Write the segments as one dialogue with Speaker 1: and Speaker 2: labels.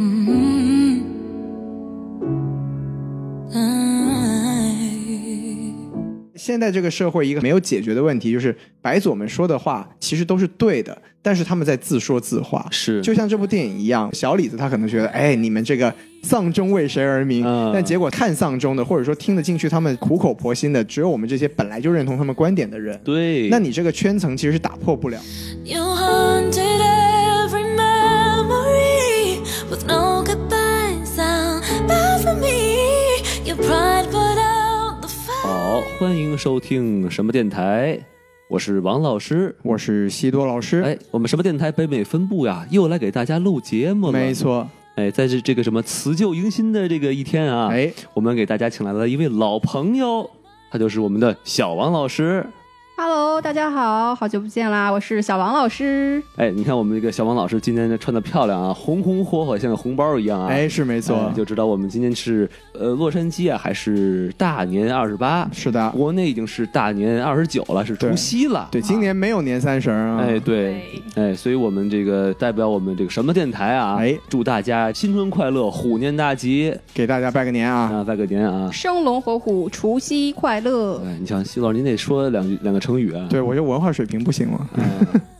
Speaker 1: Mm-hmm.
Speaker 2: 现在这个社会一个没有解决的问题，就是白左们说的话其实都是对的，但是他们在自说自话。
Speaker 3: 是
Speaker 2: 就像这部电影一样，小李子他可能觉得，哎，你们这个丧钟为谁而鸣？
Speaker 3: 嗯
Speaker 2: 但结果看丧钟的，或者说听得进去他们苦口婆心的，只有我们这些本来就认同他们观点的人。
Speaker 3: 对，
Speaker 2: 那你这个圈层其实是打破不了。
Speaker 1: You haunted every memory with no goodbye sound. Bad for me, your pride put out the fire.
Speaker 3: 好，欢迎收听什么电台，我是王老师。
Speaker 2: 我是西多老师，
Speaker 3: 哎，我们什么电台北美分部呀，又来给大家录节目了。
Speaker 2: 没错，
Speaker 3: 哎，在这这个什么辞旧迎新的这个一天啊，
Speaker 2: 哎，
Speaker 3: 我们给大家请来了一位老朋友，他就是我们的小王老师。
Speaker 4: Hello，大家好，好久不见啦！我是小王老师。
Speaker 3: 哎，你看我们这个小王老师今天穿的漂亮啊，红红火火，像个红包一样啊。
Speaker 2: 哎，是没错，
Speaker 3: 哎就知道我们今天是呃洛杉矶啊，还是大年二十八？
Speaker 2: 是的，
Speaker 3: 国内已经是大年二十九了，是除
Speaker 2: 对
Speaker 3: 夕了。
Speaker 2: 对，今年没有年三十儿啊，
Speaker 3: 啊哎，对，哎，所以我们这个代表我们这个什么电台啊，
Speaker 2: 哎
Speaker 3: 祝大家新春快乐，虎年大吉
Speaker 2: 给大家拜个年啊，
Speaker 3: 啊，拜个年啊！
Speaker 4: 生龙活虎，除夕快乐！
Speaker 3: 哎，你想，徐老师，您得说两句两个成语啊。
Speaker 2: 对我觉得文化水平不行了。
Speaker 3: 哎，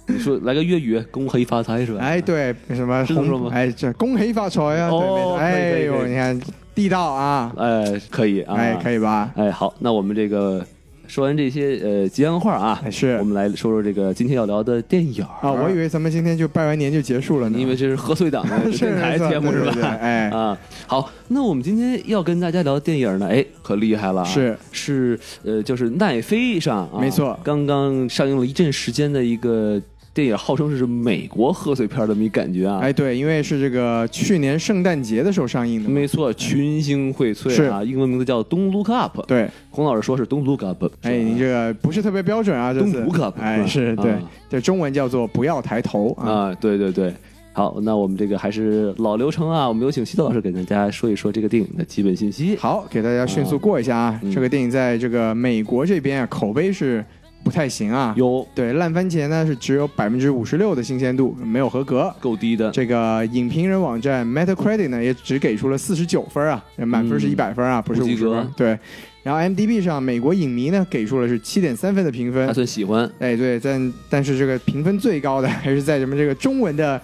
Speaker 3: 你说来个粤语，恭喜发财是吧？
Speaker 2: 哎，对，什么
Speaker 3: 啊是这么说
Speaker 2: 红
Speaker 3: 吗
Speaker 2: 哎，这恭喜发财啊！对
Speaker 3: 哦
Speaker 2: 没错
Speaker 3: 可以可以
Speaker 2: 哎
Speaker 3: 可
Speaker 2: 呦，
Speaker 3: 以
Speaker 2: 你看地道啊，
Speaker 3: 哎，可以啊，
Speaker 2: 哎，可
Speaker 3: 以，
Speaker 2: 以吧？
Speaker 3: 哎，好，那我们这个说完这些呃吉祥话啊
Speaker 2: 哎，是
Speaker 3: 我们来说说这个今天要聊的电影
Speaker 2: 啊，我以为咱们今天就拜完年就结束了呢，
Speaker 3: 因为这是贺岁档的
Speaker 2: 是
Speaker 3: 电台
Speaker 2: 没错
Speaker 3: 节目
Speaker 2: 对
Speaker 3: 是吧？
Speaker 2: 对对哎
Speaker 3: 啊，好，那我们今天要跟大家聊的电影呢，哎，可厉害了啊，
Speaker 2: 是
Speaker 3: 是呃，就是奈飞上、啊，
Speaker 2: 没错
Speaker 3: 刚刚上映了一阵时间的一个电影，号称是美国贺岁片儿的么一感觉啊，
Speaker 2: 哎，对，因为是这个去年圣诞节的时候上映的嘛，
Speaker 3: 没错，群星荟萃啊，英文名字叫《Don't Look Up》，
Speaker 2: 对，
Speaker 3: 洪老师说是《Don't Look Up》，
Speaker 2: 哎，你这个不是特别标准啊，这次
Speaker 3: 东吴可不
Speaker 2: 哎，是对
Speaker 3: 啊，
Speaker 2: 这中文叫做不要抬头啊，
Speaker 3: 啊，对对对。好，那我们这个还是老流程啊，我们有请西德老师给大家说一说这个电影的基本信息。
Speaker 2: 好，给大家迅速过一下啊
Speaker 3: 嗯，
Speaker 2: 这个电影在这个美国这边啊，口碑是不太行啊，
Speaker 3: 有
Speaker 2: 对，烂番茄呢是只有百分之五十六的新鲜度，没有合格。
Speaker 3: 够低的，
Speaker 2: 这个影评人网站 Metacritic 呢也只给出了四十九分啊，满分是
Speaker 3: 嗯
Speaker 2: 一百分啊，不是
Speaker 3: 不
Speaker 2: 五
Speaker 3: 及
Speaker 2: 十
Speaker 3: 格
Speaker 2: 分。对，然后 m d b 上美国影迷呢给出了是七点三分的评分
Speaker 3: 还，算喜欢。
Speaker 2: 哎，对，但但是这个评分最高的还是在咱们这个中文的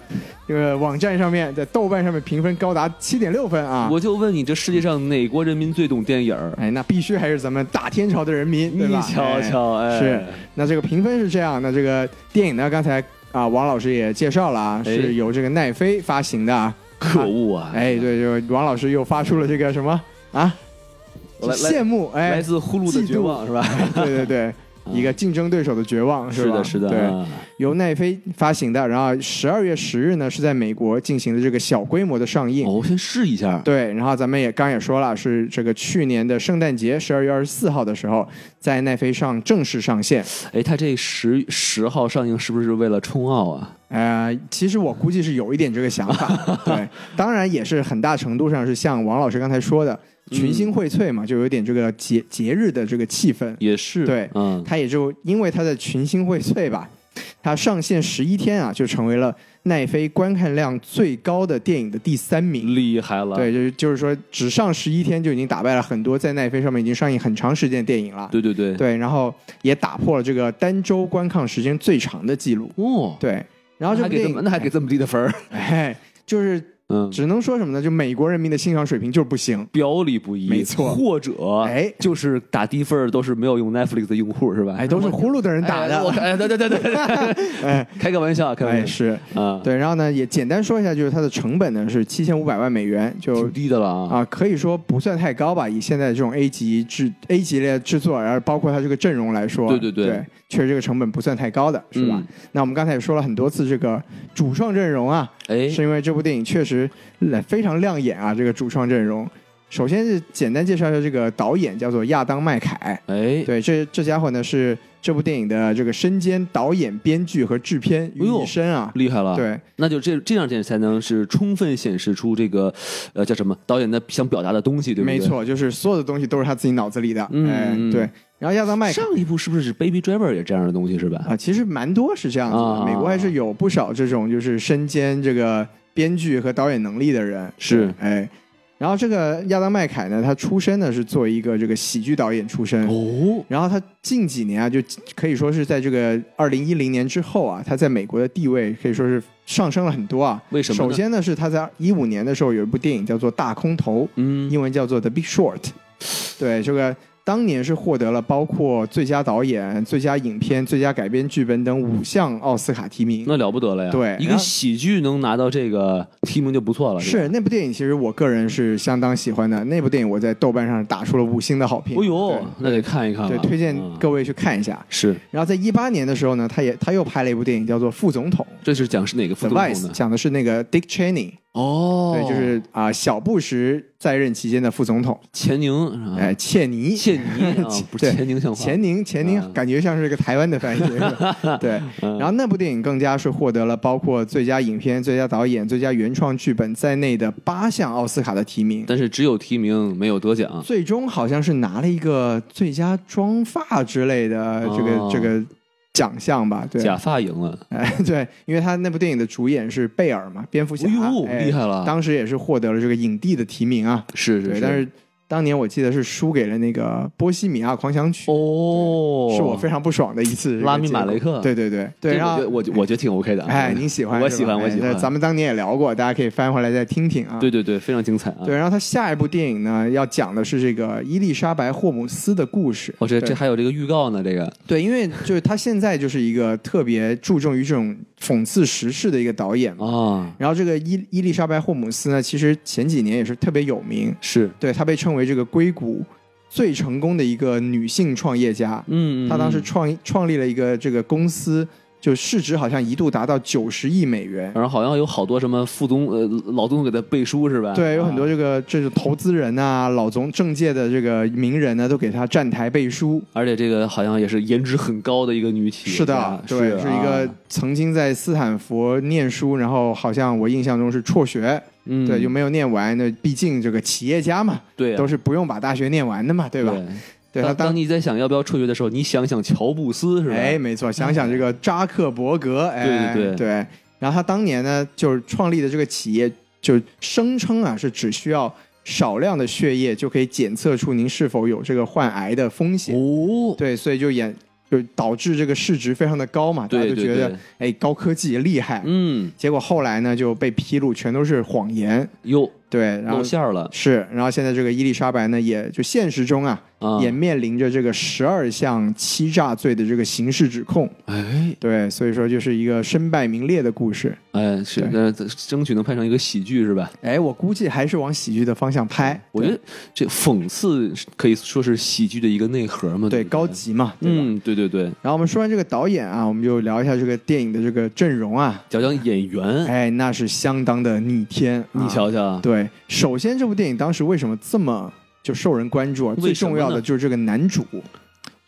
Speaker 2: 这个网站上面，在豆瓣上面评分高达七点六分啊！
Speaker 3: 我就问你，这世界上哪国人民最懂电影儿？
Speaker 2: 哎，那必须还是咱们大天朝的人民，对
Speaker 3: 你
Speaker 2: 吧？
Speaker 3: 瞧
Speaker 2: 哎。
Speaker 3: 瞧，哎，
Speaker 2: 是那这个评分是这样，那这个电影呢，刚才啊王老师也介绍了啊，
Speaker 3: 哎
Speaker 2: 是由这个奈飞发行的啊。
Speaker 3: 可恶啊！
Speaker 2: 哎，，对，就是王老师又发出了这个什么啊？
Speaker 3: 来来
Speaker 2: 羡慕
Speaker 3: 来
Speaker 2: 哎，
Speaker 3: 自呼噜的绝望是吧？
Speaker 2: 对对 对，一个竞争对手的绝望
Speaker 3: 是
Speaker 2: 吧？
Speaker 3: 的，是的，
Speaker 2: 对。
Speaker 3: 啊
Speaker 2: 由奈飞发行的，然后十二月十日呢是在美国进行的这个小规模的上映。
Speaker 3: 哦我先试一下。
Speaker 2: 对，然后咱们也刚也说了，是这个去年的圣诞节十二月二十四号的时候，在奈飞上正式上线。
Speaker 3: 哎，他这十十号上映是不是为了冲奥啊？
Speaker 2: 呃，其实我估计是有一点这个想 法，对，当然也是很大程度上是像王老师刚才说的，
Speaker 3: 嗯
Speaker 2: 群星荟萃嘛，就有点这个节节日的这个气氛。
Speaker 3: 也是，
Speaker 2: 对
Speaker 3: 嗯，
Speaker 2: 它也就因为它的群星荟萃吧，它上线十一天啊，就成为了奈飞观看量最高的电影的第三名。
Speaker 3: 厉害了。
Speaker 2: 对，就是就是说，只上十一天就已经打败了很多在奈飞上面已经上映很长时间的电影了。
Speaker 3: 对对对，
Speaker 2: 对，然后也打破了这个单周观看时间最长的记录。
Speaker 3: 哦，
Speaker 2: 对，然后
Speaker 3: 那
Speaker 2: 这部
Speaker 3: 还给
Speaker 2: 电
Speaker 3: 这
Speaker 2: 影
Speaker 3: 么那还给这么低的分儿？
Speaker 2: 哎，就是
Speaker 3: 嗯，
Speaker 2: 只能说什么呢？就美国人民的欣赏水平就是不行。
Speaker 3: 表里不一，
Speaker 2: 没错
Speaker 3: 或者
Speaker 2: 哎
Speaker 3: 就是打低分儿都是没有用 Netflix 的用户是吧？
Speaker 2: 哎，都是呼噜的人打
Speaker 3: 哎我
Speaker 2: 的。
Speaker 3: 哎，对对对对，
Speaker 2: 哎
Speaker 3: 开个玩笑，开个
Speaker 2: 哎，
Speaker 3: 玩笑
Speaker 2: 是。
Speaker 3: 啊，，
Speaker 2: 对，然后呢，也简单说一下，就是它的成本呢是七千五百万美元，就
Speaker 3: 挺低的了啊。
Speaker 2: 啊，可以说不算太高吧。以现在这种 A 级制 A 级列制作，然后包括它这个阵容来说，
Speaker 3: 对对对
Speaker 2: 确实这个成本不算太高的，是吧？
Speaker 3: 嗯
Speaker 2: 那我们刚才也说了很多次，这个主创阵容啊，
Speaker 3: 哎，
Speaker 2: 是因为这部电影确实呃非常亮眼啊，这个主创阵容。首先是简单介绍一下这个导演，叫做亚当麦凯。
Speaker 3: 哎，
Speaker 2: 对，这这家伙呢是这部电影的这个身兼导演、编剧和制片于
Speaker 3: 哎呦
Speaker 2: 一身啊。
Speaker 3: 厉害了。，
Speaker 2: 对，
Speaker 3: 那就这这样电影才能是充分显示出这个，呃，叫什么导演的想表达的东西，对不对？
Speaker 2: 没。错，就是所有的东西都是他自己脑子里的。
Speaker 3: 嗯嗯
Speaker 2: 哎，对。然后亚当麦凯
Speaker 3: 上一部是不是 Baby Driver 也这样的东西是吧？
Speaker 2: 啊，其实蛮多是这样子
Speaker 3: 啊啊啊
Speaker 2: 的，美国还是有不少这种就是身兼这个编剧和导演能力的人。
Speaker 3: 是
Speaker 2: 哎，然后这个亚当麦凯呢，他出身呢是做一个这个喜剧导演出身，
Speaker 3: 哦，
Speaker 2: 然后他近几年啊，就可以说是在这个二零一零年之后啊，他在美国的地位可以说是上升了很多啊。
Speaker 3: 为什么呢
Speaker 2: 首先呢，是他在一五年的时候有一部电影叫做《大空头》，
Speaker 3: 嗯，
Speaker 2: 英文叫做《The Big Short》。对，这个当年是获得了包括最佳导演、最佳影片、最佳改编剧本等五项奥斯卡提名。
Speaker 3: 那了不得了呀！
Speaker 2: 对
Speaker 3: 一
Speaker 2: 然
Speaker 3: 个
Speaker 2: 后
Speaker 3: 喜剧能拿到这个提名就不错了。吧，
Speaker 2: 是那部电影，其实我个人是相当喜欢的。那部电影我在豆瓣上打出了五星的好评。
Speaker 3: 哦呦，那得看一看了。
Speaker 2: 对，对，推荐
Speaker 3: 嗯
Speaker 2: 各位去看一下。
Speaker 3: 是，
Speaker 2: 然后在一八年的时候呢，他也他又拍了一部电影叫做《副总统
Speaker 3: 这是讲是哪个》副
Speaker 2: The
Speaker 3: 总统
Speaker 2: Vice，
Speaker 3: 呢？
Speaker 2: 讲的是那个 Dick Cheney，、
Speaker 3: 哦，
Speaker 2: 对，就是啊、小布什在任期间的副总统，
Speaker 3: 钱宁，啊
Speaker 2: 哎、切尼，
Speaker 3: 谢尼啊，不 是
Speaker 2: 对
Speaker 3: 钱宁像话。
Speaker 2: 钱宁，钱宁
Speaker 3: 啊嗯
Speaker 2: 感觉像是一个台湾的翻译，是 吧对。然后那部电影更加是获得了包括最佳影片、最佳导演、最佳原创剧本在内的八项奥斯卡的提名。
Speaker 3: 但是只有提名没有得奖，
Speaker 2: 最终好像是拿了一个最佳妆发之类的这个、
Speaker 3: 哦
Speaker 2: 这个奖项吧，对，
Speaker 3: 假发赢了。
Speaker 2: 哎， 对，因为他那部电影的主演是贝尔嘛，蝙蝠侠，
Speaker 3: 哎呦
Speaker 2: 哎
Speaker 3: 厉害了
Speaker 2: 当时也是获得了这个影帝的提名啊。
Speaker 3: 是
Speaker 2: 对，
Speaker 3: 是，
Speaker 2: 但是当年我记得是输给了那个《波西米亚狂想曲》
Speaker 3: 哦，
Speaker 2: 是我非常不爽的一次这个
Speaker 3: 拉米
Speaker 2: 结果
Speaker 3: 马雷克
Speaker 2: 对对对对，
Speaker 3: 这
Speaker 2: 然
Speaker 3: 我觉
Speaker 2: 后
Speaker 3: 得我觉我觉得挺 OK 的啊。
Speaker 2: 哎，你喜欢
Speaker 3: 我
Speaker 2: 是
Speaker 3: 喜
Speaker 2: 吧
Speaker 3: 欢，我
Speaker 2: 哎
Speaker 3: 喜
Speaker 2: 那
Speaker 3: 欢。
Speaker 2: 咱们当年也聊过，大家可以翻回来再听听啊。
Speaker 3: 对对对，非常精彩啊。
Speaker 2: 对，然后他下一部电影呢，要讲的是这个伊丽莎白·霍姆斯的故事。
Speaker 3: 哦我这
Speaker 2: 对
Speaker 3: 这还有这个预告呢，这个
Speaker 2: 对，因为就是他现在就是一个特别注重于这种讽刺时事的一个导演嘛。
Speaker 3: 啊
Speaker 2: 哦然后这个伊伊丽莎白·霍姆斯呢，其实前几年也是特别有名，
Speaker 3: 是，
Speaker 2: 对她被称为这个硅谷最成功的一个女性创业家。
Speaker 3: 嗯，嗯
Speaker 2: 她当时
Speaker 3: 嗯
Speaker 2: 创创立了一个这个公司，就市值好像一度达到九十亿美元。
Speaker 3: 然后好像有好多什么副总呃老总给他背书是吧？
Speaker 2: 对，有很多
Speaker 3: 啊
Speaker 2: 这个这是投资人啊、老总、政界的这个名人呢，都给她站台背书。
Speaker 3: 而且这个好像也是颜值很高的一个女企业
Speaker 2: 是
Speaker 3: 家
Speaker 2: 的，对，
Speaker 3: 是
Speaker 2: 是一个
Speaker 3: 啊
Speaker 2: 曾经在斯坦福念书，然后好像我印象中是辍学，
Speaker 3: 嗯
Speaker 2: 对，就没有念完。那毕竟这个企业家嘛，
Speaker 3: 对啊
Speaker 2: 都是不用把大学念完的嘛，对吧？对他
Speaker 3: 当
Speaker 2: 当
Speaker 3: 当你在想要不要辍学的时候，你想想乔布斯是吧？
Speaker 2: 哎，没错，想想这个扎克伯格，哎，
Speaker 3: 对对对
Speaker 2: 然后他当年呢，就是创立的这个企业，就声称啊是只需要少量的血液就可以检测出您是否有这个患癌的风险。
Speaker 3: 哦，
Speaker 2: 对，所以就演就导致这个市值非常的高嘛，大家
Speaker 3: 对
Speaker 2: 就
Speaker 3: 对
Speaker 2: 觉得
Speaker 3: 对
Speaker 2: 哎高科技厉害。
Speaker 3: 嗯，
Speaker 2: 结果后来呢就被披露全都是谎言，
Speaker 3: 哟，
Speaker 2: 对，然后
Speaker 3: 露馅儿了
Speaker 2: 是，然后现在这个伊丽莎白呢，也就现实中啊，
Speaker 3: 啊！
Speaker 2: 也面临着这个十二项欺诈罪的这个刑事指控。
Speaker 3: 哎
Speaker 2: 对，所以说就是一个身败名裂的故事。
Speaker 3: 哎是，
Speaker 2: 对
Speaker 3: 那争取能拍成一个喜剧是吧？
Speaker 2: 哎，我估计还是往喜剧的方向拍。
Speaker 3: 我觉得这讽刺可以说是喜剧的一个内核嘛，
Speaker 2: 对
Speaker 3: 对不对
Speaker 2: 高。级嘛，对吧？
Speaker 3: 嗯，对对对，
Speaker 2: 然后我们说完这个导演啊，我们就聊一下这个电影的这个阵容啊。
Speaker 3: 讲讲演员，
Speaker 2: 哎，那是相当的逆天。啊
Speaker 3: 你瞧瞧，
Speaker 2: 对，首先这部电影当时为什么这么就受人关注啊？
Speaker 3: 为
Speaker 2: 最
Speaker 3: 什么
Speaker 2: 重要的
Speaker 3: 呢
Speaker 2: 就是这个男主，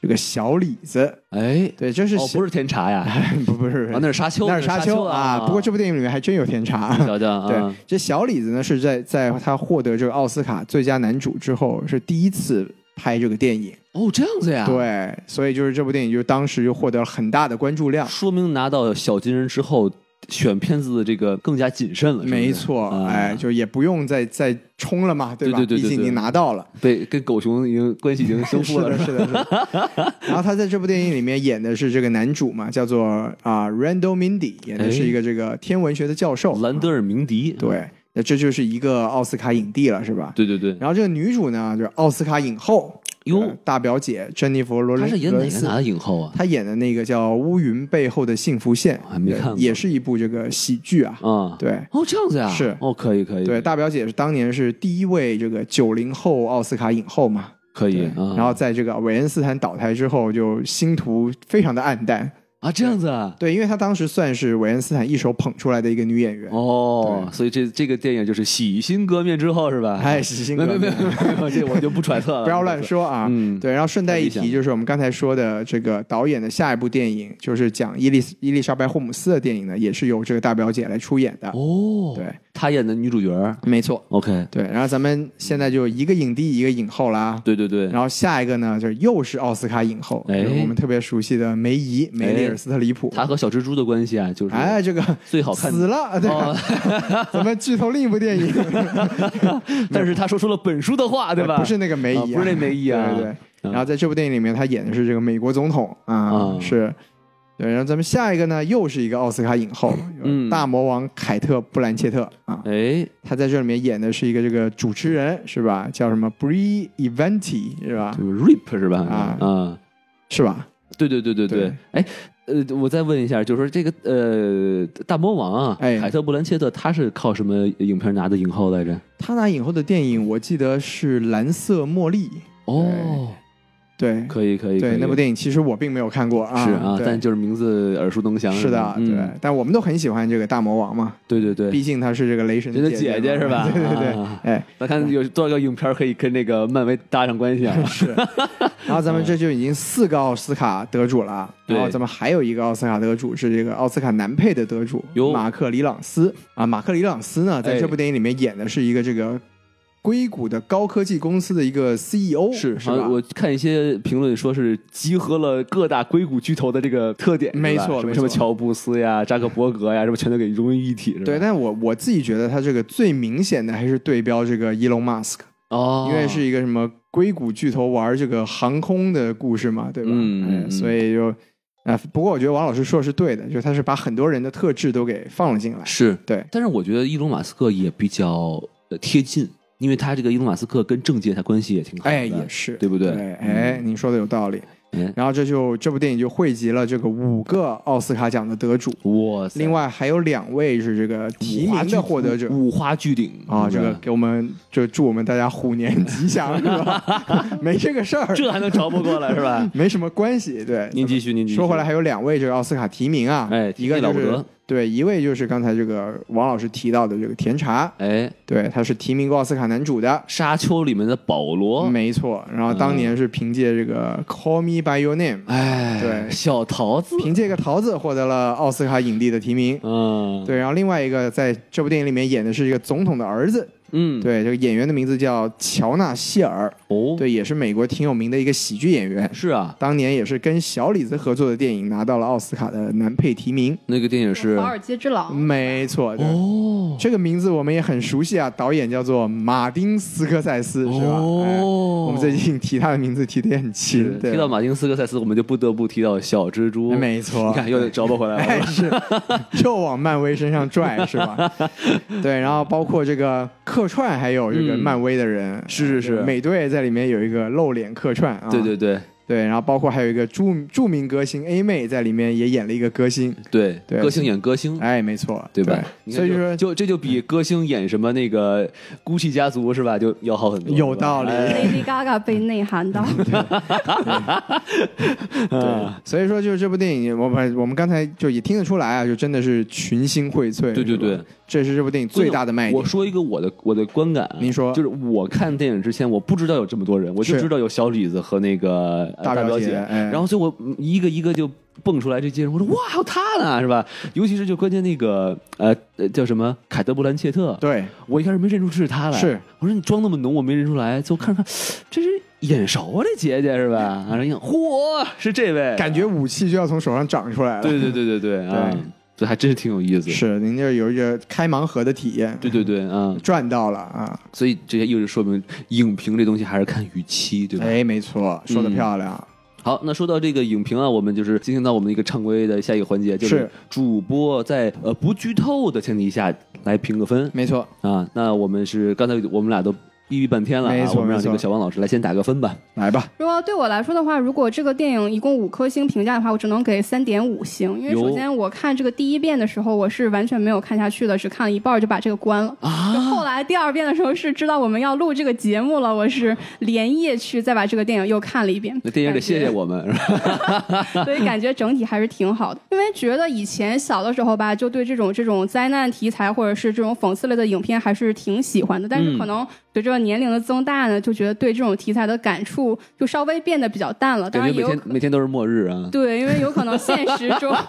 Speaker 2: 这个小李子。
Speaker 3: 哎，
Speaker 2: 对，这是
Speaker 3: 哦，
Speaker 2: 小、
Speaker 3: 不是甜茶呀，啊，
Speaker 2: 不不是不是
Speaker 3: 那是沙丘，
Speaker 2: 那是沙丘啊。不过这部电影里面还真有甜茶。
Speaker 3: 你瞧 瞧
Speaker 2: 对
Speaker 3: 啊，，
Speaker 2: 这小李子呢是在在他获得这个奥斯卡最佳男主之后，是第一次拍这个电影，
Speaker 3: 哦，这样子呀，，
Speaker 2: 对，所以就是这部电影就当时就获得了很大的关注量。
Speaker 3: 说明拿到小金人之后，选片子的这个更加谨慎了，是不是
Speaker 2: 没错，
Speaker 3: 啊
Speaker 2: 哎，就也不用再再冲了嘛，对吧？
Speaker 3: 对对对对
Speaker 2: 毕竟你
Speaker 3: 对
Speaker 2: 拿到了。
Speaker 3: 被跟狗熊已经关系已经修复了，
Speaker 2: 是的，是的，是的。 然后他在这部电影里面演的是这个男主嘛，叫做啊、Randall Mindy，演的是一个这个天文学的教授。
Speaker 3: 哎兰德尔鸣笛，
Speaker 2: 对，那这就是一个奥斯卡影帝了，是吧？
Speaker 3: 对对对，
Speaker 2: 然后这个女主呢，就是奥斯卡影后，
Speaker 3: 哟
Speaker 2: 呃大表姐珍妮佛·罗
Speaker 3: 他
Speaker 2: 伦
Speaker 3: 是演
Speaker 2: 罗
Speaker 3: 哪
Speaker 2: 伦
Speaker 3: 个
Speaker 2: 斯
Speaker 3: 拿的影后啊？
Speaker 2: 她演的那个叫《乌云背后的幸福线》，
Speaker 3: 还没
Speaker 2: 对
Speaker 3: 看过
Speaker 2: 也是一部这个喜剧啊。
Speaker 3: 啊，，
Speaker 2: 对
Speaker 3: 哦，这样子呀，
Speaker 2: 是
Speaker 3: 哦，可以可以，
Speaker 2: 对，大表姐是当年是第一位这个九零后奥斯卡影后嘛，
Speaker 3: 可以
Speaker 2: 对，
Speaker 3: 啊，
Speaker 2: 然后在这个韦恩斯坦倒台之后，就星途非常的暗淡。
Speaker 3: 啊这样子啊，
Speaker 2: 对，因为她当时算是韦恩斯坦一手捧出来的一个女演员。
Speaker 3: 哦
Speaker 2: 对，
Speaker 3: 所以这这个电影就是洗心革面之后是吧？
Speaker 2: 哎，洗心
Speaker 3: 没
Speaker 2: 革
Speaker 3: 没
Speaker 2: 面，
Speaker 3: 没没没，这我就不揣测 了，
Speaker 2: 不要乱说啊。
Speaker 3: 嗯
Speaker 2: 对，然后顺带一
Speaker 3: 太理
Speaker 2: 提，
Speaker 3: 想
Speaker 2: 就是我们刚才说的这个导演的下一部电影，就是讲伊丽伊丽莎白·霍姆斯的电影呢，也是由这个大表姐来出演的。
Speaker 3: 哦，
Speaker 2: 对，
Speaker 3: 她演的女主角儿。
Speaker 2: 没错，
Speaker 3: OK，
Speaker 2: 对。然后咱们现在就一个影帝一个影后啦。
Speaker 3: 对对对，
Speaker 2: 然后下一个呢，就是又是奥斯卡影后，
Speaker 3: 哎
Speaker 2: 就是我们特别熟悉的梅姨梅丽尔斯特里普。
Speaker 3: 她和小蜘蛛的关系啊，就是
Speaker 2: 哎，这个
Speaker 3: 最好看的哦
Speaker 2: 死了，对 啊吧？咱们剧透另一部电影，
Speaker 3: 但是她说出了本书的话，对吧？
Speaker 2: 不是那个梅姨啊、
Speaker 3: 啊不是那梅姨啊
Speaker 2: 对对对。
Speaker 3: 嗯
Speaker 2: 然后在这部电影里面，她演的是这个美国总统啊，
Speaker 3: 嗯
Speaker 2: 是。对，然后咱们下一个呢，又是一个奥斯卡影后，
Speaker 3: 嗯
Speaker 2: 大魔王凯特·布兰切特啊，
Speaker 3: 哎，
Speaker 2: 她在这里面演的是一个这个主持人是吧？叫什么 Bree Eventy 是吧
Speaker 3: 这？个 Rip 是吧？
Speaker 2: 啊
Speaker 3: 啊，
Speaker 2: 是吧？
Speaker 3: 对对对对对
Speaker 2: 对，
Speaker 3: 哎。呃，我再问一下，就是说这个呃，大魔王啊，
Speaker 2: 哎
Speaker 3: 凯特·布兰切特，她是靠什么影片拿的影后来着？
Speaker 2: 她拿影后的电影，我记得是《蓝色茉莉》，
Speaker 3: 哦，
Speaker 2: 对，
Speaker 3: 可以可以，可
Speaker 2: 对
Speaker 3: 以
Speaker 2: 那部电影，其实我并没有看过啊，
Speaker 3: 是啊，
Speaker 2: 对
Speaker 3: 但就是名字耳熟能详。
Speaker 2: 是的
Speaker 3: 吧，
Speaker 2: 对
Speaker 3: 嗯，
Speaker 2: 但我们都很喜欢这个大魔王嘛，
Speaker 3: 对对对，
Speaker 2: 毕竟他是这个雷神
Speaker 3: 这
Speaker 2: 的
Speaker 3: 是姐姐
Speaker 2: 姐
Speaker 3: 是吧？
Speaker 2: 对对对，
Speaker 3: 啊
Speaker 2: 哎，
Speaker 3: 那看有多少个影片可以跟那个漫威搭 上关系啊？
Speaker 2: 是。然后咱们这就已经四个奥斯卡得主了，
Speaker 3: 对
Speaker 2: 然后咱们还有一个奥斯卡得主是这个奥斯卡男配的得主
Speaker 3: 哟
Speaker 2: 马克·里朗斯啊，马克·里朗斯呢，在
Speaker 3: 哎
Speaker 2: 这部电影里面演的是一个这个硅谷的高科技公司的一个 CEO，
Speaker 3: 是，
Speaker 2: 是
Speaker 3: 好
Speaker 2: 吧
Speaker 3: 像？我看一些评论说是集合了各大硅谷巨头的这个特点，
Speaker 2: 没
Speaker 3: 是吧
Speaker 2: 错
Speaker 3: 什
Speaker 2: 没
Speaker 3: 么
Speaker 2: 错
Speaker 3: 什么乔布斯呀、扎克伯格呀，什么全都给融为一体，是吧？
Speaker 2: 对，但我我自己觉得他这个最明显的还是对标这个 Elon Musk，
Speaker 3: 哦，
Speaker 2: 因为是一个什么硅谷巨头玩这个航空的故事嘛，对吧？
Speaker 3: 嗯
Speaker 2: 哎
Speaker 3: 嗯
Speaker 2: 所以就，啊，不过我觉得王老师说的是对的，就是他是把很多人的特质都给放了进来。
Speaker 3: 是，
Speaker 2: 对，
Speaker 3: 但是我觉得伊隆马斯克也比较呃贴近，因为他这个伊隆马斯克跟政界他关系也挺好的，
Speaker 2: 哎，也是，
Speaker 3: 对不对嗯
Speaker 2: 哎，您说的有道理。
Speaker 3: 哎
Speaker 2: 然后这就这部电影就汇集了这个五个奥斯卡奖的得主，
Speaker 3: 哇塞，
Speaker 2: 另外还有两位是这个提
Speaker 3: 五花
Speaker 2: 名
Speaker 3: 巨
Speaker 2: 的获得者。
Speaker 3: 五花巨顶
Speaker 2: 啊，
Speaker 3: 是
Speaker 2: 这
Speaker 3: 吧
Speaker 2: 个给我们就祝我们大家虎年吉祥，是 吧？没这个事儿，？
Speaker 3: 这还能找不过来是吧
Speaker 2: 没什么关系。对，
Speaker 3: 您继续，您继续。
Speaker 2: 说回来，还有两位这个奥斯卡提名啊，
Speaker 3: 哎
Speaker 2: 一个
Speaker 3: 提名
Speaker 2: 就
Speaker 3: 了不
Speaker 2: 是
Speaker 3: 得
Speaker 2: 对，一位就是刚才这个王老师提到的这个甜茶，
Speaker 3: 哎，《
Speaker 2: 对，他是提名过奥斯卡男主的，
Speaker 3: 沙丘》里面的保罗，
Speaker 2: 没错。然后当年是凭借这个《Call Me by Your Name》，
Speaker 3: 哎，
Speaker 2: 对
Speaker 3: 小桃子，
Speaker 2: 凭借一个桃子获得了奥斯卡影帝的提名。
Speaker 3: 嗯，，
Speaker 2: 对，然后另外一个在这部电影里面演的是一个总统的儿子，
Speaker 3: 嗯，，
Speaker 2: 对，这个演员的名字叫乔纳希尔，
Speaker 3: 哦，，
Speaker 2: 对，也是美国挺有名的一个喜剧演员，
Speaker 3: 是啊，
Speaker 2: 当年也是跟小李子合作的电影拿到了奥斯卡的男配提名。
Speaker 3: 那个电影是嗯
Speaker 4: 华，尔街之狼，
Speaker 2: 没错，对。
Speaker 3: 哦，
Speaker 2: 这个名字我们也很熟悉啊，导演叫做马丁·斯科塞斯，是吧？哎
Speaker 3: 哦，
Speaker 2: 我们最近提他的名字提的也很勤，对哎
Speaker 3: 提到马丁斯科塞斯，我们就不得不提到小蜘蛛，
Speaker 2: 没错
Speaker 3: 你看又找不回来
Speaker 2: 哎
Speaker 3: 了，
Speaker 2: 是 又往漫威身上拽，是吧？对，然后包括这个客串，还有这个
Speaker 3: 嗯
Speaker 2: 漫威的人，
Speaker 3: 是是是
Speaker 2: 美队在里面有一个露脸客串啊，
Speaker 3: 对对对
Speaker 2: 对，然后包括还有一个著著名歌星 A 妹在里面也演了一个歌星，
Speaker 3: 对
Speaker 2: 对
Speaker 3: 歌星演歌星。
Speaker 2: 哎，没错，
Speaker 3: 嗯对吧？你看
Speaker 2: 所以
Speaker 3: 就
Speaker 2: 说
Speaker 3: 就这就比歌星演什么那个 GUCCI 家族是吧，就要好很多。
Speaker 2: 有
Speaker 3: 是吧
Speaker 2: 道理
Speaker 3: 哎
Speaker 4: Lady Gaga 被内涵到，
Speaker 3: 嗯
Speaker 2: 对，所以说就是这部电影，我们我们刚才就也听得出来啊，就真的是群星荟萃。
Speaker 3: 对对
Speaker 2: 是吧
Speaker 3: 对，
Speaker 2: 这是这部电影最大的卖
Speaker 3: 哎我
Speaker 2: 点。嗯
Speaker 3: 说一个我的我的观感啊，
Speaker 2: 您说
Speaker 3: 就是我看电影之前，我不知道有这么多人，我就是知道有小李子和那个呃
Speaker 2: 大
Speaker 3: 大
Speaker 2: 表
Speaker 3: 表
Speaker 2: 姐哎
Speaker 3: 然后所以我嗯一个一个就蹦出来这些人，我说哇，还有他呢，是吧？尤其是就关键那个呃呃叫什么凯特·布兰切特，
Speaker 2: 对，
Speaker 3: 我一开始没认出是他来，
Speaker 2: 是
Speaker 3: 我说你妆那么浓，我没认出来，最后看着看，这是眼熟啊，这姐姐是吧？啊，然后一看，嚯，是这位，
Speaker 2: 感觉武器就要从手上长出来了。
Speaker 3: 对对对对对啊
Speaker 2: 对，
Speaker 3: 这还真是挺有意思，
Speaker 2: 是您这有一个开盲盒的体验，
Speaker 3: 对对对啊，
Speaker 2: 赚到了啊！
Speaker 3: 所以这些又是说明影评这东西还是看预期，对吧？
Speaker 2: 哎，没错，说的
Speaker 3: 嗯
Speaker 2: 漂亮。
Speaker 3: 好，那说到这个影评啊，我们就是进行到我们一个常规的下一个环节，就是
Speaker 2: 是
Speaker 3: 主播在呃不剧透的前提下来评个分
Speaker 2: 没错，
Speaker 3: 啊。那我们是刚才我们俩都逼逼半天了
Speaker 2: 没
Speaker 3: 啊，
Speaker 2: 错
Speaker 3: 我们让
Speaker 2: 没
Speaker 3: 这
Speaker 2: 错
Speaker 3: 个小王老师来先打个分吧。
Speaker 2: 来吧，
Speaker 4: 如果对我来说的话，如果这个电影一共五颗星评价的话，我只能给三点五星，因为
Speaker 3: 哟
Speaker 4: 首先我看这个第一遍的时候，我是完全没有看下去的，只看了一半儿就把这个关了。
Speaker 3: 啊
Speaker 4: 就后来来第二遍的时候是知道我们要录这个节目了，我是连夜去再把这个电影又看了一遍。
Speaker 3: 那电影得谢谢我们，是吧？
Speaker 4: 所以感觉整体还是挺好的。因为觉得以前小的时候吧，就对这种这种灾难题材或者是这种讽刺类的影片还是挺喜欢的，但是可
Speaker 3: 嗯
Speaker 4: 能随着年龄的增大呢，就觉得对这种题材的感触就稍微变得比较淡了。当
Speaker 3: 感
Speaker 4: 然
Speaker 3: 觉
Speaker 4: 也
Speaker 3: 每
Speaker 4: 有
Speaker 3: 天
Speaker 4: 可
Speaker 3: 每天都是末日啊。
Speaker 4: 对，因为有可能现实 中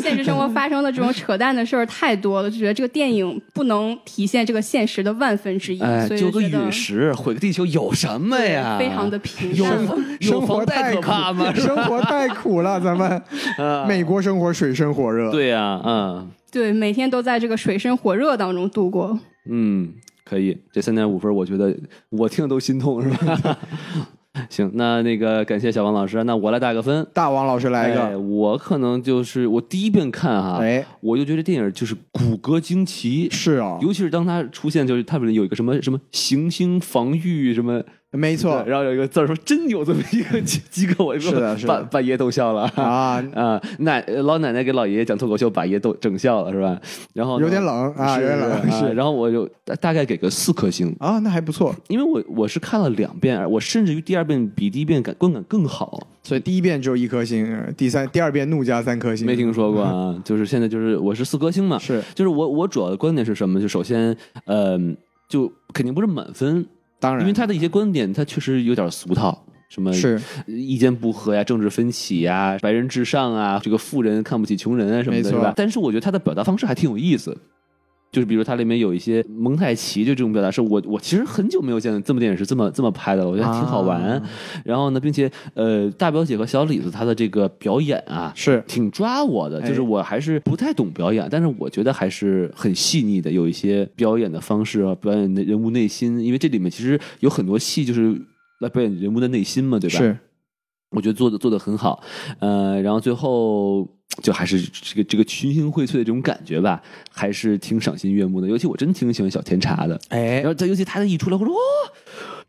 Speaker 4: 现实生活发生的这种扯淡的事儿太多了，就觉得这个电影不能体现这个现实的万分之一，
Speaker 3: 哎，
Speaker 4: 所以
Speaker 3: 就
Speaker 4: 就
Speaker 3: 个
Speaker 4: 觉得
Speaker 3: 陨石毁个地球有什么呀？
Speaker 4: 非 常的平
Speaker 3: 有
Speaker 4: 淡。
Speaker 3: 有
Speaker 2: 生活
Speaker 3: 房贷
Speaker 2: 太
Speaker 3: 可
Speaker 2: 苦
Speaker 3: 怕吗？是吧
Speaker 2: 生
Speaker 3: 啊
Speaker 2: 活太苦了，咱们美国生活水深火热。
Speaker 3: 对呀、嗯
Speaker 4: 对，每天都在这个水深火热当中度过。
Speaker 3: 嗯，可以，这三点五分，我觉得我听都心痛，是吧？ 行，那那个感谢小王老师，啊那我来打个分。
Speaker 2: 大王老师来一
Speaker 3: 哎啊
Speaker 2: 个，
Speaker 3: 我可能就是我第一遍看哈，
Speaker 2: 哎
Speaker 3: 我就觉得电影就是骨骼惊奇，
Speaker 2: 是哦，
Speaker 3: 尤其是当它出现就是它不是有一个什么什么行星防御什么，
Speaker 2: 没错
Speaker 3: 对然后有一个字儿说真有这么一个机机构，我
Speaker 2: 是的是的
Speaker 3: 把把爷逗笑了 啊
Speaker 2: 啊，
Speaker 3: 奶呃老奶奶给老爷爷讲脱口秀，把爷逗整笑了是吧？然后呢
Speaker 2: 有点冷啊，
Speaker 3: 是
Speaker 2: 有点冷
Speaker 3: 啊
Speaker 2: 是
Speaker 3: 然后我就大大概给个四颗星，
Speaker 2: 啊，那还不错。
Speaker 3: 因为我我是看了两遍，我甚至于第二遍比第一遍感观感更好。
Speaker 2: 所以第一遍只有一颗星，呃第三第二遍怒加三颗星，
Speaker 3: 没听说 过啊，就是现在就是我是四颗星嘛，
Speaker 2: 是
Speaker 3: 就是我我主要的观点是什么？就首先，嗯、就肯定不是满分，
Speaker 2: 当然，
Speaker 3: 因为他的一些观点，他确实有点俗套。什么
Speaker 2: 是
Speaker 3: 意见不合呀、政治分歧呀、白人至上啊、这个富人看不起穷人啊什么
Speaker 2: 没
Speaker 3: 的，
Speaker 2: 错
Speaker 3: 是吧？但是我觉得他的表达方式还挺有意思，就是比如它里面有一些蒙太奇就这种表达，是我我其实很久没有见这么电影是这么这么拍的了，我觉得挺好玩。
Speaker 2: 啊
Speaker 3: 然后呢，并且呃，大表姐和小李子她的这个表演啊，
Speaker 2: 是
Speaker 3: 挺抓我的，
Speaker 2: 哎
Speaker 3: 就是我还是不太懂表演，但是我觉得还是很细腻的，有一些表演的方式啊，表演的人物内心，因为这里面其实有很多戏就是来表演人物的内心嘛，对吧？，
Speaker 2: 是
Speaker 3: 我觉得做的做的很好，呃，然后最后就还是这个这个群星荟萃的这种感觉吧，还是挺赏心悦目的。尤其我真挺喜欢小甜茶的，
Speaker 2: 哎
Speaker 3: 然，后他尤其他一出来，我说哦，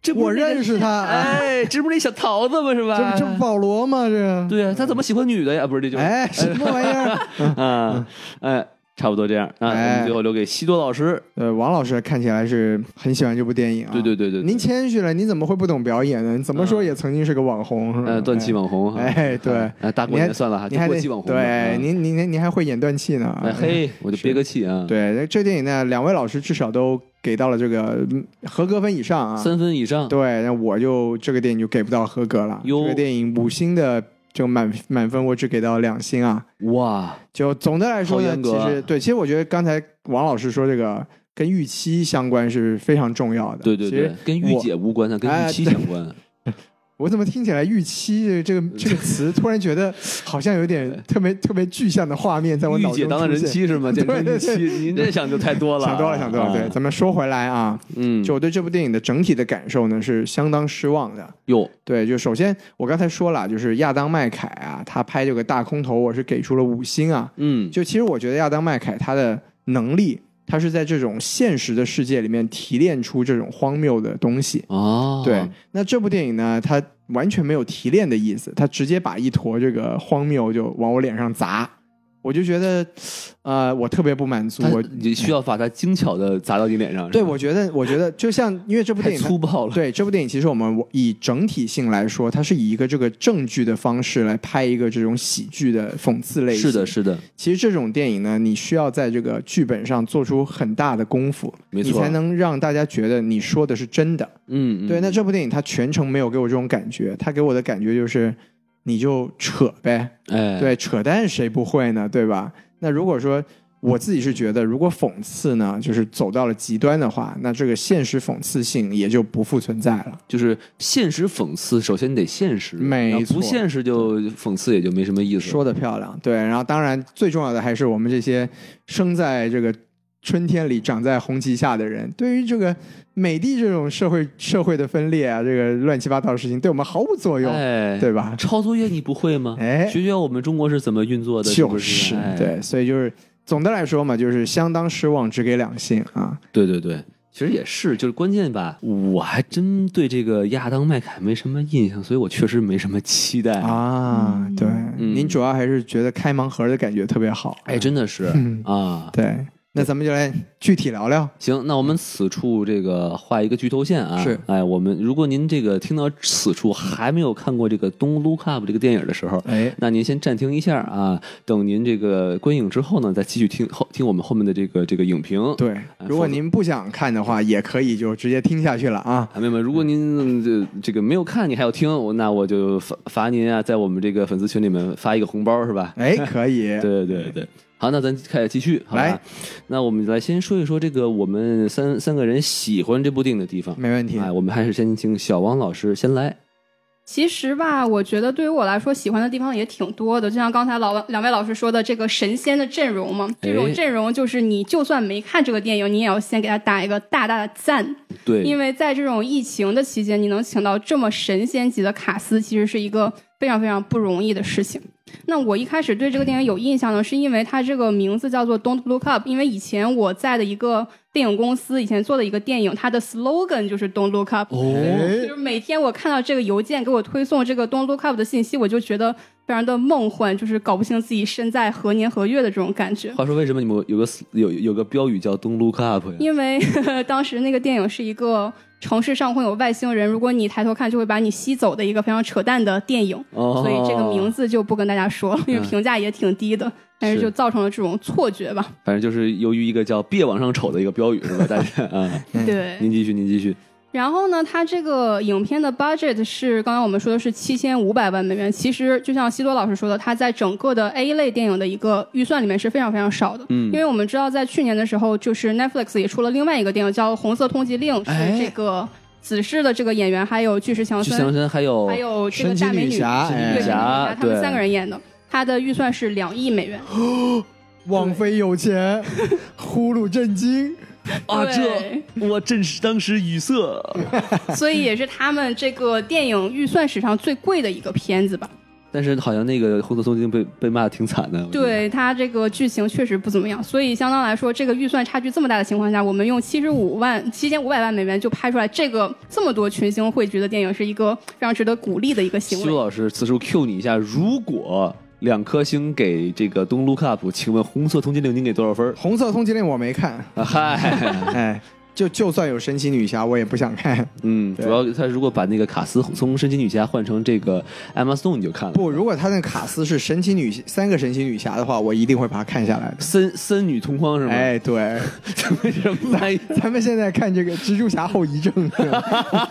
Speaker 3: 这不
Speaker 2: 我
Speaker 3: 是那个
Speaker 2: 认识他，啊
Speaker 3: 哎，这不是那小桃子吗？是吧？
Speaker 2: 这不这不保罗吗？这
Speaker 3: 对啊，他怎么喜欢女的呀？不是，这就 是
Speaker 2: 哎什么玩意儿？
Speaker 3: 啊，哎，差不多这样啊。我
Speaker 2: 哎
Speaker 3: 们最后留给西多老师，
Speaker 2: 呃，王老师看起来是很喜欢这部电影啊。
Speaker 3: 对对对对对
Speaker 2: 您谦虚了，你怎么会不懂表演呢？你怎么说也曾经是个网红，是吧
Speaker 3: 呃，断气网红，
Speaker 2: 哎哎对
Speaker 3: 哎，大
Speaker 2: 你
Speaker 3: 过年
Speaker 2: 还
Speaker 3: 算了哈，
Speaker 2: 你还
Speaker 3: 过
Speaker 2: 得
Speaker 3: 气网红，啊
Speaker 2: 对，您您您您还会演断气呢？
Speaker 3: 哎嘿，我就是憋个气啊，，
Speaker 2: 对，这电影呢，两位老师至少都给到了这个嗯合格分以上啊。
Speaker 3: 三分以上，
Speaker 2: 对，那我就这个电影就给不到合格了。
Speaker 3: 哟
Speaker 2: 这个电影五星的就满满分，我只给到两星啊。
Speaker 3: 哇，
Speaker 2: 就总的来说
Speaker 3: 好
Speaker 2: 呢，
Speaker 3: 严格
Speaker 2: 其
Speaker 3: 啊
Speaker 2: 实对，其实我觉得刚才王老师说这个跟预期相关是非常重要的。
Speaker 3: 对对
Speaker 2: 其
Speaker 3: 对
Speaker 2: 实，
Speaker 3: 跟御
Speaker 2: 我
Speaker 3: 姐无关的，跟
Speaker 2: 哎
Speaker 3: 预期
Speaker 2: 对
Speaker 3: 相关，
Speaker 2: 我怎么听起来“预期”这这 个这个词，突然觉得好像有点特别特别具象的画面在我
Speaker 3: 御
Speaker 2: 脑
Speaker 3: 姐
Speaker 2: 中
Speaker 3: 当了
Speaker 2: 出
Speaker 3: 人
Speaker 2: 现。
Speaker 3: 妻 是吗？简直
Speaker 2: 对对
Speaker 3: 御妻，您这想就太多了 啊，
Speaker 2: 想多了，想多了。对，
Speaker 3: 啊，
Speaker 2: 咱们说回来啊，
Speaker 3: 嗯，
Speaker 2: 就我对这部电影的整体的感受呢，是相当失望的。
Speaker 3: 哟，
Speaker 2: 对，就首先我刚才说了，就是亚当麦凯啊，他拍这个大空头，我是给出了五星啊。
Speaker 3: 嗯，
Speaker 2: 就其实我觉得亚当麦凯他的能力，他是在这种现实的世界里面提炼出这种荒谬的东西。
Speaker 3: 哦，
Speaker 2: 对，那这部电影呢，它完全没有提炼的意思，它直接把一坨这个荒谬就往我脸上砸，我就觉得，呃，我特别不满足。
Speaker 3: 他
Speaker 2: 我
Speaker 3: 你需要把它精巧的砸到你脸上，是
Speaker 2: 对
Speaker 3: 吧
Speaker 2: 我觉得，我觉得就像因为这部
Speaker 3: 太
Speaker 2: 电影它
Speaker 3: 粗暴了，
Speaker 2: 对这部电影，其实我们以整体性来说，它是以一个这个正剧的方式来拍一个这种喜剧的讽刺类型。
Speaker 3: 是的，是的，
Speaker 2: 其实这种电影呢，你需要在这个剧本上做出很大的功夫，
Speaker 3: 没错
Speaker 2: 你才能让大家觉得你说的是真的。
Speaker 3: 嗯，嗯
Speaker 2: 对，那这部电影它全程没有给我这种感觉，它给我的感觉就是你就扯呗，
Speaker 3: 哎，
Speaker 2: 对，扯淡谁不会呢？对吧？那如果说我自己是觉得，如果讽刺呢，就是走到了极端的话，那这个现实讽刺性也就不复存在了。
Speaker 3: 就是现实讽刺，首先得现实，
Speaker 2: 没
Speaker 3: 然后不
Speaker 2: 错
Speaker 3: 现实就讽刺也就没什么意思。
Speaker 2: 说的漂亮，对。然后当然最重要的还是我们这些生在这个春天里、长在红旗下的人，对于这个美帝这种社会社会的分裂啊，这个乱七八糟的事情，对我们毫无作用，
Speaker 3: 哎，
Speaker 2: 对吧？
Speaker 3: 抄作业你不会吗？
Speaker 2: 哎
Speaker 3: 学学我们中国是怎么运作的？是
Speaker 2: 就
Speaker 3: 不是，哎
Speaker 2: 对，所以就是总的来说嘛，就是相当失望，只给两星啊。
Speaker 3: 对对对，其实也是，就是关键吧，我还真对这个亚当麦凯没什么印象，所以我确实没什么期待。
Speaker 2: 啊，对，
Speaker 3: 哎嗯
Speaker 2: 您主要还是觉得开盲盒的感觉特别好，
Speaker 3: 哎，真的是、
Speaker 2: 嗯
Speaker 3: 啊，
Speaker 2: 对。那咱们就来具体聊聊。
Speaker 3: 行，那我们此处这个画一个剧透线啊。
Speaker 2: 是
Speaker 3: 哎，我们如果您这个听到此处还没有看过这个《Don't Look Up》这个电影的时候，
Speaker 2: 哎，
Speaker 3: 那您先暂停一下啊，等您这个观影之后呢，再继续听后听我们后面的这个这个影评。
Speaker 2: 对，
Speaker 3: 哎
Speaker 2: 如果
Speaker 3: 否则
Speaker 2: 您不想看的话，也可以就直接听下去了啊。
Speaker 3: 啊，妹妹，如果您这这个没有看，你还要听，我那我就罚罚您啊，在我们这个粉丝群里面发一个红包是吧？
Speaker 2: 哎，可以。
Speaker 3: 对对对。好，那咱开始继续，好吧
Speaker 2: 来，
Speaker 3: 那我们来先说一说这个我们三三个人喜欢这部电影的地方。
Speaker 2: 没问题。
Speaker 3: 哎，我们还是先请小王老师先来。
Speaker 4: 其实吧，我觉得对于我来说，喜欢的地方也挺多的。就像刚才老两位老师说的，这个神仙的阵容嘛，这种阵容就是你就算没看这个电影，你也要先给他打一个大大的赞，
Speaker 3: 对，
Speaker 4: 因为在这种疫情的期间，你能请到这么神仙级的卡司，其实是一个非常非常不容易的事情。那我一开始对这个电影有印象呢，是因为它这个名字叫做《Don't Look Up》，因为以前我在的一个电影公司以前做的一个电影，它的 slogan 就是 “Don't Look Up”。
Speaker 3: 哦，
Speaker 4: 就是每天我看到这个邮件给我推送这个 “Don't Look Up” 的信息，我就觉得非常的梦幻，就是搞不清自己身在何年何月的这种感觉。
Speaker 3: 话说为什么你们有有个有有个标语叫 “Don't look up” 呀？
Speaker 4: 因为 当时那个电影是一个城市上空有外星人，如果你抬头看就会把你吸走的一个非常扯淡的电影，
Speaker 3: 哦，
Speaker 4: 所以这个名字就不跟大家说了，因为
Speaker 3: 嗯
Speaker 4: 评价也挺低的，但是
Speaker 3: 是
Speaker 4: 就造成了这种错觉吧。
Speaker 3: 反正就是由于一个叫“别往上瞅”的一个标语是吧？大家 啊，
Speaker 2: 嗯
Speaker 4: 对，
Speaker 3: 您继续，您继续。
Speaker 4: 然后呢，它这个影片的 budget 是刚刚我们说的是七千五百万美元。其实就像西多老师说的，它在整个的 A 类电影的一个预算里面是非常非常少的。
Speaker 3: 嗯
Speaker 4: 因为我们知道在去年的时候，就是 Netflix 也出了另外一个电影叫《红色通缉令》，
Speaker 3: 哎
Speaker 4: 是这个子氏的这个演员还有巨石强
Speaker 3: 去香
Speaker 4: 森，
Speaker 3: 山还有
Speaker 4: 还有这
Speaker 2: 神
Speaker 4: 个
Speaker 2: 奇
Speaker 4: 大美
Speaker 2: 女
Speaker 4: 女
Speaker 2: 侠，
Speaker 3: 神奇
Speaker 2: 哎
Speaker 4: 对，神奇女侠
Speaker 3: 侠
Speaker 4: 他们
Speaker 3: 对
Speaker 4: 三个人演的。它的预算是两亿美元，
Speaker 2: 王菲有 钱，呼噜震惊。
Speaker 3: 啊，
Speaker 4: 对
Speaker 3: 这我真是当时语塞。
Speaker 4: 所以也是他们这个电影预算史上最贵的一个片子吧。
Speaker 3: 但是好像那个红色松精被被骂的挺惨的。我觉得，
Speaker 4: 对它这个剧情确实不怎么样，所以相当来说，这个预算差距这么大的情况下，我们用七十五万七千五百万美元就拍出来这个这么多群星汇聚的电影，是一个非常值得鼓励的一个行
Speaker 3: 西
Speaker 4: 为
Speaker 3: 周。老师，此处 Q 你一下，如果两颗星给这个《Don't Look Up》，请问《红色通缉令》您给多少分儿？
Speaker 2: 红色通缉令我没看，
Speaker 3: 啊嗨。
Speaker 2: 哎，就就算有神奇女侠，我也不想看。
Speaker 3: 嗯，
Speaker 2: 对
Speaker 3: 主要他如果把那个卡斯从神奇女侠换成这个 Emma Stone，你就看了。
Speaker 2: 不，如果他那卡斯是神奇女三个神奇女侠的话，我一定会把它看下来的。
Speaker 3: 森森女同框是吗？
Speaker 2: 哎，对，
Speaker 3: 为什么来？
Speaker 2: 咱们现在看这个蜘蛛侠后遗 症，是吧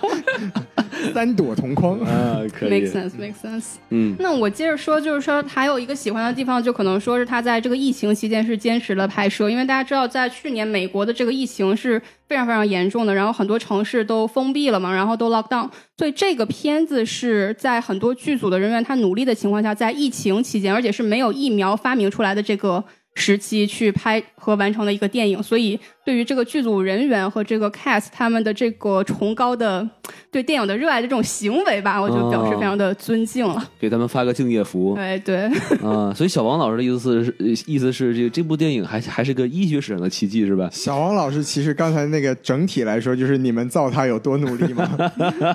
Speaker 2: 三朵同框。
Speaker 3: 啊，可以。
Speaker 4: Make sense, make sense。
Speaker 3: 嗯，
Speaker 4: 那我接着说，就是说还有一个喜欢的地方，就可能说是他在这个疫情期间是坚持了拍摄，因为大家知道，在去年美国的这个疫情是非常非常严重的，然后很多城市都封闭了嘛，然后都 lock down，所以这个片子是在很多剧组的人员他努力的情况下，在疫情期间，而且是没有疫苗发明出来的这个。时期去拍和完成的一个电影，所以对于这个剧组人员和这个 cast 他们的这个崇高的对电影的热爱的这种行为吧，我就表示非常的尊敬了。
Speaker 3: 给他们发个敬业福
Speaker 4: 对哎对，
Speaker 3: 啊！所以小王老师的意思是，意思是这这部电影还还是个医学史上的奇迹是吧？
Speaker 2: 小王老师，其实刚才那个整体来说，就是你们造他有多努力吗？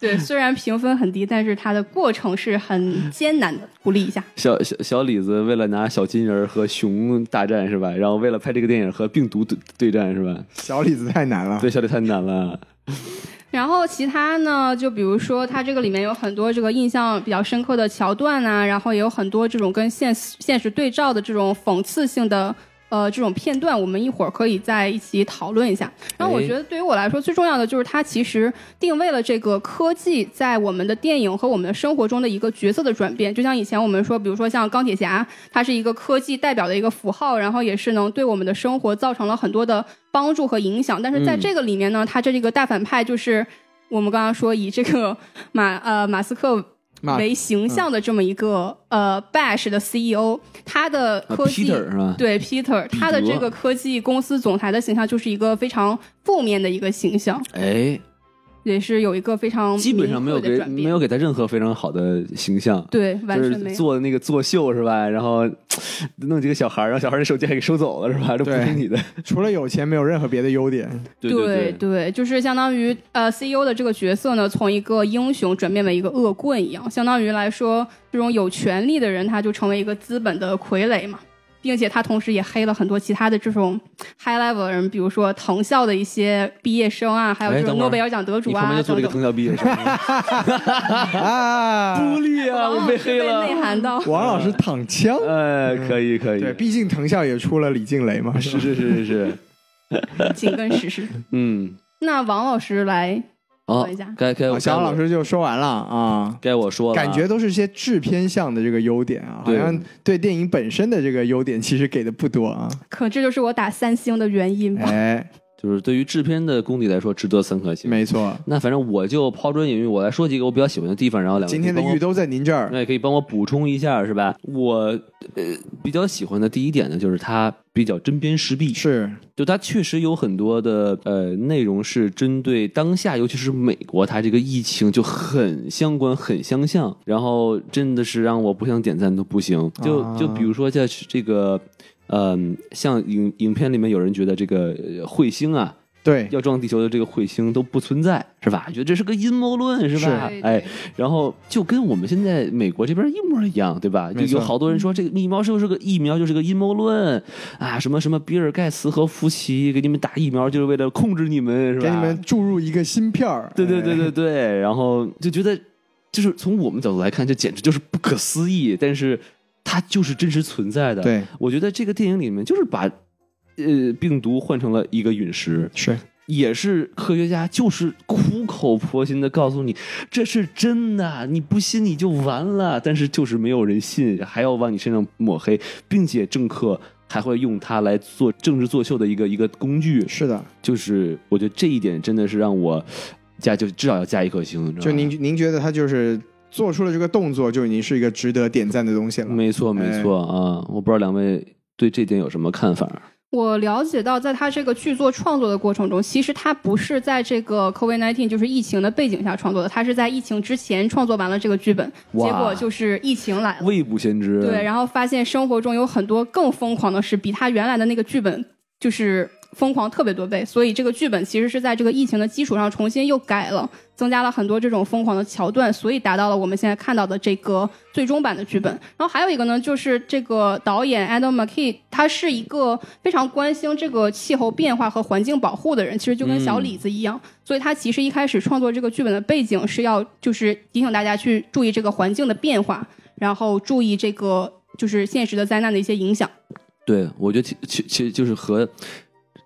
Speaker 4: 对，虽然评分很低，但是它的过程是很艰难的。鼓励一下，
Speaker 3: 小小小李子为了拿小金人儿和熊大战是吧？然后为了拍这个电影和病毒对对战是吧？
Speaker 2: 小李子太难了。
Speaker 3: 对，小李太难了。
Speaker 4: 然后其他呢，就比如说它这个里面有很多这个印象比较深刻的桥段啊，然后也有很多这种跟现实现实对照的这种讽刺性的。呃，这种片段我们一会儿可以在一起讨论一下。然后我
Speaker 3: 哎
Speaker 4: 觉得对于我来说最重要的就是它其实定位了这个科技在我们的电影和我们的生活中的一个角色的转变。就像以前我们说，比如说像钢铁侠，它是一个科技代表的一个符号，然后也是能对我们的生活造成了很多的帮助和影响。但是在
Speaker 3: 嗯
Speaker 4: 这个里面呢，它这这个大反派就是我们刚刚说以这个马呃马斯克
Speaker 2: 马
Speaker 4: 为形象的这么一个、呃 Bash 的 CEO，他的
Speaker 3: 啊
Speaker 4: 科技、
Speaker 3: Peter 是吧？
Speaker 4: 对 Peter，
Speaker 3: 彼得
Speaker 4: 他的这个科技公司总裁的形象就是一个非常负面的一个形象，
Speaker 3: 哎，
Speaker 4: 也是有一个非常
Speaker 3: 基本上没有
Speaker 4: 明确的
Speaker 3: 给
Speaker 4: 转变
Speaker 3: 没有给他任何非常好的形象。
Speaker 4: 对完
Speaker 3: 就
Speaker 4: 全没
Speaker 3: 是
Speaker 4: 有。
Speaker 3: 做那个作秀是吧？然后弄几个小孩儿，然后小孩儿的手机还给收走了是吧？这不
Speaker 2: 对
Speaker 3: 听你的，
Speaker 2: 除了有钱，没有任何别的优 点。
Speaker 3: 对
Speaker 4: 对就是相当于呃 CEO 的这个角色呢，从一个英雄转变为一个恶棍一样，相当于来说，这种有权力的人他就成为一个资本的傀儡嘛。并且他同时也黑了很多其他的这种 high level 的人，比如说藤校的一些毕业生啊，还有
Speaker 3: 哎
Speaker 4: 这
Speaker 3: 等会儿
Speaker 4: 种诺贝尔奖得主
Speaker 3: 你旁
Speaker 4: 啊
Speaker 3: 边就做了一
Speaker 4: 等
Speaker 3: 个
Speaker 4: 等
Speaker 3: 藤。条毕业生，
Speaker 2: 啊，
Speaker 3: 不利 啊，我被黑
Speaker 4: 往往是被内
Speaker 3: 了。
Speaker 4: 涵到。
Speaker 2: 王老师躺枪。
Speaker 3: 哎，可以可以，
Speaker 2: 对，毕竟藤校也出了李静蕾嘛，
Speaker 3: 是是是是是，
Speaker 4: 紧跟时事。
Speaker 3: 嗯，
Speaker 4: 那王老师来，
Speaker 3: 好
Speaker 4: 等一下，
Speaker 3: 该该
Speaker 2: 吧？小
Speaker 3: 该
Speaker 2: 王
Speaker 3: 我
Speaker 2: 老师就说完了啊。
Speaker 3: 该我说了，
Speaker 2: 感觉都是一些制片上的这个优点啊，好
Speaker 3: 对
Speaker 2: 像对电影本身的这个优点其实给的不多啊。
Speaker 4: 可这就是我打三星的原因
Speaker 3: 嗯
Speaker 4: 吧？
Speaker 2: 哎，
Speaker 3: 就是对于制片的功底来说，值得三颗星。
Speaker 2: 没错，
Speaker 3: 那反正我就抛砖引玉，我来说几个我比较喜欢的地方，然后两位
Speaker 2: 今天的
Speaker 3: 帮我
Speaker 2: 玉都在您这儿。
Speaker 3: 那也可以帮我补充一下，是吧？我呃比较喜欢的第一点呢，就是它比较针砭时弊，
Speaker 2: 是，
Speaker 3: 就它确实有很多的呃内容是针对当下，尤其是美国它这个疫情就很相关、很相像，然后真的是让我不想点赞都不行。就
Speaker 2: 啊
Speaker 3: 就比如说在这个嗯、像影影片里面有人觉得这个呃彗星啊，
Speaker 2: 对，
Speaker 3: 要撞地球的这个彗星都不存在，是吧？觉得这是个阴谋论，是吧？
Speaker 4: 是
Speaker 3: 哎，然后就跟我们现在美国这边一模一样，对吧？就
Speaker 2: 没错
Speaker 3: 有好多人说这个疫苗就是个疫苗就是个阴谋论啊，什么什么比尔盖茨和福奇给你们打疫苗就是为了控制你们，是吧？
Speaker 2: 给你们注入一个芯片儿。
Speaker 3: 对对对
Speaker 2: 哎
Speaker 3: 对对，然后就觉得就是从我们角度来看，这简直就是不可思议，但是它就是真实存在的。，
Speaker 2: 对，
Speaker 3: 我觉得这个电影里面就是把呃病毒换成了一个陨石，
Speaker 2: 是
Speaker 3: 也是科学家，就是苦口婆心的告诉你这是真的，你不信你就完了。但是就是没有人信，还要往你身上抹黑，并且政客还会用它来做政治作秀的一个一个工具。
Speaker 2: 是的，
Speaker 3: 就是我觉得这一点真的是让我啊加就至少要加一颗星，你知道吗
Speaker 2: 就您您觉得他就是做出了这个动作，就已经是一个值得点赞的东西了。
Speaker 3: 没错
Speaker 2: 哎
Speaker 3: 没错啊，我不知道两位对这点有什么看法？啊
Speaker 4: 我了解到，在他这个剧作创作的过程中，其实他不是在这个 COVID-19 就是疫情的背景下创作的，他是在疫情之前创作完了这个剧本，
Speaker 3: 哇
Speaker 4: 结果就是疫情来了。
Speaker 3: 未卜先知，
Speaker 4: 对，然后发现生活中有很多更疯狂的事，比他原来的那个剧本就是疯狂特别多倍，所以这个剧本其实是在这个疫情的基础上重新又改了，增加了很多这种疯狂的桥段，所以达到了我们现在看到的这个最终版的剧本。然后还有一个呢，就是这个导演 Adam McKay，他是一个非常关心这个气候变化和环境保护的人，其实就跟小李子一样，所以他其实一开始创作这个剧本的背景是要就是提醒大家去注意这个环境的变化，然后注意这个就是现实的灾难的一些影响。
Speaker 3: 对，我觉得其其其实就是和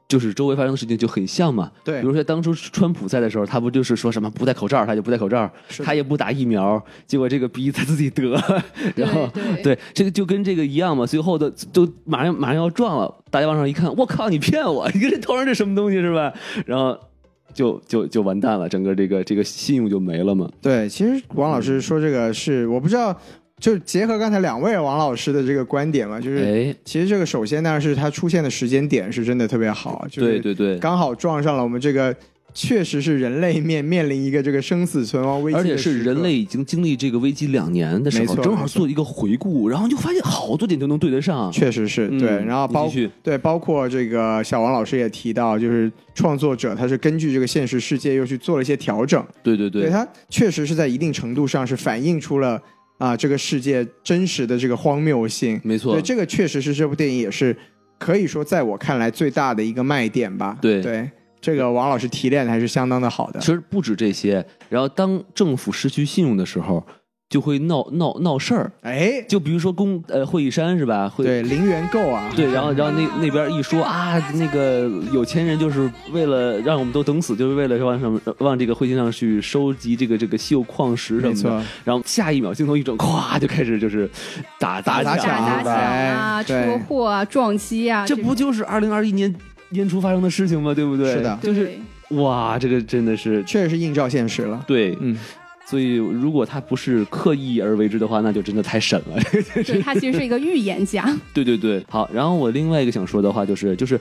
Speaker 3: 就是周围发生的事情就很像嘛。
Speaker 2: 对
Speaker 3: 比如说当初川普在的时候，他不就是说什么不戴口罩，他就不戴口罩，
Speaker 2: 的
Speaker 3: 他也不打疫苗，结果这个逼他自己得，然后
Speaker 4: 对
Speaker 3: 对这个就跟这个一样嘛。最后的都马上马上要撞了，大家往上一看，我靠，你骗我！你跟这头上这什么东西是吧？然后就就就完蛋了，整个这个这个信用就没了嘛。
Speaker 2: 对，其实王老
Speaker 3: 嗯
Speaker 2: 师说这个是我不知道，就结合刚才两位王老师的这个观点嘛，就是、
Speaker 3: 哎，
Speaker 2: 其实这个首先当然是它出现的时间点是真的特别好，就
Speaker 3: 对
Speaker 2: 是
Speaker 3: 对对。
Speaker 2: 刚好撞上了我们这个确实是人类面面临一个这个生死存亡危机，
Speaker 3: 而且是人。类已经经历这个危机两年的时
Speaker 2: 没
Speaker 3: 候，
Speaker 2: 错
Speaker 3: 正好
Speaker 2: 没错
Speaker 3: 做一个回顾，然后就发现好多点都能对得上。
Speaker 2: 确实是对，
Speaker 3: 嗯
Speaker 2: 然后包
Speaker 3: 你继续
Speaker 2: 对包括这个小王老师也提到，就是创作者他是根据这个现实世界又去做了一些调整，
Speaker 3: 对对对，
Speaker 2: 它确实是在一定程度上是反映出了啊、这个世界真实的这个荒谬性。
Speaker 3: 没错
Speaker 2: 对，，这个确实是这部电影也是可以说在我看来最大的一个卖点吧。
Speaker 3: 对
Speaker 2: 对，这个王老师提炼的还是相当的好的
Speaker 3: 其。实不止这些。然后当政府失去信用的时候，就会闹闹闹事儿。
Speaker 2: 哎，
Speaker 3: 就比如说公呃会议山是吧？会
Speaker 2: 对，零元购啊，
Speaker 3: 对然后然后那那边一说啊，那个有钱人就是为了让我们都等死，就是为了往上往这个彗星上去收集这个这个稀有矿石什
Speaker 2: 没
Speaker 3: 么的
Speaker 2: 错。，
Speaker 3: 然后下一秒镜头一转，咵就开始就是打打
Speaker 2: 打
Speaker 4: 打砸
Speaker 2: 抢
Speaker 4: 抢啊、
Speaker 2: 对
Speaker 4: 车祸啊、撞击啊，
Speaker 3: 这
Speaker 4: 种
Speaker 3: 不就是二零二一年年初发生的事情吗？对不对？
Speaker 2: 是的
Speaker 3: 就是
Speaker 4: 对
Speaker 3: 哇，这个真的是
Speaker 2: 确实是映照现实了。
Speaker 3: 对，
Speaker 2: 嗯，
Speaker 3: 所以，如果他不是刻意而为之的话，那就真的太神了。
Speaker 4: 对，他其实是一个预言家。
Speaker 3: 对对对，好。然后我另外一个想说的话就是，就是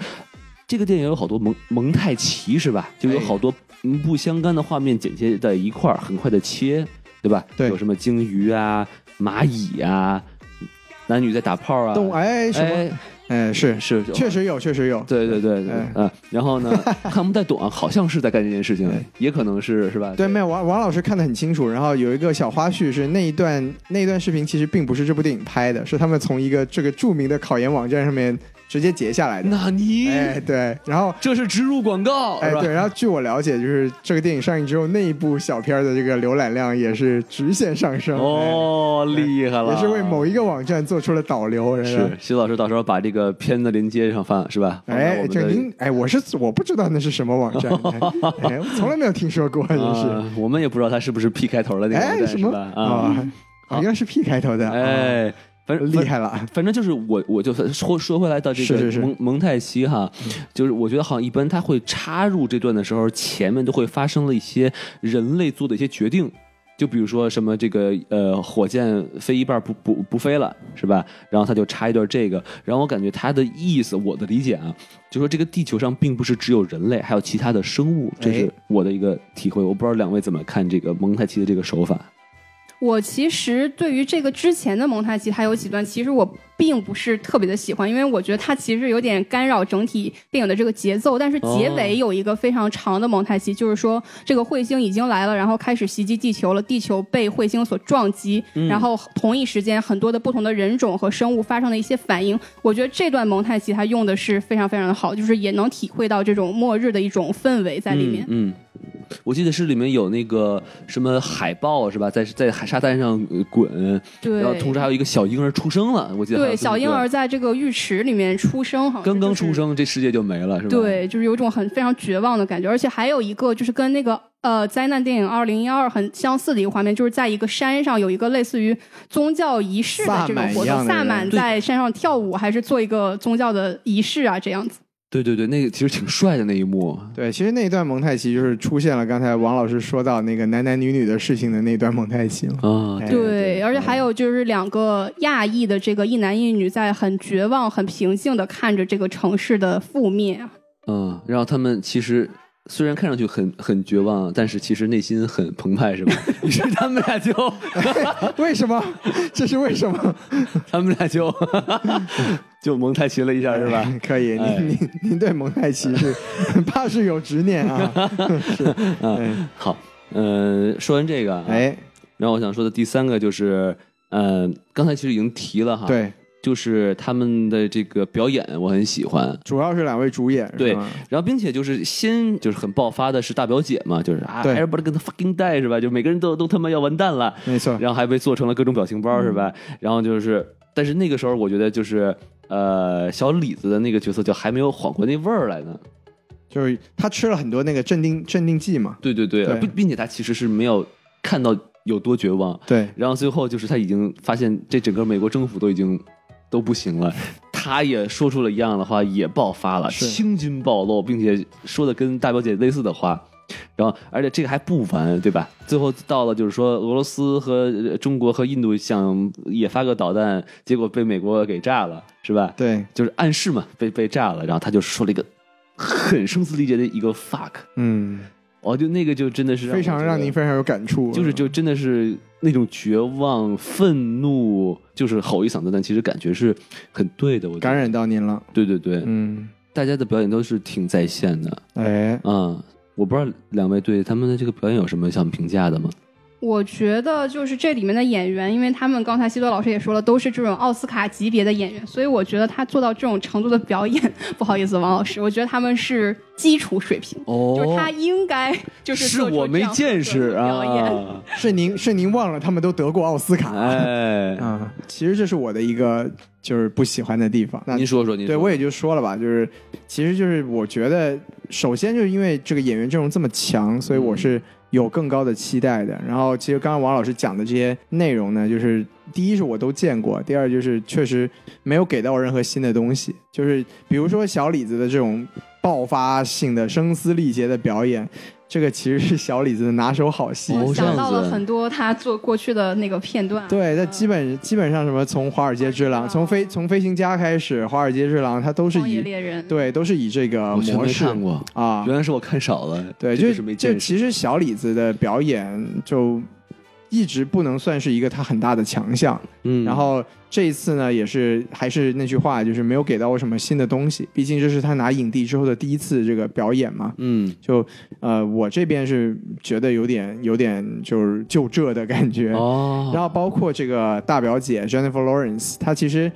Speaker 3: 这个电影有好多蒙蒙太奇是吧？就有
Speaker 2: 哎
Speaker 3: 好多嗯不相干的画面剪接在一块儿，很快的切，对吧？
Speaker 2: 对
Speaker 3: 有什么鲸鱼啊、蚂蚁啊、男女在打炮啊。
Speaker 2: 动物哎什么
Speaker 3: 哎
Speaker 2: 哎，是
Speaker 3: 是有
Speaker 2: 确实有，确实有，
Speaker 3: 对对对对
Speaker 2: 哎
Speaker 3: 啊，然后呢， 看不太懂啊，好像是在干这件事情
Speaker 2: 对，
Speaker 3: 也可能是是吧？
Speaker 2: 对，没有王王老师看得很清楚，然后有一个小花絮是那一段那一段视频其实并不是这部电影拍的，是他们从一个这个著名的考研网站上面直接截下来的。
Speaker 3: 纳尼，
Speaker 2: 哎，对，然后
Speaker 3: 这是植入广告，
Speaker 2: 哎
Speaker 3: 是吧
Speaker 2: 对，然后据我了解，就是这个电影上映之后，那一部小片儿的这个浏览量也是直线上升，
Speaker 3: 哦，
Speaker 2: 对
Speaker 3: 厉害
Speaker 2: 哎
Speaker 3: 了，
Speaker 2: 也是为某一个网站做出了导流。然后
Speaker 3: 是徐老师到时候把这个片子连接上放是吧？放到
Speaker 2: 哎，
Speaker 3: 我们
Speaker 2: 这
Speaker 3: 的
Speaker 2: 您哎，我是我不知道那是什么网站，哎，哎我从来没有听说过，真是。
Speaker 3: 啊，我们也不知道他是不是 P 开头的那个网
Speaker 2: 哎，
Speaker 3: 站
Speaker 2: 什
Speaker 3: 是
Speaker 2: 么
Speaker 3: 吧？啊，？
Speaker 2: 哦原来是 P 开头的，哦，
Speaker 3: 哎，反正
Speaker 2: 厉害了。啊
Speaker 3: 反正就是我，我就说说回来到这个
Speaker 2: 是
Speaker 3: 蒙
Speaker 2: 是是嗯
Speaker 3: 蒙太奇哈，就是我觉得好像一般他会插入这段的时候，前面都会发生了一些人类做的一些决定，就比如说什么这个呃火箭飞一半不不不飞了是吧？然后他就插一段这个，然后我感觉他的意思，我的理解啊，就说这个地球上并不是只有人类，还有其他的生物，这
Speaker 2: 哎
Speaker 3: 是我的一个体会。我不知道两位怎么看这个蒙太奇的这个手法。
Speaker 4: 我其实对于这个之前的蒙太奇，它有几段其实我并不是特别的喜欢，因为我觉得它其实有点干扰整体电影的这个节奏。但是结
Speaker 3: 哦
Speaker 4: 尾有一个非常长的蒙太奇，就是说这个彗星已经来了，然后开始袭击地球了，地球被彗星所撞击，
Speaker 3: 嗯
Speaker 4: 然后同一时间很多的不同的人种和生物发生了一些反应。我觉得这段蒙太奇它用的是非常非常的好，就是也能体会到这种末日的一种氛围在里面。
Speaker 3: 嗯。嗯我记得是里面有那个什么海豹是吧，在在海沙滩上呃滚，
Speaker 4: 对，
Speaker 3: 然后同时还有一个小婴儿出生了，我记得还有
Speaker 4: 对，
Speaker 3: 这么
Speaker 4: 小
Speaker 3: 一个
Speaker 4: 婴儿在这个浴池里面出生，好像
Speaker 3: 刚刚
Speaker 4: 就是
Speaker 3: 出生，这世界就没了是吧？，
Speaker 4: 对，就是有一种很非常绝望的感觉，而且还有一个就是跟那个呃灾难电影《二零一二》很相似的一个画面，就是在一个山上有一个类似于宗教仪式的
Speaker 2: 萨
Speaker 4: 这种
Speaker 2: 满
Speaker 4: 活
Speaker 2: 一样
Speaker 4: 动，
Speaker 2: 的
Speaker 4: 萨
Speaker 2: 人
Speaker 4: 满
Speaker 3: 对
Speaker 4: 在山上跳舞，还是做一个宗教的仪式啊，这样子。
Speaker 3: 对对对，那个其实挺帅的那一幕，啊
Speaker 2: 对，其实那一段蒙太奇就是出现了刚才王老师说到那个男男女女的事情的那段蒙太奇嘛。
Speaker 3: 啊，
Speaker 4: 嗯
Speaker 2: 哎
Speaker 4: 对，而且还有就是两个亚裔的这个一男一女在很绝望、很平静的看着这个城市的覆灭啊。
Speaker 3: 嗯，然后他们其实。虽然看上去很很绝望，但是其实内心很澎湃，是吧？于是他们俩就，
Speaker 2: 为什么？这是为什么？
Speaker 3: 他们俩就， 就蒙太奇了一下，是吧？
Speaker 2: 哎 可以，
Speaker 3: 哎
Speaker 2: 您您您对蒙太奇是怕是有执念 啊？是，哎
Speaker 3: 好，呃，说完这个，啊，
Speaker 2: 哎，
Speaker 3: 然后我想说的第三个就是，呃，刚才其实已经提了哈，，
Speaker 2: 对，
Speaker 3: 就是他们的这个表演我很喜欢。
Speaker 2: 主要是两位主演，是
Speaker 3: 对
Speaker 2: 吗
Speaker 3: 然后，并且就是先就是很爆发的是大表姐嘛，就是啊
Speaker 2: 对
Speaker 3: ，everybody gonna fucking die 是吧？就每个人都都他妈要完蛋了，
Speaker 2: 没错，
Speaker 3: 然后还被做成了各种表情包是吧？
Speaker 2: 嗯
Speaker 3: 然后就是，但是那个时候我觉得就是呃，小李子的那个角色就还没有缓过那味儿来呢。
Speaker 2: 就是他吃了很多那个镇定镇定剂嘛。
Speaker 3: 对对对，
Speaker 2: 对
Speaker 3: 而并并且他其实是没有看到有多绝望，
Speaker 2: 对，
Speaker 3: 然后最后就是他已经发现这整个美国政府都已经都不行了，他也说出了一样的话，也爆发了，
Speaker 2: 是
Speaker 3: 青筋暴露，并且说的跟大表姐类似的话。然后，而且这个还不完，对吧？最后到了就是说，俄罗斯和呃中国和印度想也发个导弹，结果被美国给炸了，是吧？
Speaker 2: 对，
Speaker 3: 就是暗示嘛，被被炸了。然后他就说了一个很声嘶力竭的一个 fuck，
Speaker 2: 嗯，
Speaker 3: 哦，就那个就真的是
Speaker 2: 非
Speaker 3: 我
Speaker 2: 常
Speaker 3: 觉
Speaker 2: 让
Speaker 3: 得
Speaker 2: 您非常有感触，
Speaker 3: 就是
Speaker 2: 嗯
Speaker 3: 就真的是那种绝望、愤怒，就是吼一嗓子，但其实感觉是很对的。我觉得
Speaker 2: 感，染到您了。
Speaker 3: 对对对，
Speaker 2: 嗯，
Speaker 3: 大家的表演都是挺在线的
Speaker 2: 哎，
Speaker 3: 啊、我不知道两位对他们的这个表演有什么想评价的吗？
Speaker 4: 我觉得就是这里面的演员，因为他们刚才西多老师也说了，都是这种奥斯卡级别的演员，所以我觉得他做到这种程度的表演，不好意思，王老师，我觉得他们是基础水平，
Speaker 3: 哦
Speaker 4: 就是他应该就是
Speaker 3: 是
Speaker 4: 做出
Speaker 3: 我
Speaker 4: 这
Speaker 3: 没
Speaker 4: 样的
Speaker 3: 见识
Speaker 4: 表演。
Speaker 3: 啊！
Speaker 2: 是您是您忘了他们都得过奥斯 卡。
Speaker 3: 哎，
Speaker 2: 啊，其实这是我的一个就是不喜欢的地方。那
Speaker 3: 您说说，您
Speaker 2: 对
Speaker 3: 说
Speaker 2: 我也就说了吧，就是其实就是我觉得，首先就是因为这个演员阵容这么强，所以我是有更高的期待的。然后其实刚刚王老师讲的这些内容呢，就是第一是我都见过，第二就是确实没有给到我任何新的东西，就是比如说小李子的这种爆发性的声嘶力竭的表演。这个其实是小李子的拿手好戏，
Speaker 3: 哦
Speaker 4: 我
Speaker 3: 这样
Speaker 4: 想到了
Speaker 3: 子
Speaker 4: 很多他做过去的那个片段，
Speaker 2: 对，那
Speaker 4: 嗯
Speaker 2: 基本基本上什么从《华尔街之狼》、从飞从《飞行家》开始，《华尔街之狼》它都是
Speaker 4: 荒野
Speaker 2: 以
Speaker 4: 猎人，
Speaker 2: 对都是以这个
Speaker 3: 我全
Speaker 2: 模
Speaker 3: 没
Speaker 2: 式
Speaker 3: 看过，
Speaker 2: 啊，
Speaker 3: 原来是我看少了，
Speaker 2: 对，
Speaker 3: 真
Speaker 2: 就
Speaker 3: 的是没
Speaker 2: 就
Speaker 3: 见识。
Speaker 2: 其实小李子的表演就一直不能算是一个他很大的强项。
Speaker 3: 嗯，
Speaker 2: 然后这一次呢，也是还是那句话，就是没有给到我什么新的东西，毕竟这是他拿影帝之后的第一次这个表演嘛。
Speaker 3: 嗯，
Speaker 2: 就呃，我这边是觉得有点有点就是就这的感觉。
Speaker 3: 哦，
Speaker 2: 然后包括这个大表姐 Jennifer Lawrence，她其实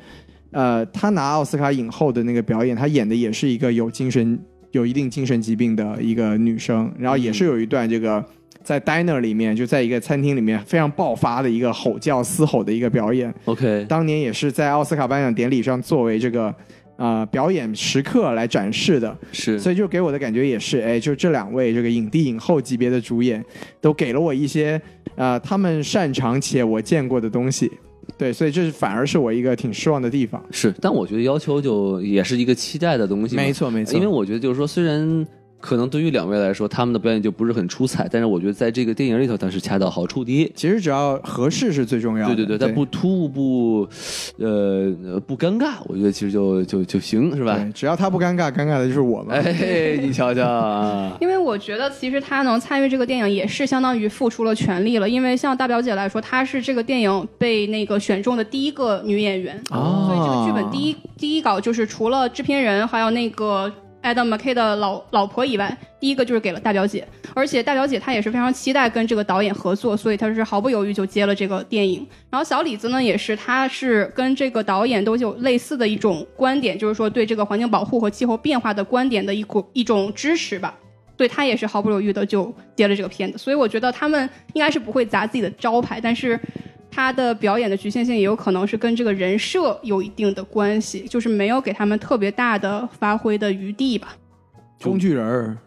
Speaker 2: 呃，她拿奥斯卡影后的那个表演，她演的也是一个有精神有一定精神疾病的一个女生，然后也是有一段这个。在 diner 里面，就在一个餐厅里面非常爆发的一个吼叫、嘶吼的一个表演，
Speaker 3: OK，
Speaker 2: 当年也是在奥斯卡颁奖典礼上作为这个呃表演时刻来展示的，
Speaker 3: 是，
Speaker 2: 所以就给我的感觉也是，哎，就这两位这个影帝影后级别的主演，都给了我一些呃他们擅长且我见过的东西，对，所以这是反而是我一个挺失望的地方。
Speaker 3: 是，但我觉得要求就也是一个期待的东西嘛，
Speaker 2: 错，没
Speaker 3: 因为我觉得就是说，虽然可能对于两位来说，他们的表演就不是很出彩，但是我觉得在这个电影里头，它是恰到好处的。
Speaker 2: 其实只要合适是最重要的，
Speaker 3: 对对对，但不突兀不，呃，不尴尬，我觉得其实就就就行，是吧？
Speaker 2: 对只要他不尴尬，尴尬的就是我嘛。
Speaker 3: 哎， 你瞧瞧啊，
Speaker 4: 因为我觉得，其实他能参与这个电影，也是相当于付出了全力了。因为像大表姐来说，她是这个电影被那个选中的第一个女演员，
Speaker 2: 哦
Speaker 4: 嗯所以这个剧本第一第一稿就是除了制片人还有那个 Adam McKay 的老老婆以外，第一个就是给了大表姐。而且大表姐她也是非常期待跟这个导演合作，所以她是毫不犹豫就接了这个电影。然后小李子呢，也是他是跟这个导演都有类似的一种观点，就是说对这个环境保护和气候变化的观点的一股一种支持吧。对他也是毫不犹豫的就接了这个片子，所以我觉得他们应该是不会砸自己的招牌，但是他的表演的局限性也有可能是跟这个人设有一定的关系，就是没有给他们特别大的发挥的余地吧。
Speaker 2: 工具人儿，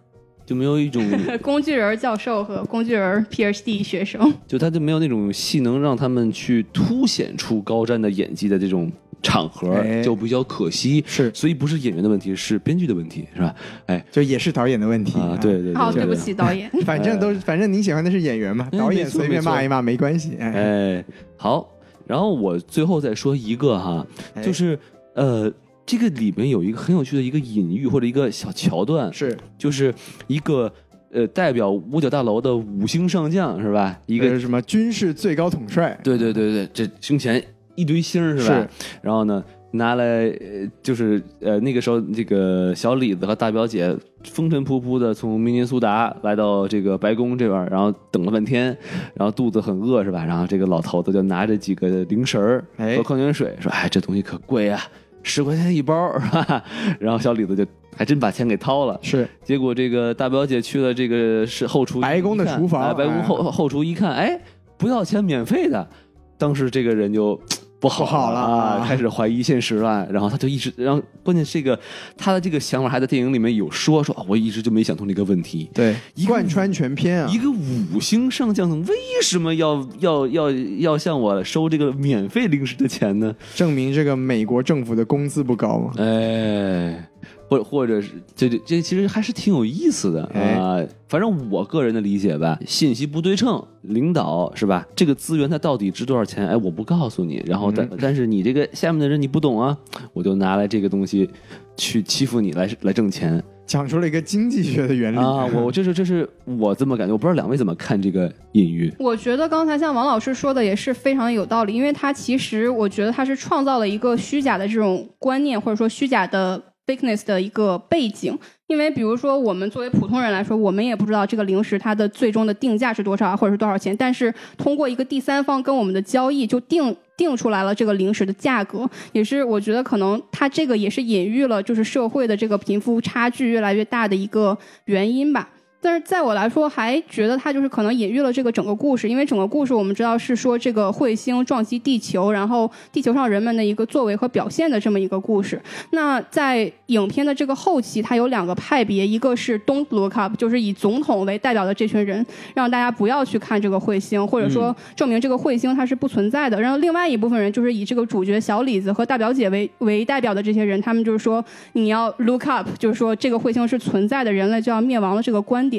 Speaker 3: 就没有一种，
Speaker 4: 工具人教授和工具人 PhD 学生，
Speaker 3: 就他就没有那种戏能让他们去凸显出高瞻的演技的这种场合，
Speaker 2: 哎
Speaker 3: 就比较可惜。
Speaker 2: 是
Speaker 3: 所以不是演员的问题，是编剧的问题，是吧？哎，
Speaker 2: 就也是导演的问题哎
Speaker 3: 啊，对。对对，
Speaker 4: 好，对不起导演。
Speaker 2: 反正都是，反正您喜欢的是演员嘛，
Speaker 3: 嗯
Speaker 2: 导
Speaker 3: 没
Speaker 2: 演
Speaker 3: 错
Speaker 2: 随便
Speaker 3: 没错
Speaker 2: 骂一骂没关系。 哎，
Speaker 3: 哎，好，然后我最后再说一个哈，
Speaker 2: 哎
Speaker 3: 就是呃，这个里面有一个很有趣的一个隐喻或者一个小桥段，
Speaker 2: 是
Speaker 3: 就是一个呃代表五角大楼的五星上将是吧？一
Speaker 2: 一
Speaker 3: 个
Speaker 2: 个什么军事最高统帅，
Speaker 3: 对对对对，这胸前一堆星儿是吧？然后呢，拿来呃就是呃那个时候，这个小李子和大表姐风尘仆仆的从明尼苏达来到这个白宫这边儿，然后等了半天，然后肚子很饿是吧？然后这个老头子就拿着几个零食儿
Speaker 2: 哎
Speaker 3: 和矿泉水，说：“哎，这东西可贵啊，十块钱一包儿。”哈哈。 然后小李子就还真把钱给掏了。
Speaker 2: 是
Speaker 3: 结果这个大表姐去了这个是后厨
Speaker 2: 白宫的
Speaker 3: 一看
Speaker 2: 厨房
Speaker 3: 哎白宫
Speaker 2: 哎
Speaker 3: 后后厨一看，哎，不要钱，免费的。当时这个人就不好
Speaker 2: 不好了
Speaker 3: 啊，
Speaker 2: 啊
Speaker 3: 开始怀疑现实了。然后他就一直，然后关键这个他的这个想法还在电影里面有说说，啊我一直就没想通这个问题。
Speaker 2: 对，
Speaker 3: 一个
Speaker 2: 贯穿全篇啊
Speaker 3: 一。个五星上将为什么要要要要向我收这个免费零食的钱呢？
Speaker 2: 证明这个美国政府的工资不高嘛。
Speaker 3: 哎，或者或者是这这这其实还是挺有意思的啊、
Speaker 2: 哎
Speaker 3: 反正我个人的理解吧，信息不对称，领导是吧？这个资源它到底值多少钱？哎，我不告诉你，然后但、但是你这个下面的人你不懂啊，我就拿来这个东西去欺负你来来挣钱
Speaker 2: 讲出了一个经济学的原理
Speaker 3: 啊！我我这是这是我这么感觉，我不知道两位怎么看这个隐喻。
Speaker 4: 我觉得刚才像王老师说的也是非常有道理，因为他其实我觉得他是创造了一个虚假的这种观念，或者说虚假的 fakeness 的一个背景。因为比如说我们作为普通人来说，我们也不知道这个零食它的最终的定价是多少啊，或者是多少钱，但是通过一个第三方跟我们的交易就定。定出来了这个零食的价格，也是我觉得可能它这个也是隐喻了，就是社会的这个贫富差距越来越大的一个原因吧。但是在我来说，还觉得它就是可能隐喻了这个整个故事，因为整个故事我们知道是说这个彗星撞击地球，然后地球上人们的一个作为和表现的这么一个故事。那在影片的这个后期，它有两个派别，一个是 Don't Look Up，就是以总统为代表的这群人，让大家不要去看这个彗星，或者说证明这个彗星它是不存在的。然后另外一部分人就是以这个主角小李子和大表姐为为代表的这些人，他们就是说你要 look up，就是说这个彗星是存在的，人类就要灭亡了这个观点。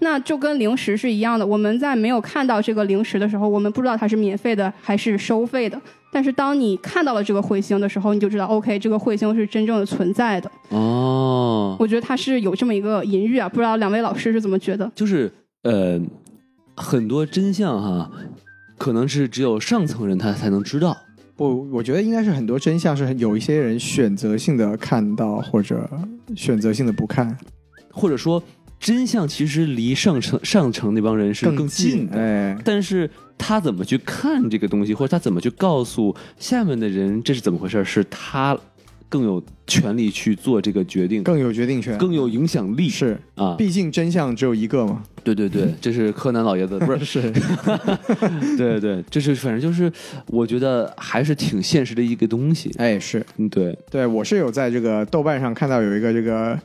Speaker 4: 那就跟零食是一样的，我们在没有看到这个零食的时候，我们不知道它是免费的还是收费的。但是当你看到了这个彗星的时候，你就知道，OK，这个彗星是真正的存在的。
Speaker 3: 哦，
Speaker 4: 我觉得它是有这么一个隐喻啊，不知道两位老师是怎么觉得？
Speaker 3: 就是呃，很多真相哈、可能是只有上层人他才能知道。
Speaker 2: 不，我觉得应该是很多真相是有一些人选择性的看到，或者选择性的不看，
Speaker 3: 或者说真相其实离上层上层那帮人是更近
Speaker 2: 近。
Speaker 3: 的，
Speaker 2: 哎，
Speaker 3: 但是他怎么去看这个东西，或者他怎么去告诉下面的人这是怎么回事，是他更有权利去做这个决定，
Speaker 2: 更有决定权，
Speaker 3: 更有影响力
Speaker 2: 是，
Speaker 3: 啊！
Speaker 2: 毕竟真相只有一个嘛。
Speaker 3: 对对对，这是柯南老爷子，不是
Speaker 2: 是，
Speaker 3: 对对对，这是反正就是我觉得还是挺现实的一个东西。
Speaker 2: 哎，是
Speaker 3: 嗯，对，
Speaker 2: 对，我是有在这个豆瓣上看到有一个这个。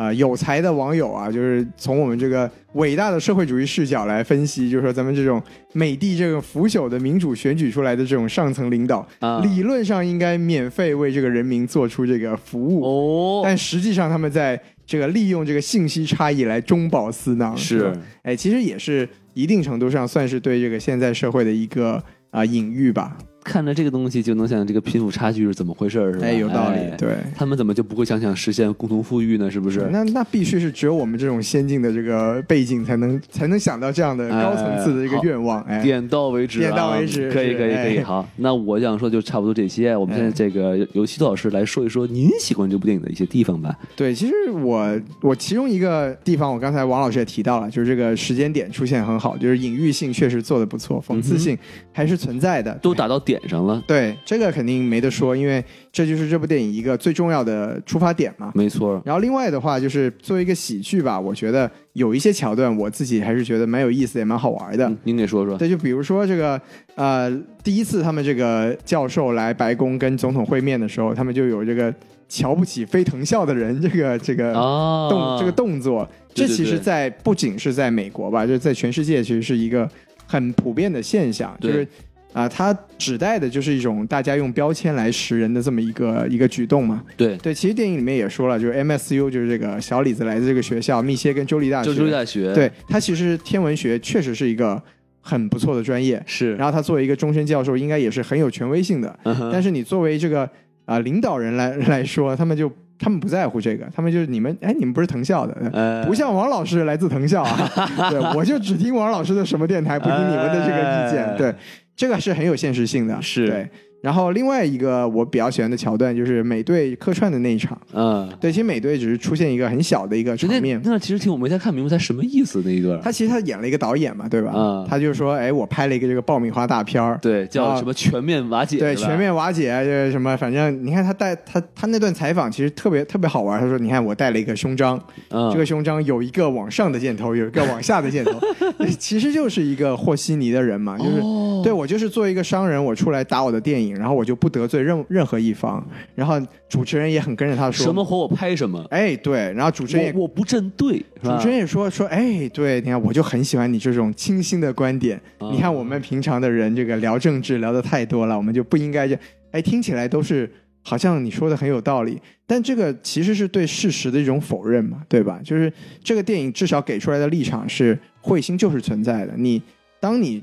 Speaker 2: 呃，有才的网友啊，就是从我们这个伟大的社会主义视角来分析，就是说咱们这种美帝这个腐朽的民主选举出来的这种上层领导，
Speaker 3: 啊
Speaker 2: 理论上应该免费为这个人民做出这个服务，
Speaker 3: 哦，
Speaker 2: 但实际上他们在这个利用这个信息差异来中饱私囊，
Speaker 3: 是
Speaker 2: 吧，哎，其实也是一定程度上算是对这个现在社会的一个啊、隐喻吧，
Speaker 3: 看着这个东西就能想这个贫富差距是怎么回事儿，是吧？
Speaker 2: 哎，有道理，
Speaker 3: 哎。
Speaker 2: 对。
Speaker 3: 他们怎么就不会想想实现共同富裕呢？是不是？
Speaker 2: 那那必须是只有我们这种先进的这个背景才能才能想到这样的高层次的一个
Speaker 3: 哎好
Speaker 2: 愿望，哎，
Speaker 3: 点到为止、啊，
Speaker 2: 点到为止
Speaker 3: 可以
Speaker 2: 是
Speaker 3: 可以可以。
Speaker 2: 哎
Speaker 3: 好，那我想说就差不多这些。我们现在这个由西渡老师来说一说您喜欢这部电影的一些地方吧。
Speaker 2: 对，其实我我其中一个地方，我刚才王老师也提到了，就是这个时间点出现很好，就是隐喻性确实做的不错，讽刺性还是存在的，
Speaker 3: 嗯都打到点上了，
Speaker 2: 对，这个肯定没得说，因为这就是这部电影一个最重要的出发点嘛。
Speaker 3: 没错。
Speaker 2: 然后另外的话，就是作为一个喜剧吧，我觉得有一些桥段我自己还是觉得蛮有意思，也蛮好玩的。
Speaker 3: 嗯您给说说。
Speaker 2: 对，就比如说这个，呃，第一次他们这个教授来白宫跟总统会面的时候，他们就有这个瞧不起非藤校的人这个这个
Speaker 3: 啊，
Speaker 2: 动、这个动作，这
Speaker 3: 对对
Speaker 2: 其实
Speaker 3: 对
Speaker 2: 在不仅是在美国吧，就是在全世界其实是一个很普遍的现象，就
Speaker 3: 对
Speaker 2: 是啊、它指代的就是一种大家用标签来识人的这么一个一个举动嘛。
Speaker 3: 对，
Speaker 2: 对，其实电影里面也说了，就是 MSU 就是这个小李子来自这个学校，密歇根州立大学，
Speaker 3: 就州立大学，
Speaker 2: 对，它其实天文学确实是一个很不错的专业，
Speaker 3: 是，
Speaker 2: 然后他作为一个终身教授，应该也是很有权威性的。
Speaker 3: 嗯哼
Speaker 2: 但是你作为这个啊、呃领导人来 来说，他们就他们不在乎这个，他们就是你们哎，你们不是藤校的，
Speaker 3: 呃
Speaker 2: 不像王老师来自藤校啊，对我就只听王老师的什么电 台，不听你们的这个意见。
Speaker 3: 哎
Speaker 2: 对，这个是很有现实性的，
Speaker 3: 是
Speaker 2: 对。然后另外一个我比较喜欢的桥段就是美队客串的那一场，
Speaker 3: 嗯，
Speaker 2: 对，其实美队只是出现一个很小的一个
Speaker 3: 人
Speaker 2: 场
Speaker 3: 家
Speaker 2: 面。
Speaker 3: 那其实挺我没太看明白他什么意思那一段，
Speaker 2: 他其实他演了一个导演嘛，对吧？
Speaker 3: 嗯
Speaker 2: 他就说，哎，我拍了一个这个爆米花大片儿，
Speaker 3: 对，叫
Speaker 2: 啊
Speaker 3: 什么全面瓦解，
Speaker 2: 对，
Speaker 3: 是吧
Speaker 2: 全面瓦解啊就是什么，反正你看他带他他那段采访其实特别特别好玩。他说：“你看我带了一个胸章，
Speaker 3: 嗯，
Speaker 2: 这个胸章有一个往上的箭头，有一个往下的箭 头， 其实就是一个和稀泥的人嘛，就是、
Speaker 3: 哦
Speaker 2: 对我就是作为一个商人，我出来打我的电影，然后我就不得罪任任何一方。然后主持人也很跟着他说
Speaker 3: 什么？火我拍什么，
Speaker 2: 哎，对，然后主持人也
Speaker 3: 我我不站队，是吧
Speaker 2: 主持人也说说，哎，对，你看，我就很喜欢你这种清新的观点。
Speaker 3: 啊
Speaker 2: 你看我们平常的人，这个聊政治聊的太多了，我们就不应该这，哎，听起来都是好像你说的很有道理，但这个其实是对事实的一种否认嘛，对吧？就是这个电影至少给出来的立场是彗星就是存在的。你当你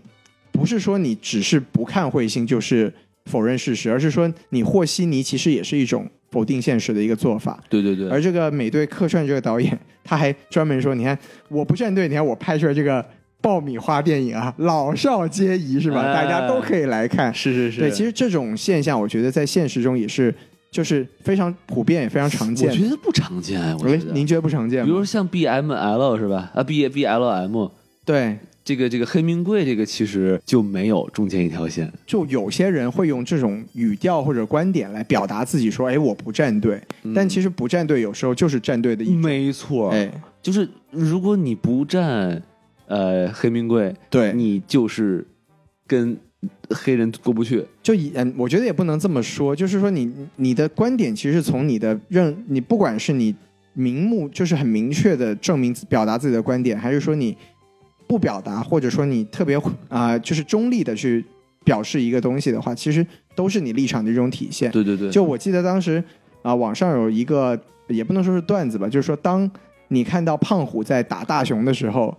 Speaker 2: 不是说你只是不看彗星就是否认事实，而是说你和稀泥其实也是一种否定现实的一个做法。
Speaker 3: 对对对，
Speaker 2: 而这个美队客串这个导演，他还专门说：“你看我不站队，你看我拍出来这个爆米花电影啊，老少皆宜是吧？大
Speaker 3: 哎
Speaker 2: 家都可以来看。
Speaker 3: 是是是，
Speaker 2: 对，其实这种现象，我觉得在现实中也是，就是非常普遍，也非常常见
Speaker 3: 我。觉得不常见，我
Speaker 2: 哎
Speaker 3: 觉得
Speaker 2: 您觉得不常见
Speaker 3: 比如
Speaker 2: 吗？
Speaker 3: 说像 BML 是吧？啊，B B L M
Speaker 2: 对，
Speaker 3: 这个这个黑名贵这个其实就没有中间一条线，
Speaker 2: 就有些人会用这种语调或者观点来表达自己说：“哎，我不站队。
Speaker 3: 嗯
Speaker 2: 但其实不站队有时候就是站队的一种。
Speaker 3: 没错
Speaker 2: 哎，
Speaker 3: 就是如果你不站呃黑名贵，
Speaker 2: 对，
Speaker 3: 你就是跟黑人过不去，
Speaker 2: 就以嗯，我觉得也不能这么说，就是说你你的观点其实是从你的认，你不管是你明目就是很明确的证明表达自己的观点，还是说你不表达，或者说你特别啊、就是中立的去表示一个东西的话，其实都是你立场的一种体现。
Speaker 3: 对对对，
Speaker 2: 就我记得当时啊、网上有一个也不能说是段子吧，就是说当你看到胖虎在打大熊的时候，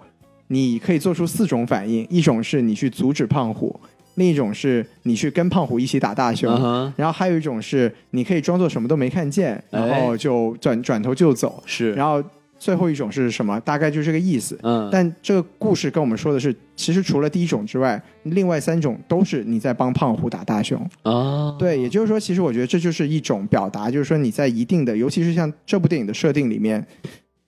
Speaker 2: 你可以做出四种反应：一种是你去阻止胖虎，另一种是你去跟胖虎一起打大熊。
Speaker 3: 啊哈，
Speaker 2: 然后还有一种是，你可以装作什么都没看见，然后就转转头就走。
Speaker 3: 哎是，
Speaker 2: 然后最后一种是什么，大概就这个意思。
Speaker 3: 嗯，
Speaker 2: 但这个故事跟我们说的是，其实除了第一种之外，另外三种都是你在帮胖虎打大熊。
Speaker 3: 啊，
Speaker 2: 对，也就是说，其实我觉得这就是一种表达，就是说你在一定的，尤其是像这部电影的设定里面，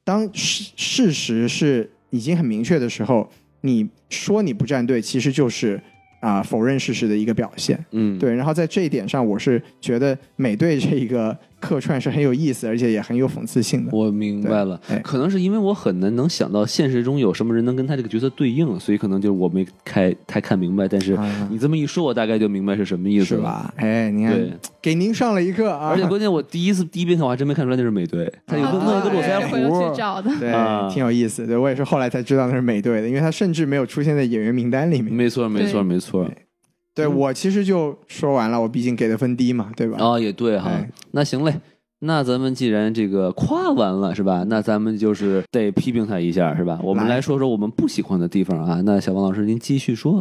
Speaker 2: 当事事实是已经很明确的时候，你说你不站队，其实就是啊、否认事实的一个表现。
Speaker 3: 嗯，
Speaker 2: 对，然后在这一点上，我是觉得美队这一个客串是很有意思，而且也很有讽刺性的。
Speaker 3: 我明白了
Speaker 2: 对哎，
Speaker 3: 可能是因为我很难能想到现实中有什么人能跟他这个角色对应，所以可能就是我没开太看明白。但是
Speaker 2: 啊
Speaker 3: 你这么一说，我大概就明白是什么意思
Speaker 2: 是
Speaker 3: 了。
Speaker 2: 吧？哎，你
Speaker 3: 对
Speaker 2: 看，，给您上了一课啊！
Speaker 3: 而且关键我第一次第一遍看我还真没看出来那是美队，他有
Speaker 2: 啊
Speaker 3: 个弄一个络腮
Speaker 2: 对
Speaker 3: 胡
Speaker 4: 回。头去找的。
Speaker 2: 对，
Speaker 3: 啊
Speaker 2: 挺有意思。对我也是后来才知道那是美队的，因为他甚至没有出现在演员名单里面。
Speaker 3: 没错，没错，
Speaker 4: 对
Speaker 3: 没错。
Speaker 2: 对
Speaker 3: 嗯
Speaker 2: 我其实就说完了，我毕竟给的分低嘛，对吧？
Speaker 3: 啊，也对哈
Speaker 2: 哎。
Speaker 3: 那行嘞，那咱们既然这个夸完了是吧？那咱们就是得批评他一下是吧？我们
Speaker 2: 来
Speaker 3: 来说说我们不喜欢的地方啊。那小王老师，您继续说。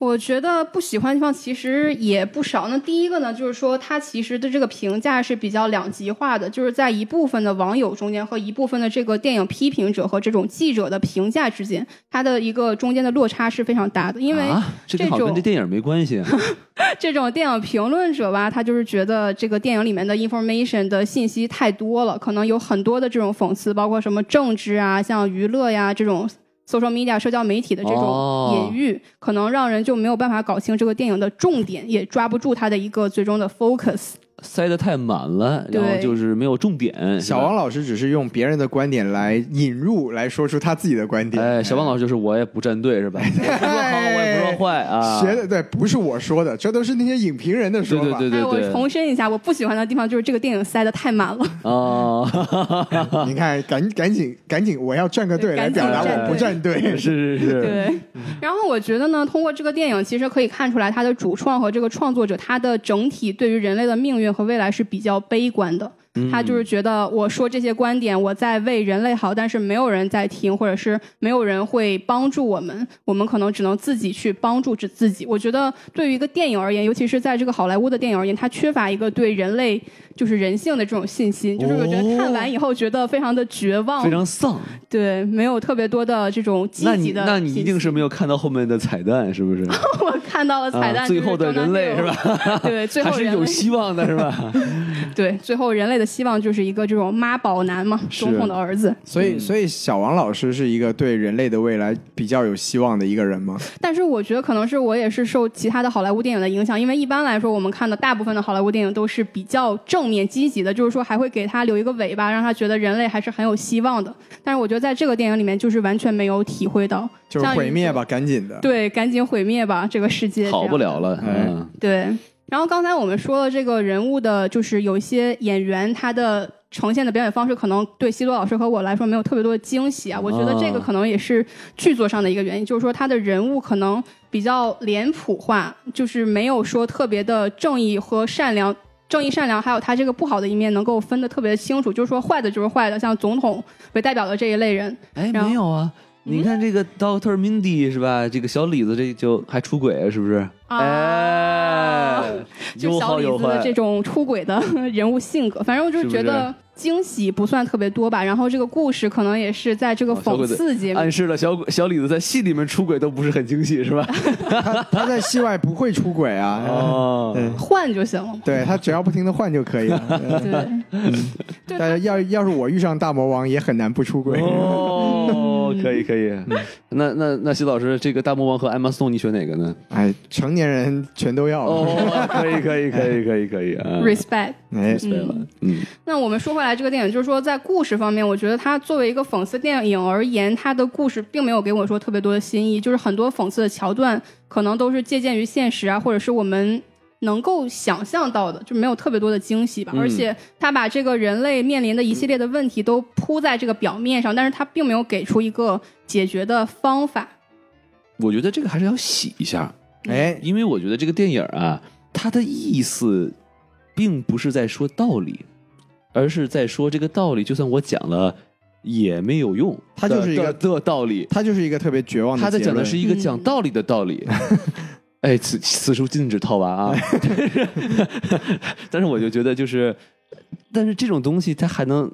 Speaker 4: 我觉得不喜欢的地方其实也不少。那第一个呢，就是说它其实的这个评价是比较两极化的，就是在一部分的网友中间和一部分的这个电影批评者和这种记者的评价之间，它的一个中间的落差是非常大的。因为
Speaker 3: 啊，这
Speaker 4: 这
Speaker 3: 跟好
Speaker 4: 种
Speaker 3: 跟这电影没关系啊。
Speaker 4: 这种电影评论者吧，他就是觉得这个电影里面的 information 的信息太多了，可能有很多的这种讽刺，包括什么政治啊、像娱乐呀、这种 social media 社交媒体的这种
Speaker 3: 哦
Speaker 4: 隐喻，可能让人就没有办法搞清这个电影的重点，也抓不住它的一个最终的 focus。
Speaker 3: 塞得太满了，然后
Speaker 4: 对
Speaker 3: 就是没有重点。
Speaker 2: 小王
Speaker 3: 老，
Speaker 2: 老师只是用别人的观点来引入，来说出他自己的观点。
Speaker 3: 哎，小王
Speaker 2: 老
Speaker 3: 老师就是我也不站队是吧？我也哎
Speaker 4: 哎
Speaker 3: 不说好，我也不说坏 啊。
Speaker 2: 学的对，不是我说的，这都是那些影评人的
Speaker 3: 对
Speaker 2: 说法。
Speaker 3: 对对
Speaker 4: 哎，我
Speaker 3: 对对
Speaker 4: 重申一下，我不喜欢的地方就是这个电影塞得太满了。
Speaker 3: 啊，
Speaker 2: 你看，赶赶紧赶紧，我要站个队
Speaker 4: 对
Speaker 2: 来
Speaker 4: 赶紧
Speaker 2: 表达
Speaker 3: 站
Speaker 2: 我不
Speaker 3: 队
Speaker 2: 站队。
Speaker 3: 是是是，
Speaker 4: 对，然后我觉得呢，通过这个电影，其实可以看出来它的主创和这个创作者，他的整体对于人类的命运和未来是比较悲观的。
Speaker 3: 嗯
Speaker 4: 嗯他就是觉得我说这些观点，我在为人类好，但是没有人在听，或者是没有人会帮助我们，我们可能只能自己去帮助自自己。我觉得对于一个电影而言，尤其是在这个好莱坞的电影而言，它缺乏一个对人类就是人性的这种信心，就是我觉得看完以后觉得非常的绝望，
Speaker 3: 哦非常丧。
Speaker 4: 对，没有特别多的这种积
Speaker 3: 那你
Speaker 4: 极的
Speaker 3: 那你一
Speaker 4: 信
Speaker 3: 定
Speaker 4: 息
Speaker 3: 是没有看到后面的彩蛋，是不 是？
Speaker 4: 我看到了彩蛋、
Speaker 3: 啊，最后的人类是？吧？
Speaker 4: 对， 最
Speaker 3: 还
Speaker 4: 后
Speaker 3: 是
Speaker 4: 人
Speaker 3: 有
Speaker 4: 类
Speaker 3: 希望的是 吧？
Speaker 4: 对，最后人类的希望就是一个这种妈宝男嘛，
Speaker 3: 是
Speaker 4: 总统的儿子。
Speaker 2: 所
Speaker 3: 嗯
Speaker 2: 以，所以小王老师是一个对人类的未来比较有希望的一个人吗？
Speaker 4: 但是我觉得可能是我也是受其他的好莱坞电影的影响，因为一般来说我们看的大部分的好莱坞电影都是比较正面积极的，就是说还会给他留一个尾巴，让他觉得人类还是很有希望的。但是我觉得在这个电影里面就是完全没有体会到，
Speaker 2: 就是
Speaker 4: 像
Speaker 2: 毁
Speaker 4: 一
Speaker 2: 灭
Speaker 4: 种
Speaker 2: 吧，赶紧的。
Speaker 4: 对，赶紧毁灭吧这个世界，
Speaker 3: 好
Speaker 4: 这样
Speaker 3: 不了了，
Speaker 2: 哎
Speaker 3: 嗯，
Speaker 4: 对，然后刚才我们说了这个人物的，就是有一些演员他的呈现的表演方式，可能对西多老师和我来说没有特别多的惊喜啊。我觉得这个
Speaker 3: 啊
Speaker 4: 可能也是剧作上的一个原因，就是说他的人物可能比较脸谱化，就是没有说特别的正义和善良。正义、善良，还有他这个不好的一面，能够分得特别清楚。就是说，坏的就是坏的，像总统为代表的这一类人，
Speaker 3: 哎，
Speaker 4: 然后
Speaker 3: 没有啊。你看这个 Doctor Mindy 是吧？这个小李子这就还出轨了，是不是？
Speaker 4: 啊
Speaker 3: 哎，
Speaker 4: 就
Speaker 3: 有
Speaker 4: 小
Speaker 3: 好
Speaker 4: 李
Speaker 3: 有
Speaker 4: 子的
Speaker 3: 坏
Speaker 4: 这。种出轨的 人物性格，反正我就是是
Speaker 3: 不是
Speaker 4: 觉得惊喜不算特别多吧。然后这个故事可能也是在这个
Speaker 3: 哦小鬼
Speaker 4: 讽
Speaker 3: 子
Speaker 4: 刺节目，
Speaker 3: 暗示了小鬼小李子在戏里面出轨都不是很惊喜，是吧？
Speaker 2: 他他在戏外不会出轨啊。
Speaker 3: 哦，
Speaker 2: 嗯，
Speaker 4: 换就行了嘛。
Speaker 2: 对他只要不停的换就可以了。 嗯
Speaker 4: 对，对
Speaker 2: 但是要要是我遇上大魔王，也很难不出轨。
Speaker 3: 哦，可以可以。那那那西老师，这个大魔王和艾玛斯通，你选哪个呢？
Speaker 2: 哎，成年人全都要。
Speaker 3: 哦，可以可以可以可以可以啊。
Speaker 4: respect。
Speaker 2: 哎，
Speaker 3: 对了，嗯，
Speaker 4: 那我们说回来，这个电影就是说，在故事方面，我觉得它作为一个讽刺电影而言，它的故事并没有给我说特别多的新意，就是很多讽刺的桥段可能都是借鉴于现实啊，或者是我们能够想象到的，就没有特别多的惊喜吧。
Speaker 3: 嗯
Speaker 4: 而且它把这个人类面临的一系列的问题都铺在这个表面上，但是它并没有给出一个解决的方法。
Speaker 3: 我觉得这个还是要洗一下，
Speaker 2: 哎，
Speaker 3: 因为我觉得这个电影啊，它的意思并不是在说道理，而是在说这个道理，就算我讲了也没有用，
Speaker 2: 它就是一个
Speaker 3: 的的道理。
Speaker 2: 他就是一个特别绝望的。
Speaker 3: 他在讲的是，一个
Speaker 4: 嗯
Speaker 3: 讲道理的道 理。哎，此此处禁止套娃啊！
Speaker 2: 哎
Speaker 3: 但是我就觉得，就是，但是这种东西它还能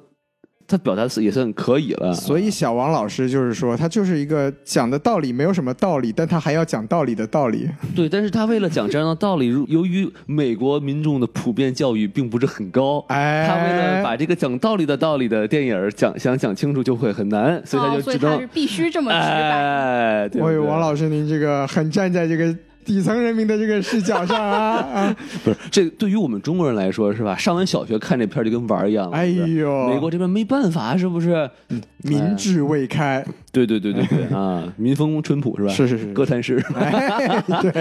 Speaker 3: 他表达的也算可以了。
Speaker 2: 所以小王老师就是说，他就是一个讲的道理没有什么道理，但他还要讲道理的道理。
Speaker 3: 对，但是他为了讲这样的道理，如由于美国民众的普遍教育并不是很高，
Speaker 2: 哎
Speaker 3: 他为了把这个讲道理的道理的电影儿讲想讲清楚就会很难，所以他
Speaker 4: 哦，
Speaker 3: 就
Speaker 4: 所
Speaker 3: 只
Speaker 4: 以他
Speaker 3: 能、
Speaker 4: 是必须这么直白。
Speaker 3: 哎，对
Speaker 2: 我以为
Speaker 3: 对
Speaker 2: 王老师您这个很站在这个底层人民的这个视角上啊 啊！
Speaker 3: 不是这对于我们中国人来说是吧？上完小学看这片儿就跟玩儿一样了。
Speaker 2: 哎
Speaker 3: 是不是
Speaker 2: 呦，
Speaker 3: 美国哎这边没办法，是不是？
Speaker 2: 民智未开，
Speaker 3: 对对对对对啊，民风淳朴是吧？
Speaker 2: 哎是是是
Speaker 3: 哥谭市。
Speaker 2: 哎，对，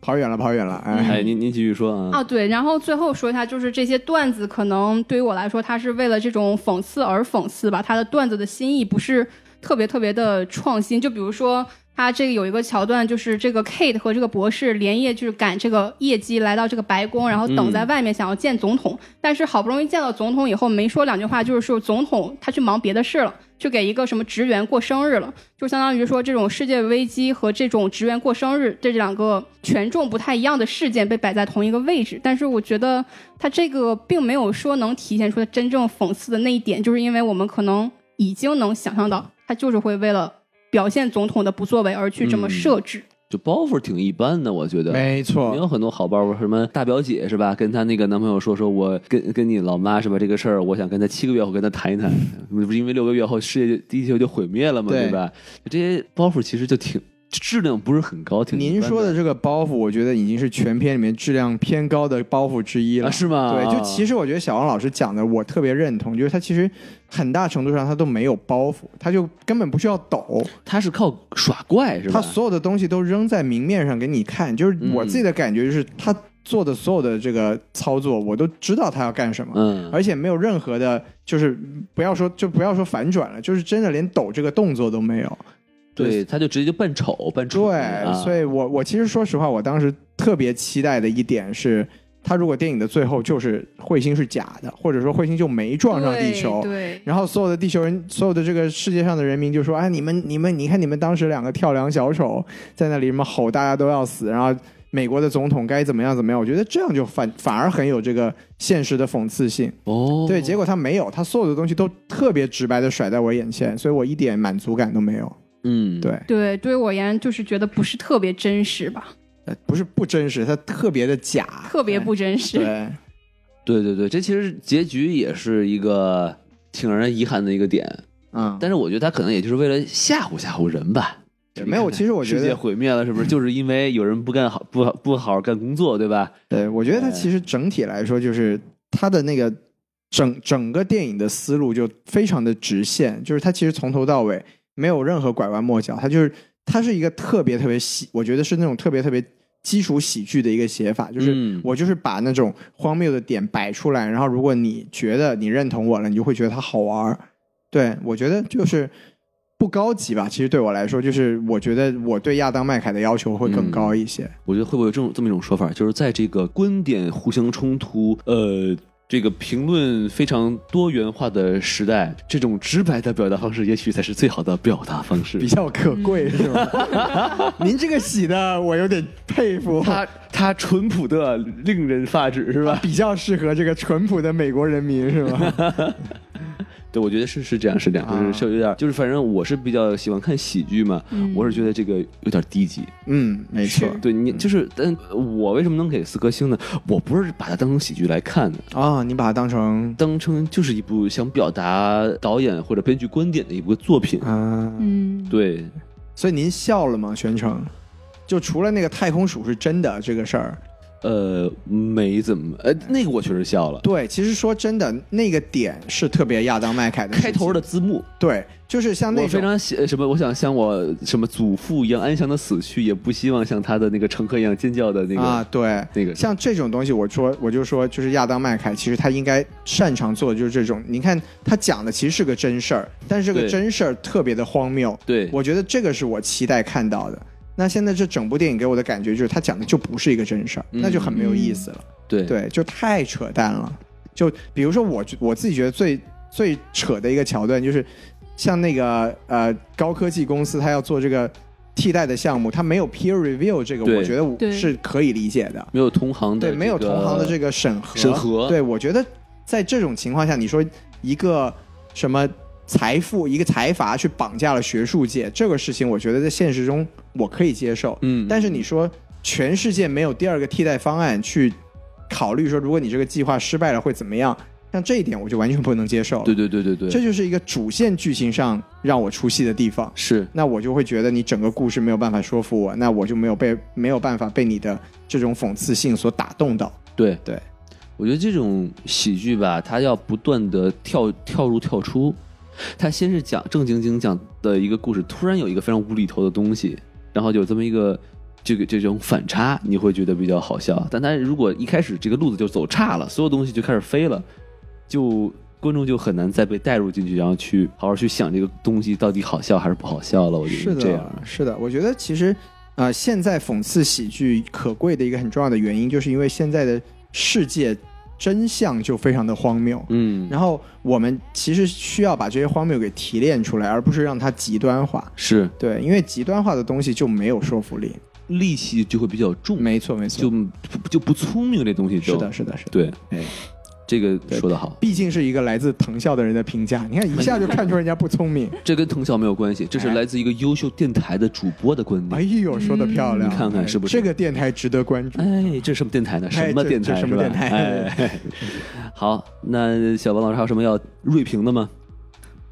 Speaker 2: 跑远了，跑远了，哎，
Speaker 3: 哎，您您继续说啊。
Speaker 4: 啊，对，然后最后说一下，就是这些段子，可能对于我来说，它是为了这种讽刺而讽刺吧，它的段子的新意不是特别特别的创新。就比如说，它这个有一个桥段，就是这个 Kate 和这个博士连夜就是赶这个夜机来到这个白宫，然后等在外面想要见总统，但是好不容易见到总统以后，没说两句话，就是说总统他去忙别的事了。去给一个什么职员过生日了，就相当于说这种世界危机和这种职员过生日这两个权重不太一样的事件被摆在同一个位置，但是我觉得他这个并没有说能体现出他真正讽刺的那一点，就是因为我们可能已经能想象到，他就是会为了表现总统的不作为而去
Speaker 2: 嗯
Speaker 4: 这么设置。
Speaker 3: 就包袱挺一般的，我觉得。
Speaker 2: 没
Speaker 3: 也
Speaker 2: 错，
Speaker 3: 有很多好包袱，什么大表姐是吧？跟她那个男朋友说，说我跟跟你老妈是吧？这个事儿，我想跟她七个月后跟她 谈一谈，不是因为六个月后世界地球就毁灭了嘛，
Speaker 2: 对
Speaker 3: 对吧？这些包袱其实就挺质量不是很高，挺一
Speaker 2: 您
Speaker 3: 般啊
Speaker 2: 说的这个包袱，我觉得已经是全片里面质量偏高的包袱之一了，
Speaker 3: 啊是吗？
Speaker 2: 对，就其
Speaker 3: 实
Speaker 2: 实我觉得小王老师讲的，我特别认同，就是他其实很大程度上他都没有包袱，他就根本不需要抖，
Speaker 3: 他是靠耍怪是吧？
Speaker 2: 他所有的东西都扔在明面上给你看。就是
Speaker 3: 嗯
Speaker 2: 我自己的感觉就是，他做的所有的这个操作，我都知道他要干什么，
Speaker 3: 嗯，
Speaker 2: 而且没有任何的，就是不要说就不要说反转了，就是真的连抖这个动作都没有。
Speaker 3: 对，他就直接就扮丑扮丑，
Speaker 2: 对，
Speaker 3: 啊、
Speaker 2: 所以我我其实说实话，我当时特别期待的一点是。他如果电影的最后就是彗星是假的，或者说彗星就没撞上地球，
Speaker 4: 对，
Speaker 2: 然后所有的地球人，所有的这个世界上的人民就说：“哎，你们你们，你看你们当时两个跳梁小丑在那里什么吼，大家都要死。”然后美国的总统该怎么样怎么样？我觉得这样就反反而很有这个现实的讽刺性。
Speaker 3: 哦，
Speaker 2: 对，结果他没有，他所有的东西都特别直白的甩在我眼前，所以我一点满足感都没有。
Speaker 3: 嗯，
Speaker 2: 对，
Speaker 4: 对，对于我而言就是觉得不是特别真实吧，
Speaker 2: 呃不是不真实，他特别的假，
Speaker 4: 特别不真实。
Speaker 2: 对，
Speaker 3: 对对对，这其实结局也是一个挺让人遗憾的一个点，
Speaker 2: 嗯，
Speaker 3: 但是我觉得他可能也就是为了吓唬吓唬人吧。就是你
Speaker 2: 没有
Speaker 3: 看看
Speaker 2: 其实我觉得
Speaker 3: 世界毁灭了，是不是就是因为有人不干好不好不好好干工作，对吧？
Speaker 2: 对，我觉得它其实整体来说，就是它的那个整整个电影的思路就非常的直线，就是它其实从头到尾没有任何拐弯抹角，它就是它是一个特别特别喜，我觉得是那种特别特别基础喜剧的一个写法，就是
Speaker 3: 嗯
Speaker 2: 我就是把那种荒谬的点摆出来，然后如果你觉得你认同我了，你就会觉得它好玩儿。对我觉得就是。不高级吧？其实对我来说，就是我觉得我对亚当麦凯的要求会更高一些。
Speaker 3: 我觉得会不会有这种这么一种说法，就是在这个观点互相冲突，呃。这个评论非常多元化的时代，这种直白的表达方式，也许才是最好的表达方式。
Speaker 2: 比较可贵是吧？ 您这个洗的我有点佩服，
Speaker 3: 他他淳朴的令人发指，是吧？
Speaker 2: 比较适合这个淳朴的美国人民是吧？
Speaker 3: 对，我觉得是是这样，是这样，
Speaker 2: 啊
Speaker 3: 就是是有点，就是反正我是比较喜欢看喜剧嘛，我是觉得这个有点低级。
Speaker 2: 嗯，没错
Speaker 3: 对你就是，但我为什么能给四颗星呢？我不是把它当成喜剧来看的，
Speaker 2: 啊、你把它当成
Speaker 3: 当成就是一部想表达导演或者编剧观点的一部作品。
Speaker 2: 啊，
Speaker 4: 嗯，
Speaker 3: 对，
Speaker 2: 所以您笑了吗？全程就除了那个太空鼠是真的这个事儿，
Speaker 3: 呃，没怎么，呃，那个我确实笑了。
Speaker 2: 对，其实说真的，那个点是特别亚当麦凯的事情
Speaker 3: 开头的，字幕，
Speaker 2: 对，就是像那
Speaker 3: 我非
Speaker 2: 种。
Speaker 3: 常喜呃什么，我想像我什么祖父一样安详的死去，也不希望像他的那个乘客一样尖叫的那个
Speaker 2: 啊，对，
Speaker 3: 那个
Speaker 2: 像这种东西，我说我就说，就是亚当麦凯，其实他应该擅长做的就是这种。你看他讲的其实是个真事儿，但是这个
Speaker 3: 对
Speaker 2: 真事儿特别的荒谬。
Speaker 3: 对
Speaker 2: 我觉得这个是我期待看到的。那现在这整部电影给我的感觉就是，他讲的就不是一个真事儿，
Speaker 3: 嗯
Speaker 2: 那就很没有意思了。
Speaker 3: 对
Speaker 2: 对，就太扯淡了。就比如说我觉我自己觉得最最扯的一个桥段，就是像那个呃高科技公司，它要做这个替代的项目，它没有 peer review 这个，
Speaker 3: 对
Speaker 2: 我觉得我
Speaker 4: 对
Speaker 2: 是可以理解的。
Speaker 3: 没有同行的、
Speaker 2: 对，没有同行的这
Speaker 3: 个
Speaker 2: 个审核。
Speaker 3: 审核
Speaker 2: 对我觉得在这种情况下，你说一个什么财富、一个财阀去绑架了学术界，这个事情我觉得在现实中我可以接受。
Speaker 3: 嗯
Speaker 2: 但是你说全世界没有第二个替代方案去考虑说，如果你这个计划失败了会怎么样？像这一点我就完全不能接受了。
Speaker 3: 嗯对对对对对，
Speaker 2: 这就是一个主线剧情上让我出戏的地方。
Speaker 3: 是
Speaker 2: 那我就会觉得你整个故事没有办法说服我，那我就没有被没有办法被你的这种讽刺性所打动到。
Speaker 3: 对
Speaker 2: 对，
Speaker 3: 我觉得这种喜剧吧，它要不断的跳跳入跳出，它先是讲正经经讲的一个故事，突然有一个非常无厘头的东西，然后有这么一个。这个这种反差，你会觉得比较好笑。但它如果一开始这个路子就走岔了，所有东西就开始飞了，就观众就很难再被带入进去，然后去好好去想这个东西到底好笑还是不好笑了。我觉
Speaker 2: 是
Speaker 3: 得这
Speaker 2: 的
Speaker 3: 样，，
Speaker 2: 是的，我觉得其实啊、呃现在讽刺喜剧可贵的一个很重要的原因，就是因为现在的世界真相就非常的荒谬。
Speaker 3: 嗯，
Speaker 2: 然后我们其实需要把这些荒谬给提炼出来，而不是让它极端化。
Speaker 3: 是
Speaker 2: 对，因为极端化的东西就没有说服力。
Speaker 3: 戾气就会比较重，
Speaker 2: 没错，没错，
Speaker 3: 就不就不聪明这东西就是
Speaker 2: 的，是的，是的。
Speaker 3: 对，
Speaker 2: 哎，
Speaker 3: 这个
Speaker 2: 对
Speaker 3: 说得好，
Speaker 2: 毕竟是一个来自藤校的人的评价，你看一下就看出人家不聪 明。
Speaker 3: 这跟藤校没有关系，这是
Speaker 2: 哎
Speaker 3: 来自一个优秀电台的主播的观
Speaker 2: 哎
Speaker 3: 点。
Speaker 2: 呦，说的漂亮，
Speaker 3: 嗯
Speaker 2: 哎
Speaker 3: 你看看是不是
Speaker 2: 这个电台值得关注？
Speaker 3: 哎，这是什么电台呢？
Speaker 2: 哎
Speaker 3: 什么
Speaker 2: 这
Speaker 3: 电
Speaker 2: 这
Speaker 3: 台是
Speaker 2: 什
Speaker 3: 吧？
Speaker 2: 么电台
Speaker 3: 哎，好，那小王老师还有什么要锐评的吗？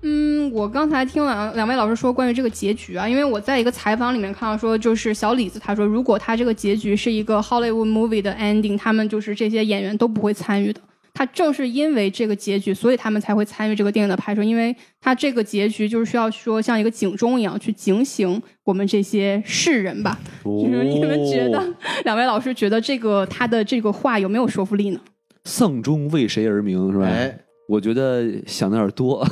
Speaker 4: 嗯，我刚才听了两位老师说关于这个结局啊，因为我在一个采访里面看到说，就是小李子他说，如果他这个结局是一个 Hollywood movie 的 ending，他们就是这些演员都不会参与的。他正是因为这个结局，所以他们才会参与这个电影的拍摄，因为他这个结局就是需要说像一个警钟一样去警醒我们这些世人吧。就是 你们觉得
Speaker 3: 哦，
Speaker 4: 两位老师觉得这个他的这个话有没有说服力呢？
Speaker 3: 丧钟为谁而鸣是吧？
Speaker 2: 哎，
Speaker 3: 我觉得想的有点多。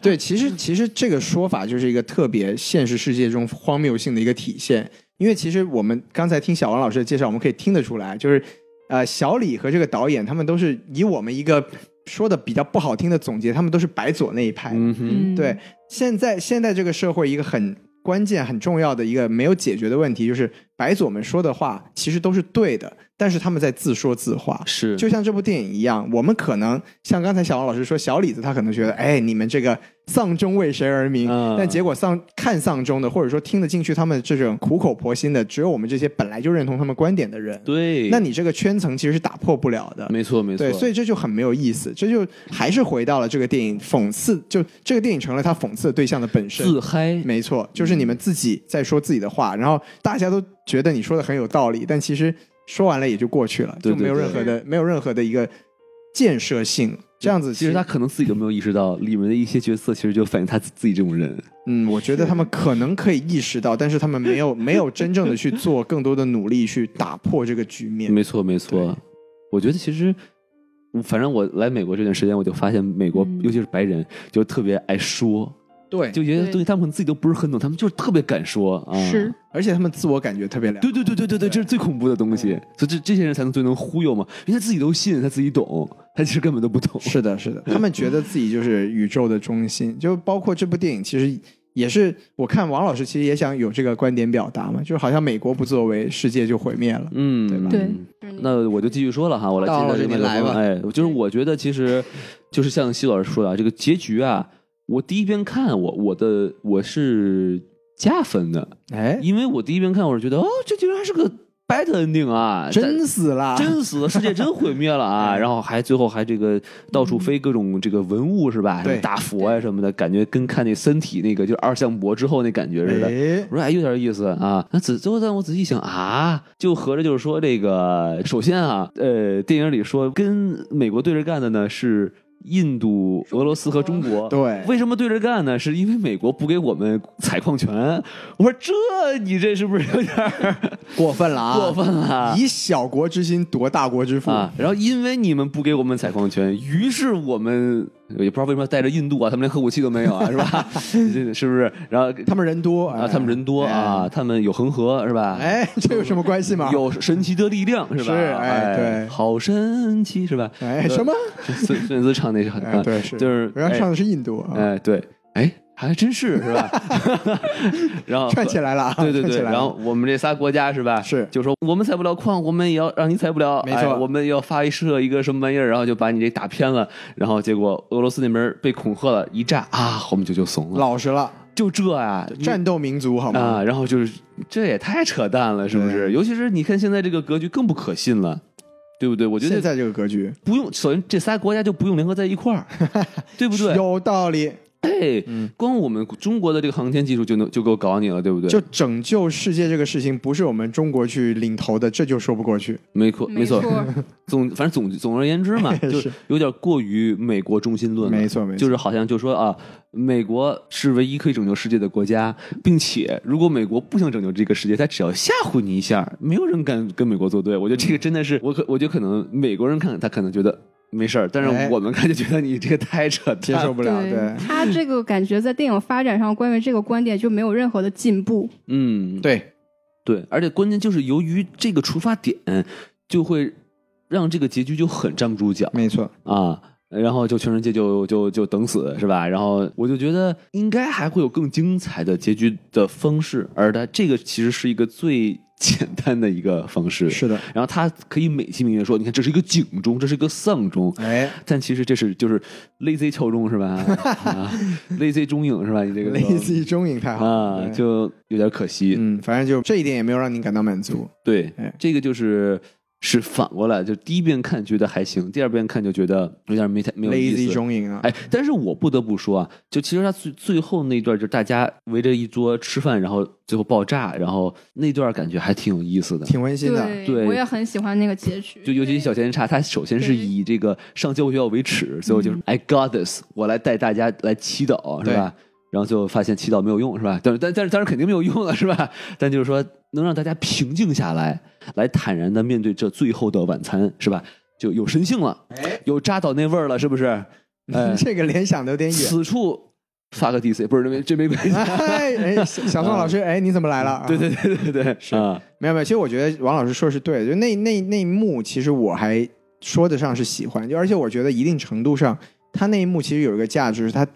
Speaker 2: 对，其实其实这个说法就是一个特别现实世界中荒谬性的一个体现，因为其实我们刚才听小王老师的介绍，我们可以听得出来，就是呃，小李和这个导演他们都是以我们一个说的比较不好听的总结，他们都是白左那一派。
Speaker 3: 嗯哼，
Speaker 4: 嗯，
Speaker 2: 对，现在现在这个社会一个很关键、很重要的一个没有解决的问题，就是白左们说的话其实都是对的，但是他们在自说自话。
Speaker 3: 是，
Speaker 2: 就像这部电影一样，我们可能像刚才小王老师说，小李子他可能觉得，哎，你们这个丧钟为谁而鸣？
Speaker 3: 嗯
Speaker 2: 但结果丧看丧钟的，或者说听得进去他们这种苦口婆心的，只有我们这些本来就认同他们观点的人。
Speaker 3: 对，
Speaker 2: 那你这个圈层其实是打破不了的。
Speaker 3: 没错没错，
Speaker 2: 对，所以这就很没有意思，这就还是回到了这个电影讽刺，就这个电影成了他讽刺对象的本身。
Speaker 3: 自嗨
Speaker 2: 没错，就是你们自己在说自己的话，然后大家都觉得你说的很有道理，但其实说完了也就过去了，
Speaker 3: 对
Speaker 2: 就没有
Speaker 3: 对
Speaker 2: 任何的没有任何的一个建设性。这样子
Speaker 3: 其实他可能自己都没有意识到，里面的一些角色其实就反映他自己这种人。
Speaker 2: 嗯，我觉得他们可能可以意识到，但是他们 没有没有真正的去做更多的努力去打破这个局面。
Speaker 3: 没错，没
Speaker 2: 对
Speaker 3: 错。我觉得其实，嗯反正我来美国这段时间，我就发现美国，
Speaker 4: 嗯
Speaker 3: 尤其是白人，就特别爱说，
Speaker 2: 对，
Speaker 3: 就有些
Speaker 4: 对
Speaker 3: 东西他们可能自己都不是很懂，他们就是特别敢说啊。
Speaker 4: 是，
Speaker 2: 而且他们自我感觉特别良好
Speaker 3: 对。对对对对对，这是最恐怖的东西，所以这这些人才能最能忽悠嘛，因为他自己都信，他自己懂，他其实根本都不懂。
Speaker 2: 是的，是的，他们觉得自己就是宇宙的中心，就包括这部电影，其实也是我看王老师其实也想有这个观点表达嘛，就是好像美国不作为，世界就毁灭了。
Speaker 3: 嗯，
Speaker 2: 对吧
Speaker 4: 对
Speaker 3: 那我就继续说了哈，我来
Speaker 2: 大王
Speaker 3: 接
Speaker 2: 老
Speaker 3: 着
Speaker 2: 师
Speaker 3: 这个
Speaker 2: 你来吧
Speaker 3: 哎，就是我觉得其实就是像西老师说的啊，这个结局啊，我第一遍看我我的我是加分的，
Speaker 2: 哎，
Speaker 3: 因为我第一遍看，我是觉得哦，这居然还是个 bad ending 啊，
Speaker 2: 真死了，
Speaker 3: 咱真死了，世界真毁灭了 啊！然后还最后还这个到处飞各种这个文物是吧？
Speaker 2: 嗯对
Speaker 3: 什么大佛啊呀、什么的，感觉跟看那《三体》那个就二向箔之后那感觉似的。
Speaker 2: 哎
Speaker 3: 我说哎，有点意思啊。那仔最后但我仔细想啊，就合着就是说这个，首先啊，呃，电影里说跟美国对着干的呢是印度、俄罗斯和中国，
Speaker 2: 对
Speaker 3: 为什么对着干呢？是因为美国不给我们采矿权。我说这你这是不是有点儿
Speaker 2: 过分了啊，
Speaker 3: 过分了？
Speaker 2: 以小国之心夺大国之腹，
Speaker 3: 啊，然后因为你们不给我们采矿权，于是我们也不知道为什么带着印度啊，他们连核武器都没有啊，是吧？ 是不是？然后
Speaker 2: 他们人多
Speaker 3: 啊，他们人多啊，，他们有恒河是吧？
Speaker 2: 哎，哎这有什么关系吗？，
Speaker 3: 有神奇的力量是吧？
Speaker 2: 是哎对
Speaker 3: 好神奇是吧？
Speaker 2: 哎，什么？
Speaker 3: 孙孙燕姿唱那是很
Speaker 2: 哎，对，是，
Speaker 3: 呃就是
Speaker 2: 我要
Speaker 3: 哎
Speaker 2: 上的是印度啊，
Speaker 3: 哎，对，哎，还真是 是吧？然后
Speaker 2: 串起来了啊，
Speaker 3: 呃 对对
Speaker 2: 串起
Speaker 3: 对，
Speaker 2: 来了
Speaker 3: 然后我们这仨国家是吧？
Speaker 2: 是
Speaker 3: 就说我们采不了矿，我们也要让你采不了，
Speaker 2: 没错
Speaker 3: 哎我们要发一射一个什么玩意儿，然后就把你这打偏了，然后结果俄罗斯那边被恐吓了，一炸啊，我们就就怂了，
Speaker 2: 老实了，
Speaker 3: 就这啊，
Speaker 2: 战斗民族好吗？
Speaker 3: 啊，然后就是这也太扯淡了，是不是？尤其是你看现在这个格局更不可信了，对不对？我觉
Speaker 2: 现
Speaker 3: 得
Speaker 2: 在这个格局
Speaker 3: 不用，首先这仨国家就不用联合在一 块儿，对不对？
Speaker 2: 有道理，
Speaker 3: 哎
Speaker 2: 嗯，
Speaker 3: 光我们中国的这个航天技术就能就够搞你了，对不对？
Speaker 2: 就拯救世界这个事情不是我们中国去领头的，这就说不过去。
Speaker 3: 没错，
Speaker 4: 没
Speaker 3: 没错，总反正总总而言之 嘛，就是有点过于美国中心论了。
Speaker 2: 没错没错
Speaker 3: 就是好像就说啊，美国是唯一可以拯救世界的国家，并且如果美国不想拯救这个世界，他只要吓唬你一下，没有人敢跟美国作对。我觉得这
Speaker 2: 嗯
Speaker 3: 个真的是，我可我觉得可能美国人看他可能觉得没事儿，但
Speaker 2: 哎
Speaker 3: 是我们看就觉得你这个太扯
Speaker 2: 接
Speaker 3: 淡
Speaker 2: 受
Speaker 3: 了。
Speaker 2: 不
Speaker 4: 啊
Speaker 2: 了，对
Speaker 4: 他这个感觉在电影发展上，关于这个观点就没有任何的进步。
Speaker 3: 嗯，
Speaker 2: 对，
Speaker 3: 对，而且关键就是由于这个出发点，就会让这个结局就很站不住脚。
Speaker 2: 没错，
Speaker 3: 啊，然后就全世界就就就等死是吧？然后我就觉得应该还会有更精彩的结局的方式，而它这个其实是一个最 简单的一个方式。
Speaker 2: 是的，
Speaker 3: 然后他可以美其名曰说，你看这是一个警钟，这是一个丧钟，
Speaker 2: 哎，
Speaker 3: 但其实这是就是 lazy 敲 钟是吧、啊、？lazy 中影是吧？你这个
Speaker 2: 类似于中影太好了
Speaker 3: 啊，
Speaker 2: 对
Speaker 3: 就有点可惜。
Speaker 2: 嗯，反正就这一点也没有让你感到满足。
Speaker 3: 对
Speaker 2: 哎，
Speaker 3: 这个就是是反过来，就第一遍看觉得还行，第二遍看就觉得有点没太没有意思。
Speaker 2: lazy 中影啊，
Speaker 3: 哎，但是我不得不说啊，就其实他最最后那段，就是大家围着一桌吃饭，然后最后爆炸，然后那段感觉还挺有意思的。
Speaker 2: 挺温馨的。
Speaker 3: 对
Speaker 4: 我也很喜欢那个结局。
Speaker 3: 就尤其小甜茶，他首先是
Speaker 4: 对
Speaker 3: 以这个上交学校为耻，最后就是 I got this，我来带大家来祈祷，是吧？然后就发现祈祷没有用，是吧？但是但但是当然肯定没有用了，是吧？但就是说能让大家平静下来，来坦然的面对这最后的晚餐，是吧？就有神性了，有扎导那味儿了，是不是？哎
Speaker 2: ，这个联想的有点远。
Speaker 3: 此处发个 DC，不是这没这没关系。
Speaker 2: 哎， 哎小小宋 老师，哎，你怎么来了？
Speaker 3: 啊对对对对对，是啊，
Speaker 2: 没有没有，其实我觉得王老师说是对的，就那那那一幕，其实我还说得上是喜欢，就而且我觉得一定程度上，他那一幕其实有一个价值，是它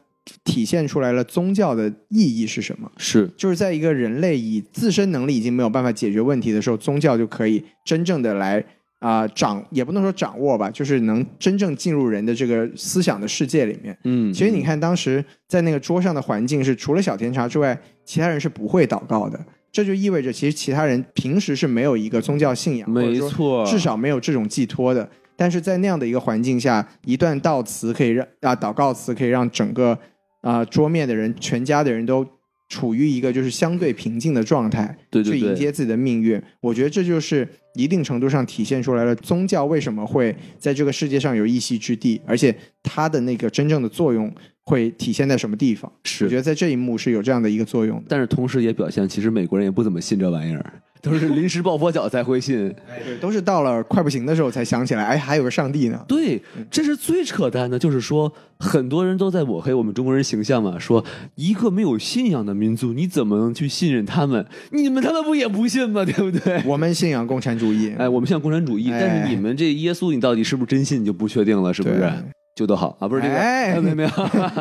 Speaker 2: 体现出来了宗教的意义是什么，
Speaker 3: 是
Speaker 2: 就是在一个人类以自身能力已经没有办法解决问题的时候，宗教就可以真正的来。啊、掌也不能说掌握吧，就是能真正进入人的这个思想的世界里面。
Speaker 3: 嗯，
Speaker 2: 其实你看，当时在那个桌上的环境是，除了小甜茶之外，其他人是不会祷告的。这就意味着，其实其他人平时是没有一个宗教信仰，或者
Speaker 3: 没
Speaker 2: 说
Speaker 3: 错，
Speaker 2: 至少没有这种寄托的。但是在那样的一个环境下，一段悼词可以让啊祷告词可以让整个啊、桌面的人，全家的人都处于一个就是相对平静的状态，
Speaker 3: 对对
Speaker 2: 去迎
Speaker 3: 对
Speaker 2: 接自己的命运。我觉得这就是一定程度上体现出来了宗教为什么会在这个世界上有一席之地，而且它的那个真正的作用会体现在什么地方。我觉
Speaker 3: 是，
Speaker 2: 得在这一幕是有这样的一个作用的，
Speaker 3: 但是同时也表现，其实美国人也不怎么信这玩意儿， 都是临时抱佛脚才 会信。
Speaker 2: 对，都是到了快不行的时候才想起来，哎，还有个上帝 呢。
Speaker 3: 对，这是最扯淡的，就是说，很多人都在抹黑我们中国人形象嘛，说一个没有信仰的民族，你怎么能去信任他们？你们他妈不也不信吗？对不对？
Speaker 2: 我们信仰共产主义，
Speaker 3: 哎，我们像共产主义，但
Speaker 2: 哎
Speaker 3: 是你们这耶稣，你到底是不是真信，你就不确定了，是不
Speaker 2: 对
Speaker 3: 是？就都好啊，不是这个，
Speaker 2: 哎
Speaker 3: 没有 没有，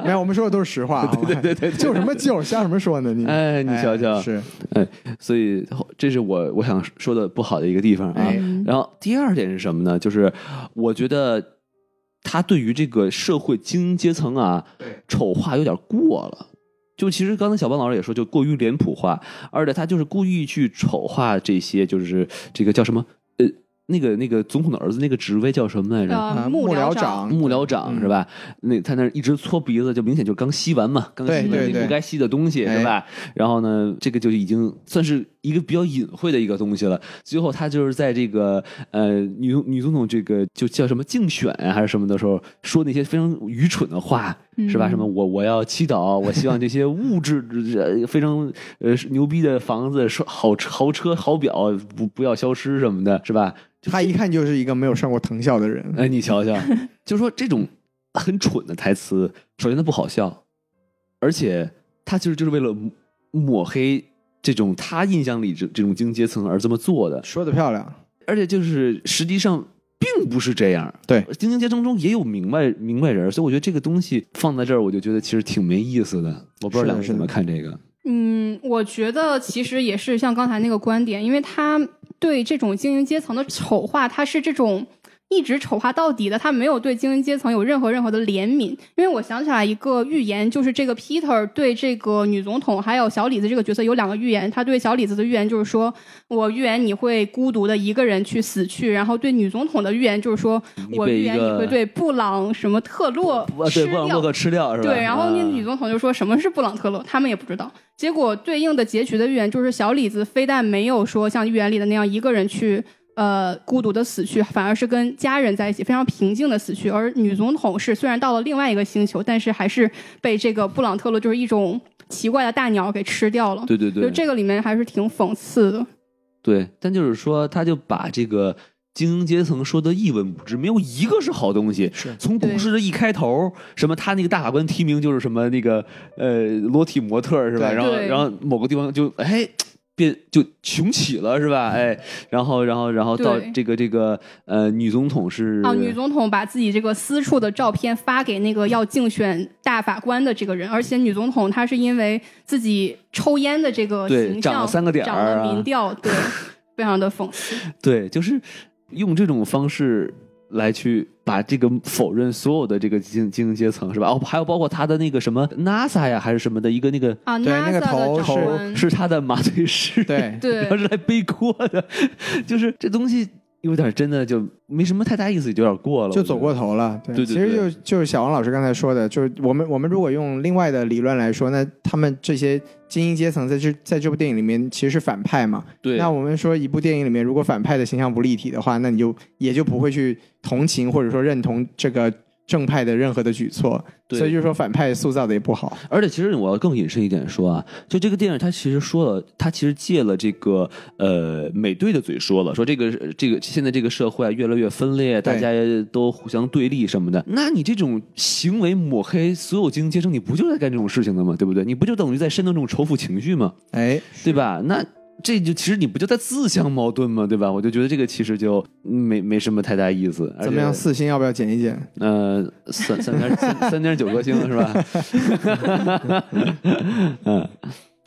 Speaker 2: 没有，我们说的都是实 话。对对对对，就什么就瞎什么说呢？你
Speaker 3: 哎你瞧瞧
Speaker 2: 是
Speaker 3: 哎所以这是我我想说的不好的一个地
Speaker 4: 嗯
Speaker 3: 方啊。
Speaker 2: 哎
Speaker 3: 然后第二点是什么呢？就是我觉得他对于这个社会精英阶层啊，丑化有点过了。就其实刚才小班老师也说，就过于脸谱化，而且他就是故意去丑化这些，就是这个叫什么呃，那个那个总统的儿子那个职位叫什么来着？
Speaker 4: 呃，
Speaker 2: 啊幕
Speaker 4: 僚
Speaker 2: 僚长，
Speaker 3: 幕僚长
Speaker 2: 嗯
Speaker 3: 是吧？那他那一直搓鼻子，就明显就刚吸完嘛，刚吸
Speaker 2: 对
Speaker 3: 完
Speaker 2: 对
Speaker 3: 那
Speaker 2: 对
Speaker 3: 不该吸的东西
Speaker 2: 哎
Speaker 3: 是吧？然后呢，这个就已经算是一个比较隐晦的一个东西了。最后他就是在这个呃女女总统这个就叫什么竞选啊还是什么的时候，说那些非常愚蠢的话是吧？
Speaker 4: 嗯
Speaker 3: 什么我我要祈祷，我希望这些物质呃非常呃牛逼的房子、说好豪车、好表不不要消失什么的是吧？
Speaker 2: 他一看就是一个没有上过藤校的人。
Speaker 3: 哎，你瞧瞧，就说这种很蠢的台词，首先它不好笑，而且他其实就是为了抹抹黑这种他印象里这这种精英阶层而这么做的，
Speaker 2: 说的漂亮，
Speaker 3: 而且就是实际上并不是这样。
Speaker 2: 对
Speaker 3: 精英阶层中也有明白明白人儿，所以我觉得这个东西放在这儿，我就觉得其实挺没意思的。我不知
Speaker 2: 是的
Speaker 3: 道两位怎么
Speaker 2: 是的
Speaker 3: 看这个。
Speaker 4: 嗯，我觉得其实也是像刚才那个观点，因为他对这种精英阶层的丑化，他是这种一直丑化到底的，他没有对精英阶层有任何任何的怜悯。因为我想起来一个预言，就是这个 Peter 对这个女总统还有小李子这个角色有两个预言，他对小李子的预言就是说，我预言你会孤独的一个人去死去，然后对女总统的预言就是说
Speaker 3: 你
Speaker 4: 我
Speaker 3: 被
Speaker 4: 预
Speaker 3: 一
Speaker 4: 言你
Speaker 3: 个
Speaker 4: 会对布朗什么特洛
Speaker 3: 哇
Speaker 4: 吃
Speaker 3: 啊对，忘了
Speaker 4: 掉
Speaker 3: 洛克吃掉是吧？
Speaker 4: 对，然后那
Speaker 3: 啊
Speaker 4: 女总统就说什么是布朗特勒，他们也不知道。结果对应的结局的预言就是小李子非但没有说像预言里的那样一个人去呃孤独的死去，反而是跟家人在一起非常平静的死去。而女总统是虽然到了另外一个星球，但是还是被这个布朗特勒就是一种奇怪的大鸟给吃掉了。
Speaker 3: 对对
Speaker 4: 就
Speaker 3: 对，
Speaker 4: 这个里面还是挺讽刺的。
Speaker 3: 对，但就是说，他就把这个精英阶层说的一文不值，没有一个是好东西。
Speaker 2: 是
Speaker 3: 从股
Speaker 4: 对
Speaker 3: 市的一开头，什么他那个大法官提名就是什么那个呃裸体模特儿是吧？
Speaker 2: 对
Speaker 3: 然后
Speaker 4: 对
Speaker 3: 然后某个地方就哎变就穷起了是吧？哎，然后然后然后到
Speaker 4: 对
Speaker 3: 这个这个呃女总统是
Speaker 4: 啊，女总统把自己这个私处的照片发给那个要竞选大法官的这个人，而且女总统她是因为自己抽烟的这个
Speaker 3: 对
Speaker 4: 形象
Speaker 3: 长了三个点
Speaker 4: 长
Speaker 3: 儿啊
Speaker 4: 了民调，对，非常 的讽刺。
Speaker 3: 对，就是用这种方式来去把这个否认所有的这个精精英阶层是吧？哦，还有包括他的那个什么 NASA 呀还是什么的一个那个
Speaker 4: 啊，
Speaker 2: 对那
Speaker 4: NASA
Speaker 2: 个
Speaker 4: 的
Speaker 2: 头
Speaker 4: 长
Speaker 2: 是
Speaker 4: 官
Speaker 3: 是他的麻醉师，
Speaker 2: 对
Speaker 4: 对
Speaker 3: 然后是来背锅的，就是这东西有点真的就没什么太大意思，就有点过了，
Speaker 2: 就
Speaker 3: 我觉
Speaker 2: 走
Speaker 3: 得
Speaker 2: 过头了。
Speaker 3: 对对
Speaker 2: 其
Speaker 3: 对
Speaker 2: 实就就是小王老师刚才说的，就是我们我们如果用另外的理论来说，那他们这些精英阶层在这在这部电影里面其实是反派嘛。
Speaker 3: 对，
Speaker 2: 那我们说一部电影里面如果反派的形象不立体的话，那你就也就不会去同情或者说认同这个正派的任何的举措。
Speaker 3: 对
Speaker 2: 所以就是说反派塑造的也不好。
Speaker 3: 而且其实我要更引申一点说啊，就这个电影它其实说了，它其实借了这个呃美队的嘴说了，说这个这个现在这个社会啊越来越分裂，大家都互相对立什么的。那你这种行为抹黑所有精英阶层，你不就是在干这种事情的吗？对不对？你不就等于在煽动这种仇富情绪吗？
Speaker 2: 哎，
Speaker 3: 对吧？那这就其实你不就在自相矛盾吗？对吧？我就觉得这个其实就没没什么太大意思。而且
Speaker 2: 怎么样？四星要不要减一减？
Speaker 3: 呃，三三点三三点九颗星是吧？ 嗯，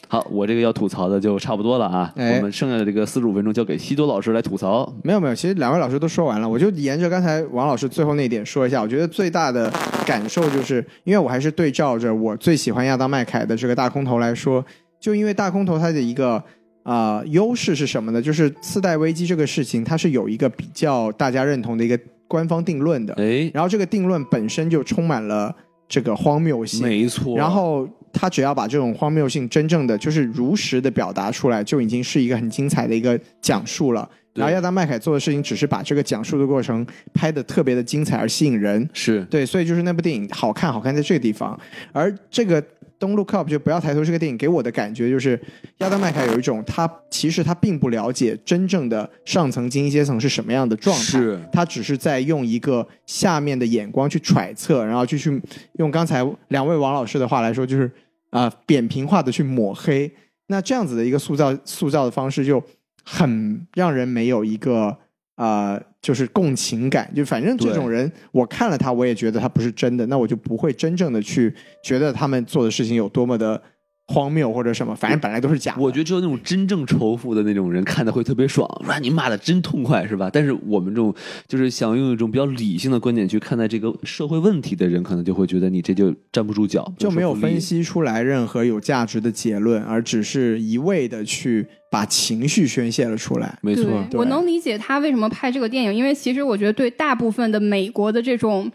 Speaker 3: 好，我这个要吐槽的就差不多了啊。
Speaker 2: 哎
Speaker 3: 我们剩下的这个四十五分钟交给西多老师来吐槽。
Speaker 2: 没有没有，其实两位老师都说完了，我就沿着刚才王老师最后那一点说一下。我觉得最大的感受就是，因为我还是对照着我最喜欢亚当麦凯的这个大空头来说，就因为大空头它的一个呃优势是什么呢？就是次贷危机这个事情，它是有一个比较大家认同的一个官方定论的，
Speaker 3: 哎，
Speaker 2: 然后这个定论本身就充满了这个荒谬性，
Speaker 3: 没错。
Speaker 2: 然后他只要把这种荒谬性真正的就是如实的表达出来，就已经是一个很精彩的一个讲述了。
Speaker 3: 对
Speaker 2: 然后亚当麦凯做的事情，只是把这个讲述的过程拍的特别的精彩而吸引人。
Speaker 3: 是
Speaker 2: 对，所以就是那部电影好看，好看在这个地方。而这个《Don't Look Up》就不要抬头这个电影给我的感觉就是，亚当麦凯有一种他其实他并不了解真正的上层精英阶层是什么样的状态
Speaker 3: 是，
Speaker 2: 他只是在用一个下面的眼光去揣测，然后就去用刚才两位王老师的话来说，就是啊、呃扁平化的去抹黑。那这样子的一个塑造塑造的方式，就很让人没有一个呃，就是共情感。就反正这种人，我看了他，我也觉得他不是真的，那我就不会真正的去觉得他们做的事情有多么的荒谬或者什么。反正本来都是假的。
Speaker 3: 我觉得只有那种真正仇富的那种人看的会特别爽，哇，你骂的真痛快是吧？但是我们这种就是想用一种比较理性的观点去看待这个社会问题的人，可能就会觉得你这就站不住脚，
Speaker 2: 就没有
Speaker 3: 说服力
Speaker 2: 分。析出来任何有价值的结论，而只是一味的去把情绪宣泄了出来。
Speaker 3: 没错，
Speaker 4: 对我能理解他为什么拍这个电影，因为其实我觉得对大部分的美国的这种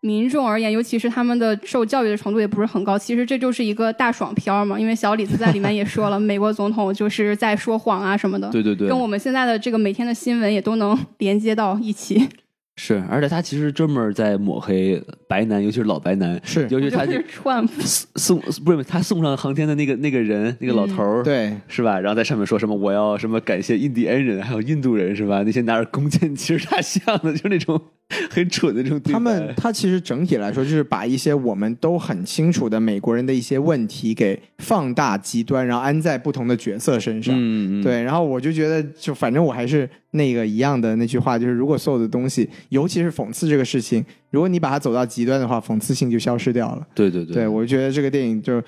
Speaker 4: 民众而言，尤其是他们的受教育的程度也不是很高，其实这就是一个大爽片儿嘛。因为小李子在里面也说了，美国总统就是在说谎啊什么的，
Speaker 3: 对对对，
Speaker 4: 跟我们现在的这个每天的新闻也都能连接到一 起。
Speaker 3: 是，而且他其实专门在抹黑白男，尤其是老白男，
Speaker 2: 是
Speaker 3: 尤其是他
Speaker 4: 就
Speaker 3: 那
Speaker 4: 是川普，
Speaker 3: 送不是他送上航天的那个那个人，那个老头儿、。
Speaker 2: 对，
Speaker 3: 是吧？然后在上面说什么我要什么感谢印第安人还有印度人是吧？那些拿着弓箭骑着大象的，就是那种 很蠢的这种对白。
Speaker 2: 他们他其实整体来说就是把一些我们都很清楚的美国人的一些问题给放大极端，然后安在不同的角色身上。
Speaker 3: 嗯，嗯嗯，
Speaker 2: 对，然后我就觉得，就反正我还是那个一样的那句话，就是如果所有的东西，尤其是讽刺这个事情，如果你把它走到极端的话，讽刺性就消失掉了。
Speaker 3: 对对对
Speaker 2: 对我觉得这个电影就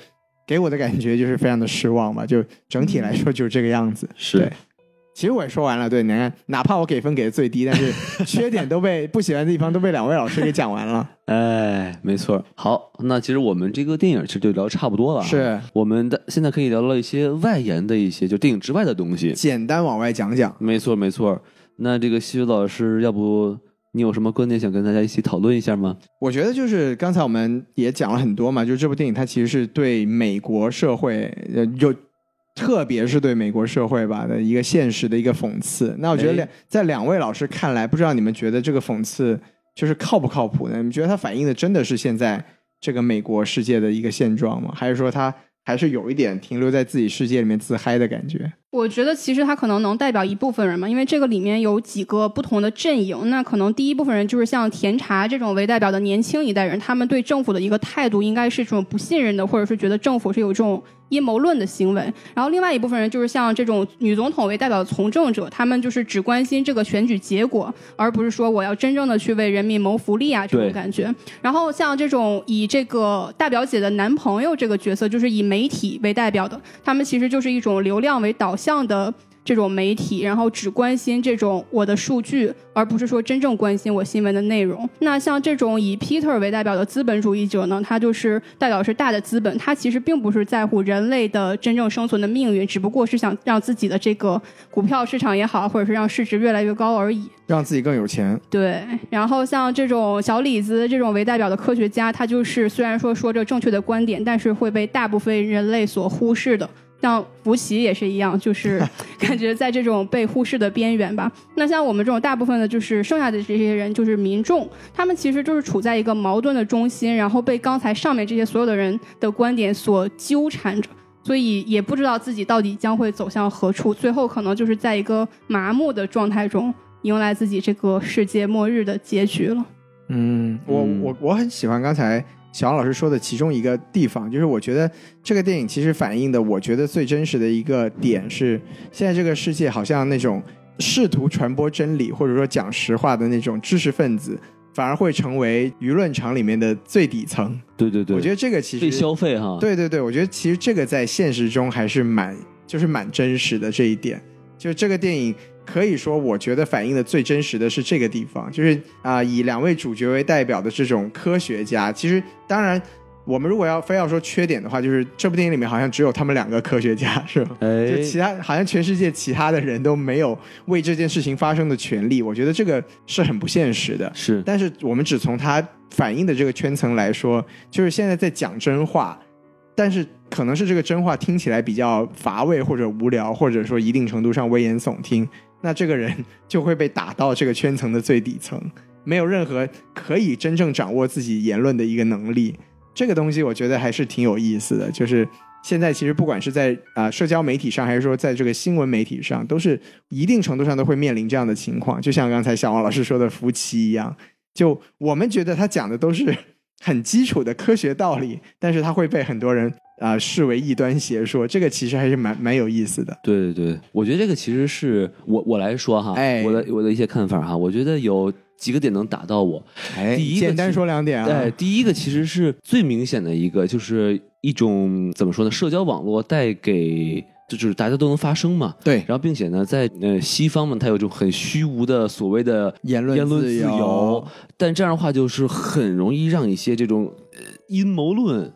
Speaker 2: 给我的感觉就是非常的失望吧，就整体来说就是这个样子。
Speaker 3: 是
Speaker 2: 对其实我也说完了，对，你看，哪怕我给分给的最低，但是缺点都被 不喜欢的地方都被两位老师给讲完 了。
Speaker 3: 哎，没错。好，那其实我们这个电影其实就聊差不多了啊。
Speaker 2: 是
Speaker 3: 我们的现在可以聊到一些外延的一些，就电影之外的东西。
Speaker 2: 简单往外讲讲，
Speaker 3: 没错，没错。那这个西雨老师，要不你有什么观点想跟大家一起讨论一下吗？
Speaker 2: 我觉得就是刚才我们也讲了很多嘛，就是这部电影它其实是对美国社会，呃，有特别是对美国社会吧的一个现实的一个讽刺。那我觉得两、在两位老师看来，不知道你们觉得这个讽刺就是靠不靠谱呢？你们觉得它反映的真的是现在这个美国世界的一个现状吗？还是说它还是有一点停留在自己世界里面自嗨的感觉？
Speaker 4: 我觉得其实它可能能代表一部分人嘛，因为这个里面有几个不同的阵营。那可能第一部分人就是像田查这种为代表的年轻一代人，他们对政府的一个态度应该是这种不信任的，或者是觉得政府是有这种阴谋论的行为。然后另外一部分人就是像这种女总统为代表的从政者，他们就是只关心这个选举结果，而不是说我要真正的去为人民谋福利啊这
Speaker 3: 对
Speaker 4: 种感觉。然后像这种以这个大表姐的男朋友这个角色，就是以媒体为代表的，他们其实就是一种流量为导向的这种媒体，然后只关心这种我的数据，而不是说真正关心我新闻的内容。那像这种以 Peter 为代表的资本主义者呢，他就是代表是大的资本，他其实并不是在乎人类的真正生存的命运，只不过是想让自己的这个股票市场也好，或者是让市值越来越高而已。
Speaker 2: 让自己更有钱，
Speaker 4: 对，然后像这种小李子这种为代表的科学家，他就是虽然说说着正确的观点，但是会被大部分人类所忽视的。像福奇也是一样，就是感觉在这种被忽视的边缘吧。那像我们这种大部分的，就是剩下的这些人，就是民众，他们其实就是处在一个矛盾的中心，然后被刚才上面这些所有的人的观点所纠缠着，所以也不知道自己到底将会走向何处，最后可能就是在一个麻木的状态中迎来自己这个世界末日的结局了。
Speaker 2: 嗯，我
Speaker 3: 嗯
Speaker 2: 我我很喜欢刚才小王老师说的其中一个地方，就是我觉得这个电影其实反映的，我觉得最真实的一个点是，现在这个世界好像那种试图传播真理或者说讲实话的那种知识分子，反而会成为舆论场里面的最底层。
Speaker 3: 对对对，
Speaker 2: 我觉得这个其
Speaker 3: 被
Speaker 2: 实
Speaker 3: 消费哈，
Speaker 2: 对对对，我觉得其实这个在现实中还是蛮就是蛮真实的这一点，就是这个电影可以说我觉得反映的最真实的是这个地方，就是啊、以两位主角为代表的这种科学家，其实当然我们如果要非要说缺点的话，就是这部电影里面好像只有他们两个科学家是吧？就其
Speaker 3: 哎，
Speaker 2: 他好像全世界其他的人都没有为这件事情发生的权利，我觉得这个是很不现实的。
Speaker 3: 是
Speaker 2: 但是我们只从它反映的这个圈层来说，就是现在在讲真话，但是可能是这个真话听起来比较乏味或者无聊，或者说一定程度上危言耸听，那这个人就会被打到这个圈层的最底层，没有任何可以真正掌握自己言论的一个能力。这个东西我觉得还是挺有意思的，就是现在其实不管是在啊、呃社交媒体上，还是说在这个新闻媒体上，都是一定程度上都会面临这样的情况。就像刚才小王老师说的福奇一样，就我们觉得他讲的都是 很基础的科学道理，但是他会被很多人啊、呃视为异端邪说，这个其实还是蛮蛮有意思的。
Speaker 3: 对对对，我觉得这个其实是我我来说哈，
Speaker 2: 哎
Speaker 3: 我的我的一些看法哈，我觉得有几个点能打到我，
Speaker 2: 哎
Speaker 3: 第一个
Speaker 2: 简单
Speaker 3: 是
Speaker 2: 说两点啊，
Speaker 3: 对，第一个其实是最明显的一个，就是一种怎么说呢，社交网络带给。就就是大家都能发声嘛，
Speaker 2: 对
Speaker 3: 然后并且呢，在呃西方嘛，它有一种很虚无的所谓的
Speaker 2: 言论
Speaker 3: 言论
Speaker 2: 自
Speaker 3: 自
Speaker 2: 由
Speaker 3: 但这样的话就是很容易让一些这种呃阴谋论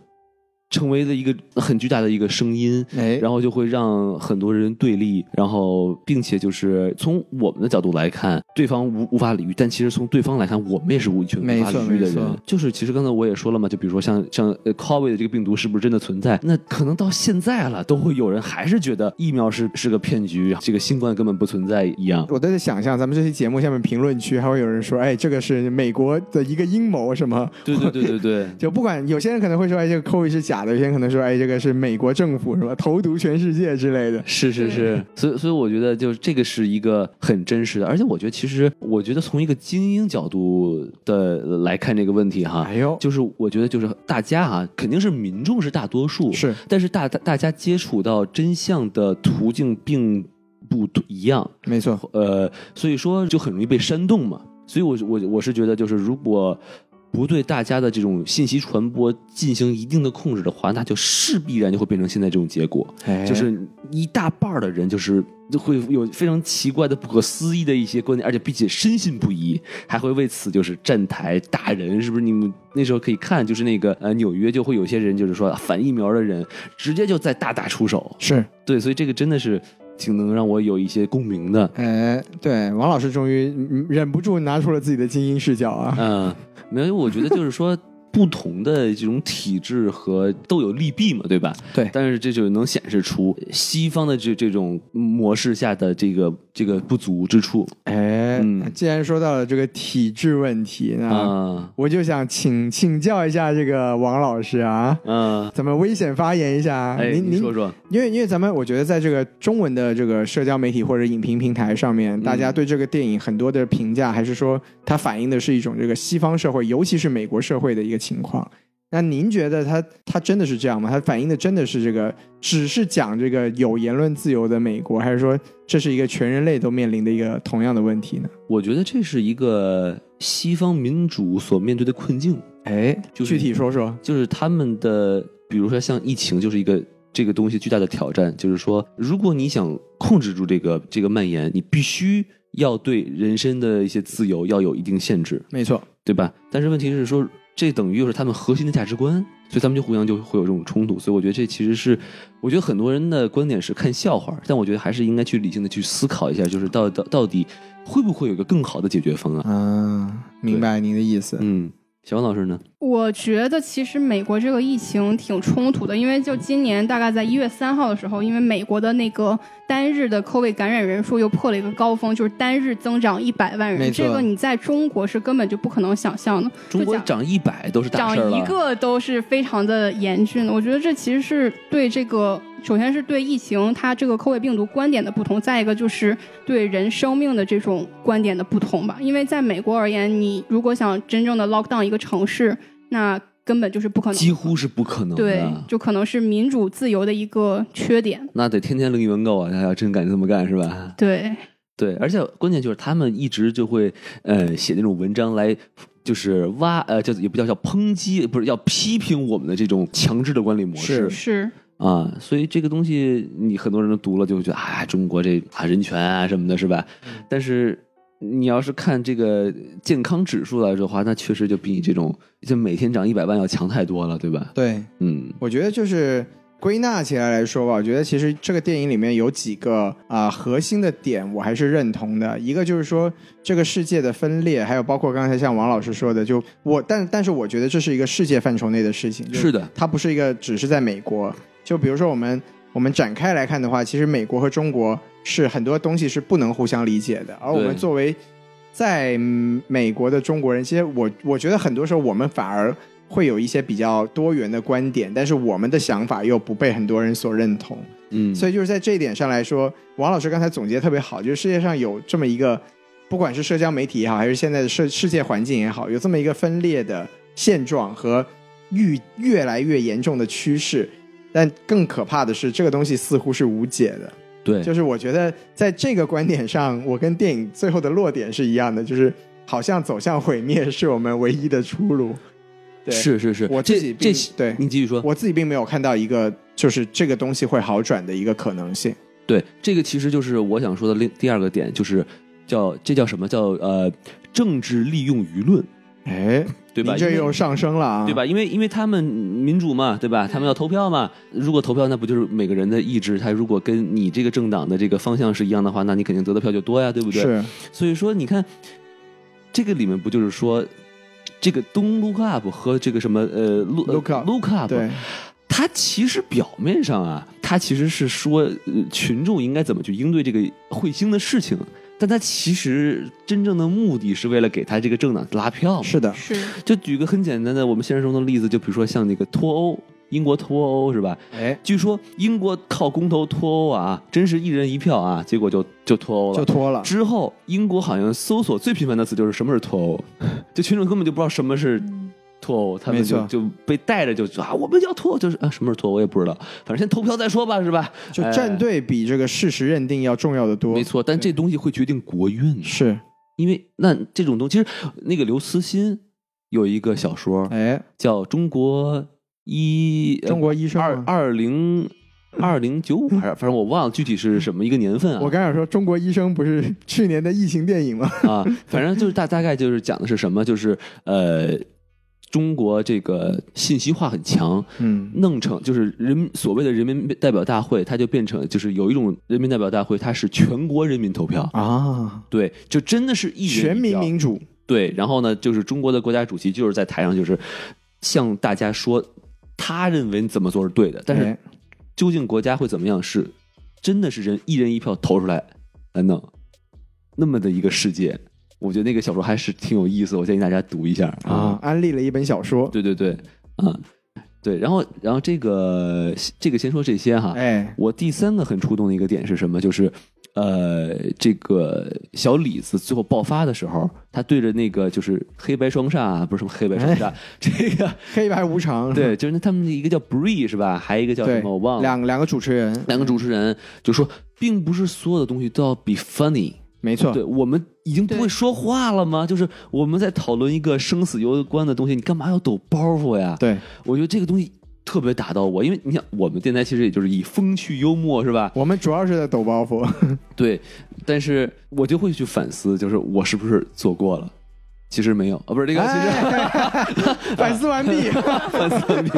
Speaker 3: 成为了一个很巨大的一个声音，
Speaker 2: 哎
Speaker 3: 然
Speaker 2: 后
Speaker 3: 后就会让很多人对立，然后并且就是从我们的角度来看，对方无无法理喻，但其实从对方来看，我们也是无权
Speaker 2: 没
Speaker 3: 无法
Speaker 2: 错
Speaker 3: 理喻的
Speaker 2: 没错
Speaker 3: 人。就是其实刚才我也说了嘛，就比如说像像呃 COVID 这个病毒是不是真的存在？那可能到现在了，都会有人还是觉得疫苗是是个骗局，这个新冠根本不存在一样。
Speaker 2: 我都在想象，咱们这期节目下面评论区还会有人说，哎，这个是美国的一个阴谋，什么？
Speaker 3: 对对对对对。
Speaker 2: 就不管有些人可能会说，哎，这个 COVID 是假假的，有些人可能说，哎，这个是美国政府是吧，投毒全世界之类的。
Speaker 3: 是是是，所以所以我觉得就是这个是一个很真实的，而且我觉得其实我觉得从一个精英角度的呃来看这个问题哈，
Speaker 2: 哎呦，
Speaker 3: 就是我觉得就是大家啊，肯定是民众是大多数，
Speaker 2: 是，
Speaker 3: 但是大大大家接触到真相的途径并不一样，
Speaker 2: 没错，
Speaker 3: 呃，所以说就很容易被煽动嘛。所以我我我是觉得，就是如果不对大家的这种信息传播进行一定的控制的话，那就势必然就会变成现在这种结果，
Speaker 2: 哎
Speaker 3: 就是一大半儿的人就是就会有非常奇怪的、不可思议的一些观点，而且并且深信不疑，还会为此就是站台打人，是不是？你们那时候可以看，就是那个呃纽约就会有些人就是说啊反疫苗的人，直接就在大打出手，
Speaker 2: 是，
Speaker 3: 对，所以这个真的是挺能让我有一些共鸣的。
Speaker 2: 哎，对，王老师终于嗯忍不住拿出了自己的精英视角啊。
Speaker 3: 嗯，没有，我觉得就是说。不同的这种体制和都有利弊嘛，对吧？
Speaker 2: 对
Speaker 3: 但是这就能显示出西方的这这种模式下的这个这个不足之处
Speaker 2: 哎，
Speaker 3: 嗯
Speaker 2: 既然说到了这个体制问题，那、
Speaker 3: 啊，
Speaker 2: 我就想请请教一下这个王老师啊。
Speaker 3: 嗯，
Speaker 2: 咱们危险发言一下啊，
Speaker 3: 哎，
Speaker 2: 您
Speaker 3: 你
Speaker 2: 您
Speaker 3: 说说，
Speaker 2: 因为因为咱们我觉得在这个中文的这个社交媒体或者影评平台上面，大家对这个电影很多的评价，还是说它反映的是一种这个西方社会，尤其是美国社会的一个情况。那您觉得它它真的是这样吗？它反映的真的是这个，只是讲这个有言论自由的美国，还是说这是一个全人类都面临的一个同样的问题呢？
Speaker 3: 我觉得这是一个西方民主所面对的困境，
Speaker 2: 哎，
Speaker 3: 就
Speaker 2: 具
Speaker 3: 是
Speaker 2: 体说说。
Speaker 3: 就是他们的，比如说像疫情，就是一个这个东西巨大的挑战。就是说，如果你想控制住这个这个蔓延，你必须要对人身的一些自由要有一定限制，
Speaker 2: 没错，
Speaker 3: 对吧？但是问题是说，这等于又是他们核心的价值观，所以他们就互相就会有这种冲突。所以我觉得这其实是，我觉得很多人的观点是看笑话，但我觉得还是应该去理性的去思考一下，就是到到到底会不会有一个更好的解决方案？
Speaker 2: 嗯，明白您的意思。
Speaker 3: 嗯，小王老师呢？
Speaker 4: 我觉得其实美国这个疫情挺冲突的，因为就今年大概在一月三号的时候，因为美国的那个单日的 COVID 感染人数又破了一个高峰，就是单日增长一百万
Speaker 2: 没
Speaker 4: 人，
Speaker 2: 错
Speaker 4: 这个你在中国是根本就不可能想象的。
Speaker 3: 中国
Speaker 4: 就讲
Speaker 3: 涨一百都是大
Speaker 4: 长
Speaker 3: 事儿了，
Speaker 4: 一个都是非常的严峻的。我觉得这其实是对这个，首先是对疫情它这个 COVID 病毒观点的不同，再一个就是对人生命的这种观点的不同吧。因为在美国而言，你如果想真正的 lock down 一个城市，那根本就是不可能，
Speaker 3: 几乎是不可能的。
Speaker 4: 对，就可能是民主自由的一个缺点。
Speaker 3: 那得天天领原告啊！他要真敢这么干是吧？
Speaker 4: 对，
Speaker 3: 对，而且关键就是他们一直就会呃写那种文章来，就是挖呃叫也不叫叫抨击，不是要批评我们的这种强制的管理模式
Speaker 2: 是
Speaker 4: 是。
Speaker 3: 啊。所以这个东西你很多人都读了就会觉得啊，中国这啊人权啊什么的是吧？
Speaker 2: 嗯
Speaker 3: 但是。你要是看这个健康指数来说的话，那确实就比你这种就每天涨一百万要强太多了，对吧？
Speaker 2: 对，
Speaker 3: 嗯，
Speaker 2: 我觉得就是归纳起来来说吧，我觉得其实这个电影里面有几个啊、核心的点，我还是认同的。一个就是说这个世界的分裂，还有包括刚才像王老师说的，就我但但是我觉得这是一个世界范畴内的事情，就是
Speaker 3: 的，
Speaker 2: 它不是一个只是在美国。就比如说我们我们展开来看的话，其实美国和中国是很多东西是不能互相理解的，而我们
Speaker 3: 对
Speaker 2: 作为在嗯美国的中国人，其实我我觉得很多时候我们反而会有一些比较多元的观点，但是我们的想法又不被很多人所认同。
Speaker 3: 嗯，
Speaker 2: 所以就是在这一点上来说，王老师刚才总结得特别好，就是世界上有这么一个，不管是社交媒体也好，还是现在的世世界环境也好，有这么一个分裂的现状和愈越来越严重的趋势。但更可怕的是，这个东西似乎是无解的。
Speaker 3: 对，
Speaker 2: 就是我觉得在这个观点上，我跟电影最后的落点是一样的，就是好像走向毁灭是我们唯一的出路。对，
Speaker 3: 是是是，
Speaker 2: 我
Speaker 3: 这
Speaker 2: 自己并
Speaker 3: 这期
Speaker 2: 对
Speaker 3: 你继续说。
Speaker 2: 我自己并没有看到一个就是这个东西会好转的一个可能性。
Speaker 3: 对，这个其实就是我想说的另第二个点，就是叫这叫什么叫呃政治利用舆论，
Speaker 2: 哎，
Speaker 3: 对吧？
Speaker 2: 您这
Speaker 3: 因为
Speaker 2: 又上升了啊，
Speaker 3: 对吧？？因为因为他们民主嘛，对吧？他们要投票嘛。如果投票，那不就是每个人的意志？他如果跟你这个政党的这个方向是一样的话，那你肯定得的票就多呀，对不对？
Speaker 2: 是，
Speaker 3: 所以说，你看这个里面不就是说，这个 Don't Look Up 和这个什么呃 Look
Speaker 2: Look Up
Speaker 3: Look Up
Speaker 2: 对，
Speaker 3: 它其实表面上啊，它其实是说、呃群众应该怎么去应对这个彗星的事情，但它其实真正的目的是为了给他这个政党拉票嘛。
Speaker 2: 是的，
Speaker 4: 是
Speaker 3: 就举个很简单的我们现实中的例子，就比如说像那个脱欧，英国脱欧是吧？
Speaker 2: 哎，
Speaker 3: 据说英国靠公投脱欧啊，真是一人一票啊，结果就就脱欧了。
Speaker 2: 就脱了。
Speaker 3: 之后，英国好像搜索最频繁的词就是什么是脱欧， 就群众根本就不知道什么是脱欧，他们
Speaker 2: 没
Speaker 3: 就
Speaker 2: 错
Speaker 3: 就被带着就啊，我们要脱，就是啊，什么是脱欧我也不知道，反正先投票再说吧，是吧？
Speaker 2: 就
Speaker 3: 哎
Speaker 2: 站队比这个事实认定要重要的多。
Speaker 3: 没，错，但这东西会决定国运，
Speaker 2: 是。
Speaker 3: 因为那这种东西，其实那个刘慈欣有一个小说
Speaker 2: 哎，
Speaker 3: 叫《中国一》呃，
Speaker 2: 中国医生
Speaker 3: 二
Speaker 2: 吗，
Speaker 3: 二零二零九五还是反正我忘了具体是什么一个年份啊。
Speaker 2: 我刚想说中国医生不是去年的疫情电影吗？
Speaker 3: 啊，反正就是大大概就是讲的是什么，就是呃，中国这个信息化很强，
Speaker 2: 嗯，
Speaker 3: 弄成就是人所谓的人民代表大会，它就变成就是有一种人民代表大会，它是全国人民投票，
Speaker 2: 啊，
Speaker 3: 对，就真的是一人一
Speaker 2: 全民
Speaker 3: 票
Speaker 2: 民主，
Speaker 3: 对，然后呢，就是中国的国家主席就是在台上就是向大家说他认为怎么做是对的，但是
Speaker 2: 哎
Speaker 3: 究竟国家会怎么样是真的是人一人一票投出来来弄，那么的一个世界，我觉得那个小说还是挺有意思，我建议大家读一下
Speaker 2: 啊，安利了一本小说。
Speaker 3: 对对对，啊，对，然后然后这个这个先说这些哈，
Speaker 2: 哎，
Speaker 3: 我第三个很触动的一个点是什么？就是，呃，这个小李子最后爆发的时候，他对着那个就是黑白双煞啊，不是什么黑白双
Speaker 2: 哎
Speaker 3: 煞，这个
Speaker 2: 黑白无常。
Speaker 3: 对，就是那他们一个叫 Bree 是吧？还有一个叫什
Speaker 2: 对，
Speaker 3: 么我忘了。
Speaker 2: 两两个主持人，
Speaker 3: 两个主
Speaker 2: 嗯
Speaker 3: 持人就说，并不是所有的东西都要 be funny。
Speaker 2: 没错
Speaker 3: 对，我们已经不会
Speaker 4: 对
Speaker 3: 说话了吗？就是我们在讨论一个生死攸关的东西，你干嘛要抖包袱呀？
Speaker 2: 对，
Speaker 3: 我觉得这个东西特别打到我，因为你想，我们电台其实也就是以风趣幽默是吧？
Speaker 2: 我们主要是在抖包袱。
Speaker 3: 对，但是我就会去反思，就是我是不是做过了？其实没有啊，不是这个，其实、
Speaker 2: 哎 反思完 毕，
Speaker 3: 反思完毕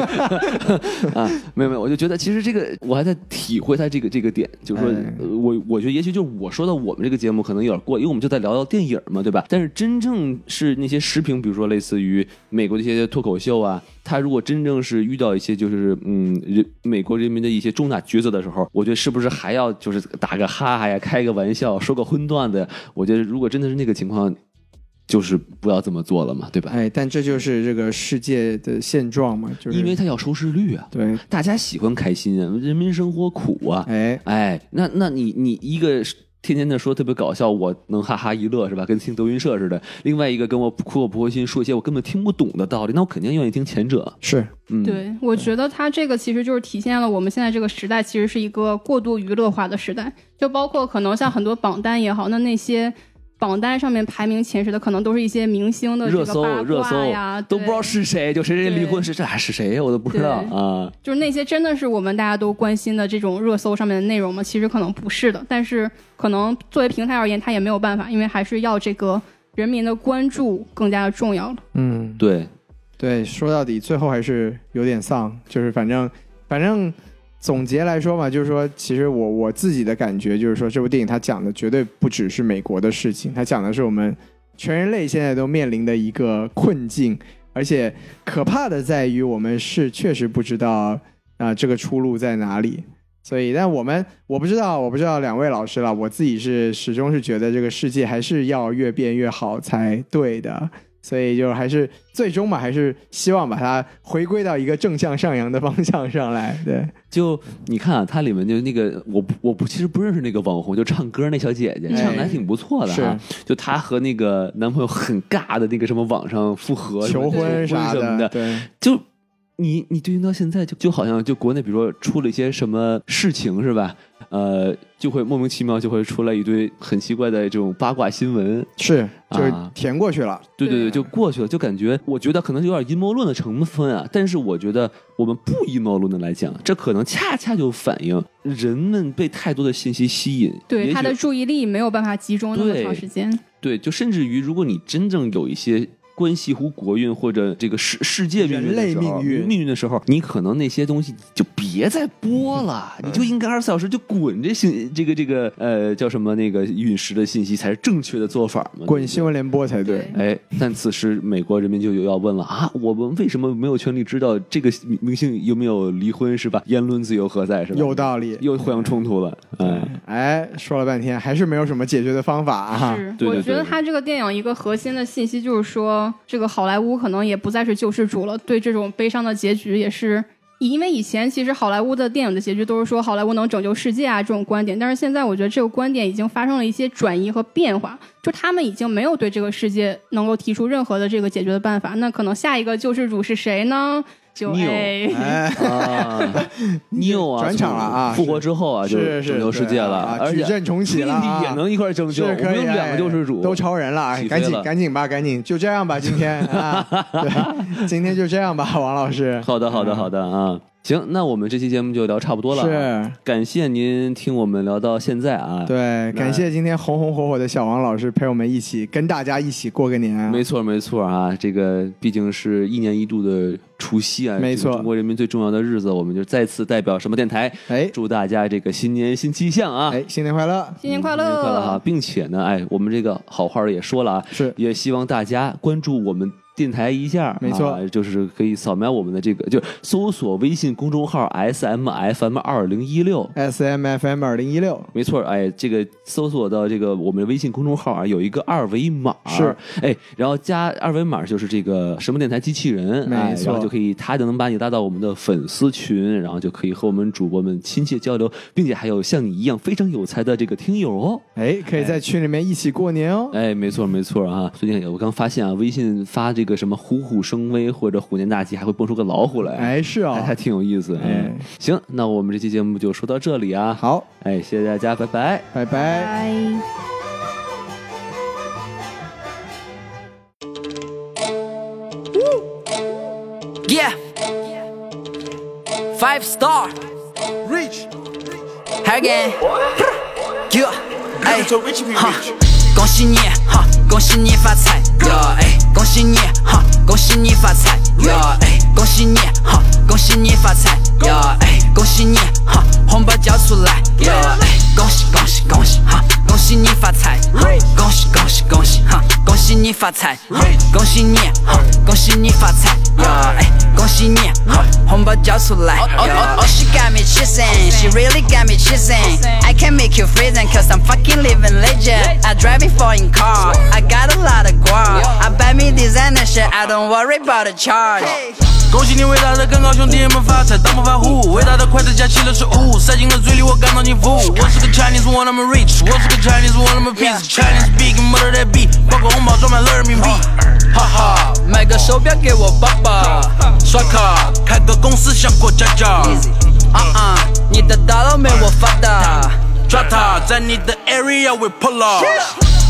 Speaker 3: 啊，没有没有，我就觉得其实这个我还在体会他这个这个点，就是说，
Speaker 2: 哎
Speaker 3: 呃我我觉得也许就是我说到我们这个节目可能有点过，因为我们就在聊聊电影嘛，对吧？但是真正是嗯那些时评，比如说类似于美国的一些脱口秀啊，他如果真正是遇到一些就是嗯人美国人民的一些重大抉择的时候，我觉得是不是还要就是打个哈哈呀，开个玩笑，说个荤段子呀？我觉得如果真的是那个情况，就是不要这么做了嘛，对吧？
Speaker 2: 哎，但这就是这个世界的现状嘛，就是
Speaker 3: 因为他要收视率啊，
Speaker 2: 对，
Speaker 3: 大家喜欢开心啊，人民生活苦啊，
Speaker 2: 哎，
Speaker 3: 哎，那那你你一个是天天的说特别搞笑，我能哈哈一乐是吧？跟听德云社似的。另外一个跟我哭我不会心说一些我根本听不懂的道理，那我肯定愿意听前者。
Speaker 2: 是
Speaker 3: 嗯，，
Speaker 4: 对，我觉得它这个其实就是体现了我们现在这个时代其实是一个过度娱乐化的时代，就包括可能像很多榜单也好，那那些榜单上面排名前十的，可能都是一些明星的这
Speaker 3: 热
Speaker 4: 个
Speaker 3: 搜
Speaker 4: 八
Speaker 3: 热搜
Speaker 4: 卦呀，
Speaker 3: 都不知道
Speaker 4: 对
Speaker 3: 是谁，就谁谁离
Speaker 4: 对
Speaker 3: 婚是这还是谁呀？我都不知道
Speaker 4: 对
Speaker 3: 啊。
Speaker 4: 就是那些真的是我们大家都关心的这种热搜上面的内容吗？其实可能不是的，但是可能作为平台而言，它也没有办法，因为还是要这个人民的关注更加的重要了。
Speaker 2: 嗯，
Speaker 3: 对，
Speaker 2: 对，说到底，最后还是有点丧，就是反正反正总结来说嘛，就是说，其实我我自己的感觉就是说，这部电影它讲的绝对不只是美国的事情，它讲的是我们全人类现在都面临的一个困境，而且可怕的在于我们是确实不知道啊、这个出路在哪里。所以，但我们我不知道，我不知道两位老师了。我自己是始终是觉得这个世界还是要越变越好才对的。所以就还是最终嘛，还是希望把它回归到一个正向上扬的方向上来。对，
Speaker 3: 就你看啊，它里面就那个我不我不其实不认识那个网红，就唱歌那小姐姐，
Speaker 4: 嗯
Speaker 3: 唱的还挺不错的哈、就她和那个男朋友很尬的那个什么网上复合
Speaker 2: 是
Speaker 3: 什么
Speaker 2: 求婚
Speaker 3: 什
Speaker 2: 啥
Speaker 3: 么的，
Speaker 2: 对，
Speaker 3: 就你你对应到现在就就好像就国内比如说出了一些什么事情是吧？呃，就会莫名其妙就会出来一堆很奇怪的这种八卦新闻，
Speaker 2: 是就是
Speaker 3: 啊
Speaker 2: 填过去了。
Speaker 3: 对对对，
Speaker 4: 对
Speaker 3: 就过去了，就感觉我觉得可能有点阴谋论的成分啊，但是我觉得我们不阴谋论的来讲，这可能恰恰就反映人们被太多的信息吸引，也
Speaker 4: 对，
Speaker 3: 许
Speaker 4: 他的注意力没有办法集中那么
Speaker 3: 对
Speaker 4: 长时间。
Speaker 3: 对，就甚至于如果你真正有一些。关系乎国运或者这个世世界命运的时
Speaker 2: 人类
Speaker 3: 候
Speaker 2: 命运
Speaker 3: 命运的时候，你可能那些东西就别再播了，
Speaker 2: 嗯
Speaker 3: 你就应该二十四小时就滚这信这个这个呃叫什么那个陨石的信息才是正确的做法嘛，
Speaker 2: 滚新闻联播才对，
Speaker 3: 哎，但此时美国人民就有要问了啊，我们为什么没有权利知道这个明明星有没有离婚是吧？言论自由何在是吧？
Speaker 2: 有道理。
Speaker 3: 又互相冲突了，嗯，
Speaker 2: 哎，说了半天还是没有什么解决的方法啊。
Speaker 4: 是，
Speaker 3: 对对
Speaker 4: 我觉得
Speaker 3: 对
Speaker 4: 他这个电影一个核心的信息就是说，这个好莱坞可能也不再是救世主了，对这种悲伤的结局也是。因为以前其实好莱坞的电影的结局都是说好莱坞能拯救世界啊这种观点，但是现在我觉得这个观点已经发生了一些转移和变化，就他们已经没有对这个世界能够提出任何的这个解决的办法，那可能下一个救世主是谁呢？就
Speaker 3: 你有
Speaker 4: 哎，
Speaker 2: 哎，
Speaker 3: 啊，你有 啊，
Speaker 2: 转场了啊
Speaker 3: 从复活之后啊，就是
Speaker 2: 是
Speaker 3: 拯救世界了，
Speaker 2: 对啊
Speaker 3: 而且
Speaker 2: 矩阵重启了啊
Speaker 3: 也能一块儿拯救，
Speaker 2: 是
Speaker 3: 我
Speaker 2: 可
Speaker 3: 们
Speaker 2: 以
Speaker 3: 有
Speaker 2: 哎
Speaker 3: 两个救世主，
Speaker 2: 都超人了，哎
Speaker 3: 起飞
Speaker 2: 赶紧
Speaker 3: 了
Speaker 2: 赶紧吧，赶紧就这样吧，今天 啊，对，今天就这样吧，王老师，
Speaker 3: 好的，好的，好的啊。行，那我们这期节目就聊差不多了、啊。
Speaker 2: 是。
Speaker 3: 感谢您听我们聊到现在 啊。，
Speaker 2: 对，感谢今天红红火火的小王老师陪我们一起跟大家一起过个年啊！
Speaker 3: 没错，没错啊。这个毕竟是一年一度的除夕啊，
Speaker 2: 没
Speaker 3: 这个
Speaker 2: 错
Speaker 3: 中国人民最重要的日子，我们就再次代表什么电台，
Speaker 2: 哎
Speaker 3: 祝大家这个新年新气象啊！
Speaker 2: 哎，新年快乐！
Speaker 4: 新年快
Speaker 3: 新年快乐啊哈、
Speaker 4: 乐！
Speaker 3: 并且呢，哎，我们这个好话儿也说了啊，
Speaker 2: 是
Speaker 3: 也希望大家关注我们。电台一下，
Speaker 2: 没错
Speaker 3: 啊就是可以扫描我们的这个，就是搜索微信公众号 S M F M 二零一六，
Speaker 2: S M F M 二零一六，
Speaker 3: 没错，哎，这个搜索到这个我们的微信公众号啊，有一个二维码，
Speaker 2: 是，
Speaker 3: 哎，然后加二维码就是这个什么电台机器人，
Speaker 2: 没
Speaker 3: 哎，
Speaker 2: 错
Speaker 3: 然后就可以，他就能把你拉到我们的粉丝群，然后就可以和我们主播们亲切交流，并且还有像你一样非常有才的这个听友哦。
Speaker 2: 哎，可以在群里面一起过年哦。
Speaker 3: 哎，没错没错啊！最近我刚发现啊，微信发这个什么“虎虎生威”或者“虎年大吉”，还会蹦出个老虎来，啊
Speaker 2: 哎，是
Speaker 3: 还还
Speaker 2: 哦，
Speaker 3: 挺有意思。哎
Speaker 2: 哎，
Speaker 3: 行，那我们这期节目就说到这里啊。，
Speaker 2: 好，
Speaker 3: 哎，谢谢大家，拜拜。
Speaker 2: 拜拜。
Speaker 4: 拜。
Speaker 5: Yeah. Five star. Rich. Again. Yeah. 哎，哈，恭喜你哈，恭喜你发财呀！哎，恭喜你哈，恭喜你发财呀！哎，恭喜你哈，恭喜你发财呀！哎，恭喜你哈，红包交出来呀！哎，恭喜恭喜恭喜哈，恭喜你发财哈，恭喜恭喜恭喜哈，恭喜你发财哈，恭喜你哈，恭喜你发财呀！哎，恭喜你哈，红包交出来
Speaker 6: Oh, oh, oh, she got me cheesing. She really got me cheesing. I can make you freezing, cause I'm fucking living legend. I drive a foreign car. I got a lot of guap. I buy me designer shit. I don't worry about the charge.
Speaker 5: 恭喜你伟大的干高兄弟们发财，当暴发户，伟大的快乐假期了是物，塞进了嘴里我感到你服。我是个 Chinese one I'm a rich，我是个 Chinese one I'm a piece，Chinese big mother that b e 包个红包装满了人民币。哈哈，买个手表给我爸爸，刷卡开个公司想过家家，
Speaker 6: Uh-uh, 你的大佬没我发达。
Speaker 5: 抓他在你的 area 会 pull up。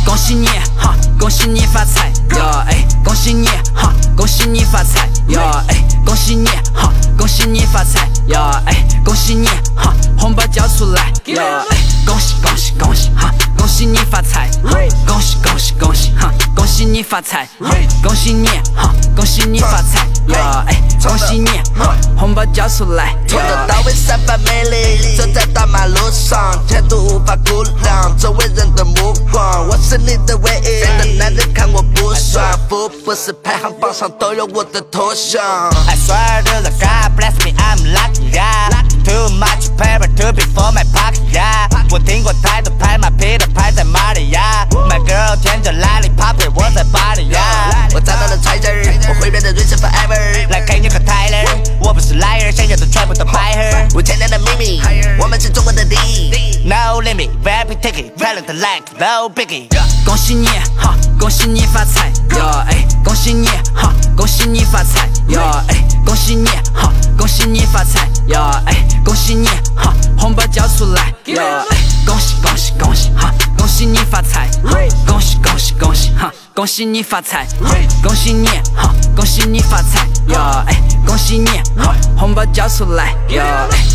Speaker 6: 恭喜你哈，恭喜你发财呀！哎，恭喜你哈，恭喜你发财呀！哎，恭喜你哈，恭喜你发财呀！哎，恭喜你哈，红包交出来呀！哎，恭喜恭喜恭喜哈，恭喜你发财！哈恭喜恭喜恭喜哈，恭喜你发财！哈恭喜你哈，恭喜你发财呀！哎，恭喜你哈，红包交出来！
Speaker 7: 从头
Speaker 6: 呀
Speaker 7: 到尾散发魅力，走在大马路上，前途无法估量，周围人的目光，我是你的唯一的男人，看我不爽，福布斯排行榜上都有我的头像。
Speaker 6: I swear to the God, bless me, I'm lucky, yeah. Too much paper to be for my pocket, yeah. 我听过太多拍马屁的拍在马里呀，My girl 舔着 lollipop 给我在巴黎呀。
Speaker 7: 我找到了 treasure，我会变得 rich forever。
Speaker 6: 来看你和 Tyler，我不是 liar，剩下的全部都白黑。
Speaker 7: 五千年的秘密，我们是中国的第一。
Speaker 6: No limit, rapid ticket, talent like no biggie。恭喜你哈，恭喜你发财呀！哎，恭喜你哈，恭喜你发财呀！哎，恭喜你哈，恭喜你发财呀！哎，恭喜你哈，红包交出来呀！哎，恭喜恭喜恭喜哈，恭喜你发财！哈恭喜恭喜恭喜哈，恭喜你发财！哈恭喜你哈，恭喜你发财呀！哎，恭喜你哈，红包交出来呀！哎。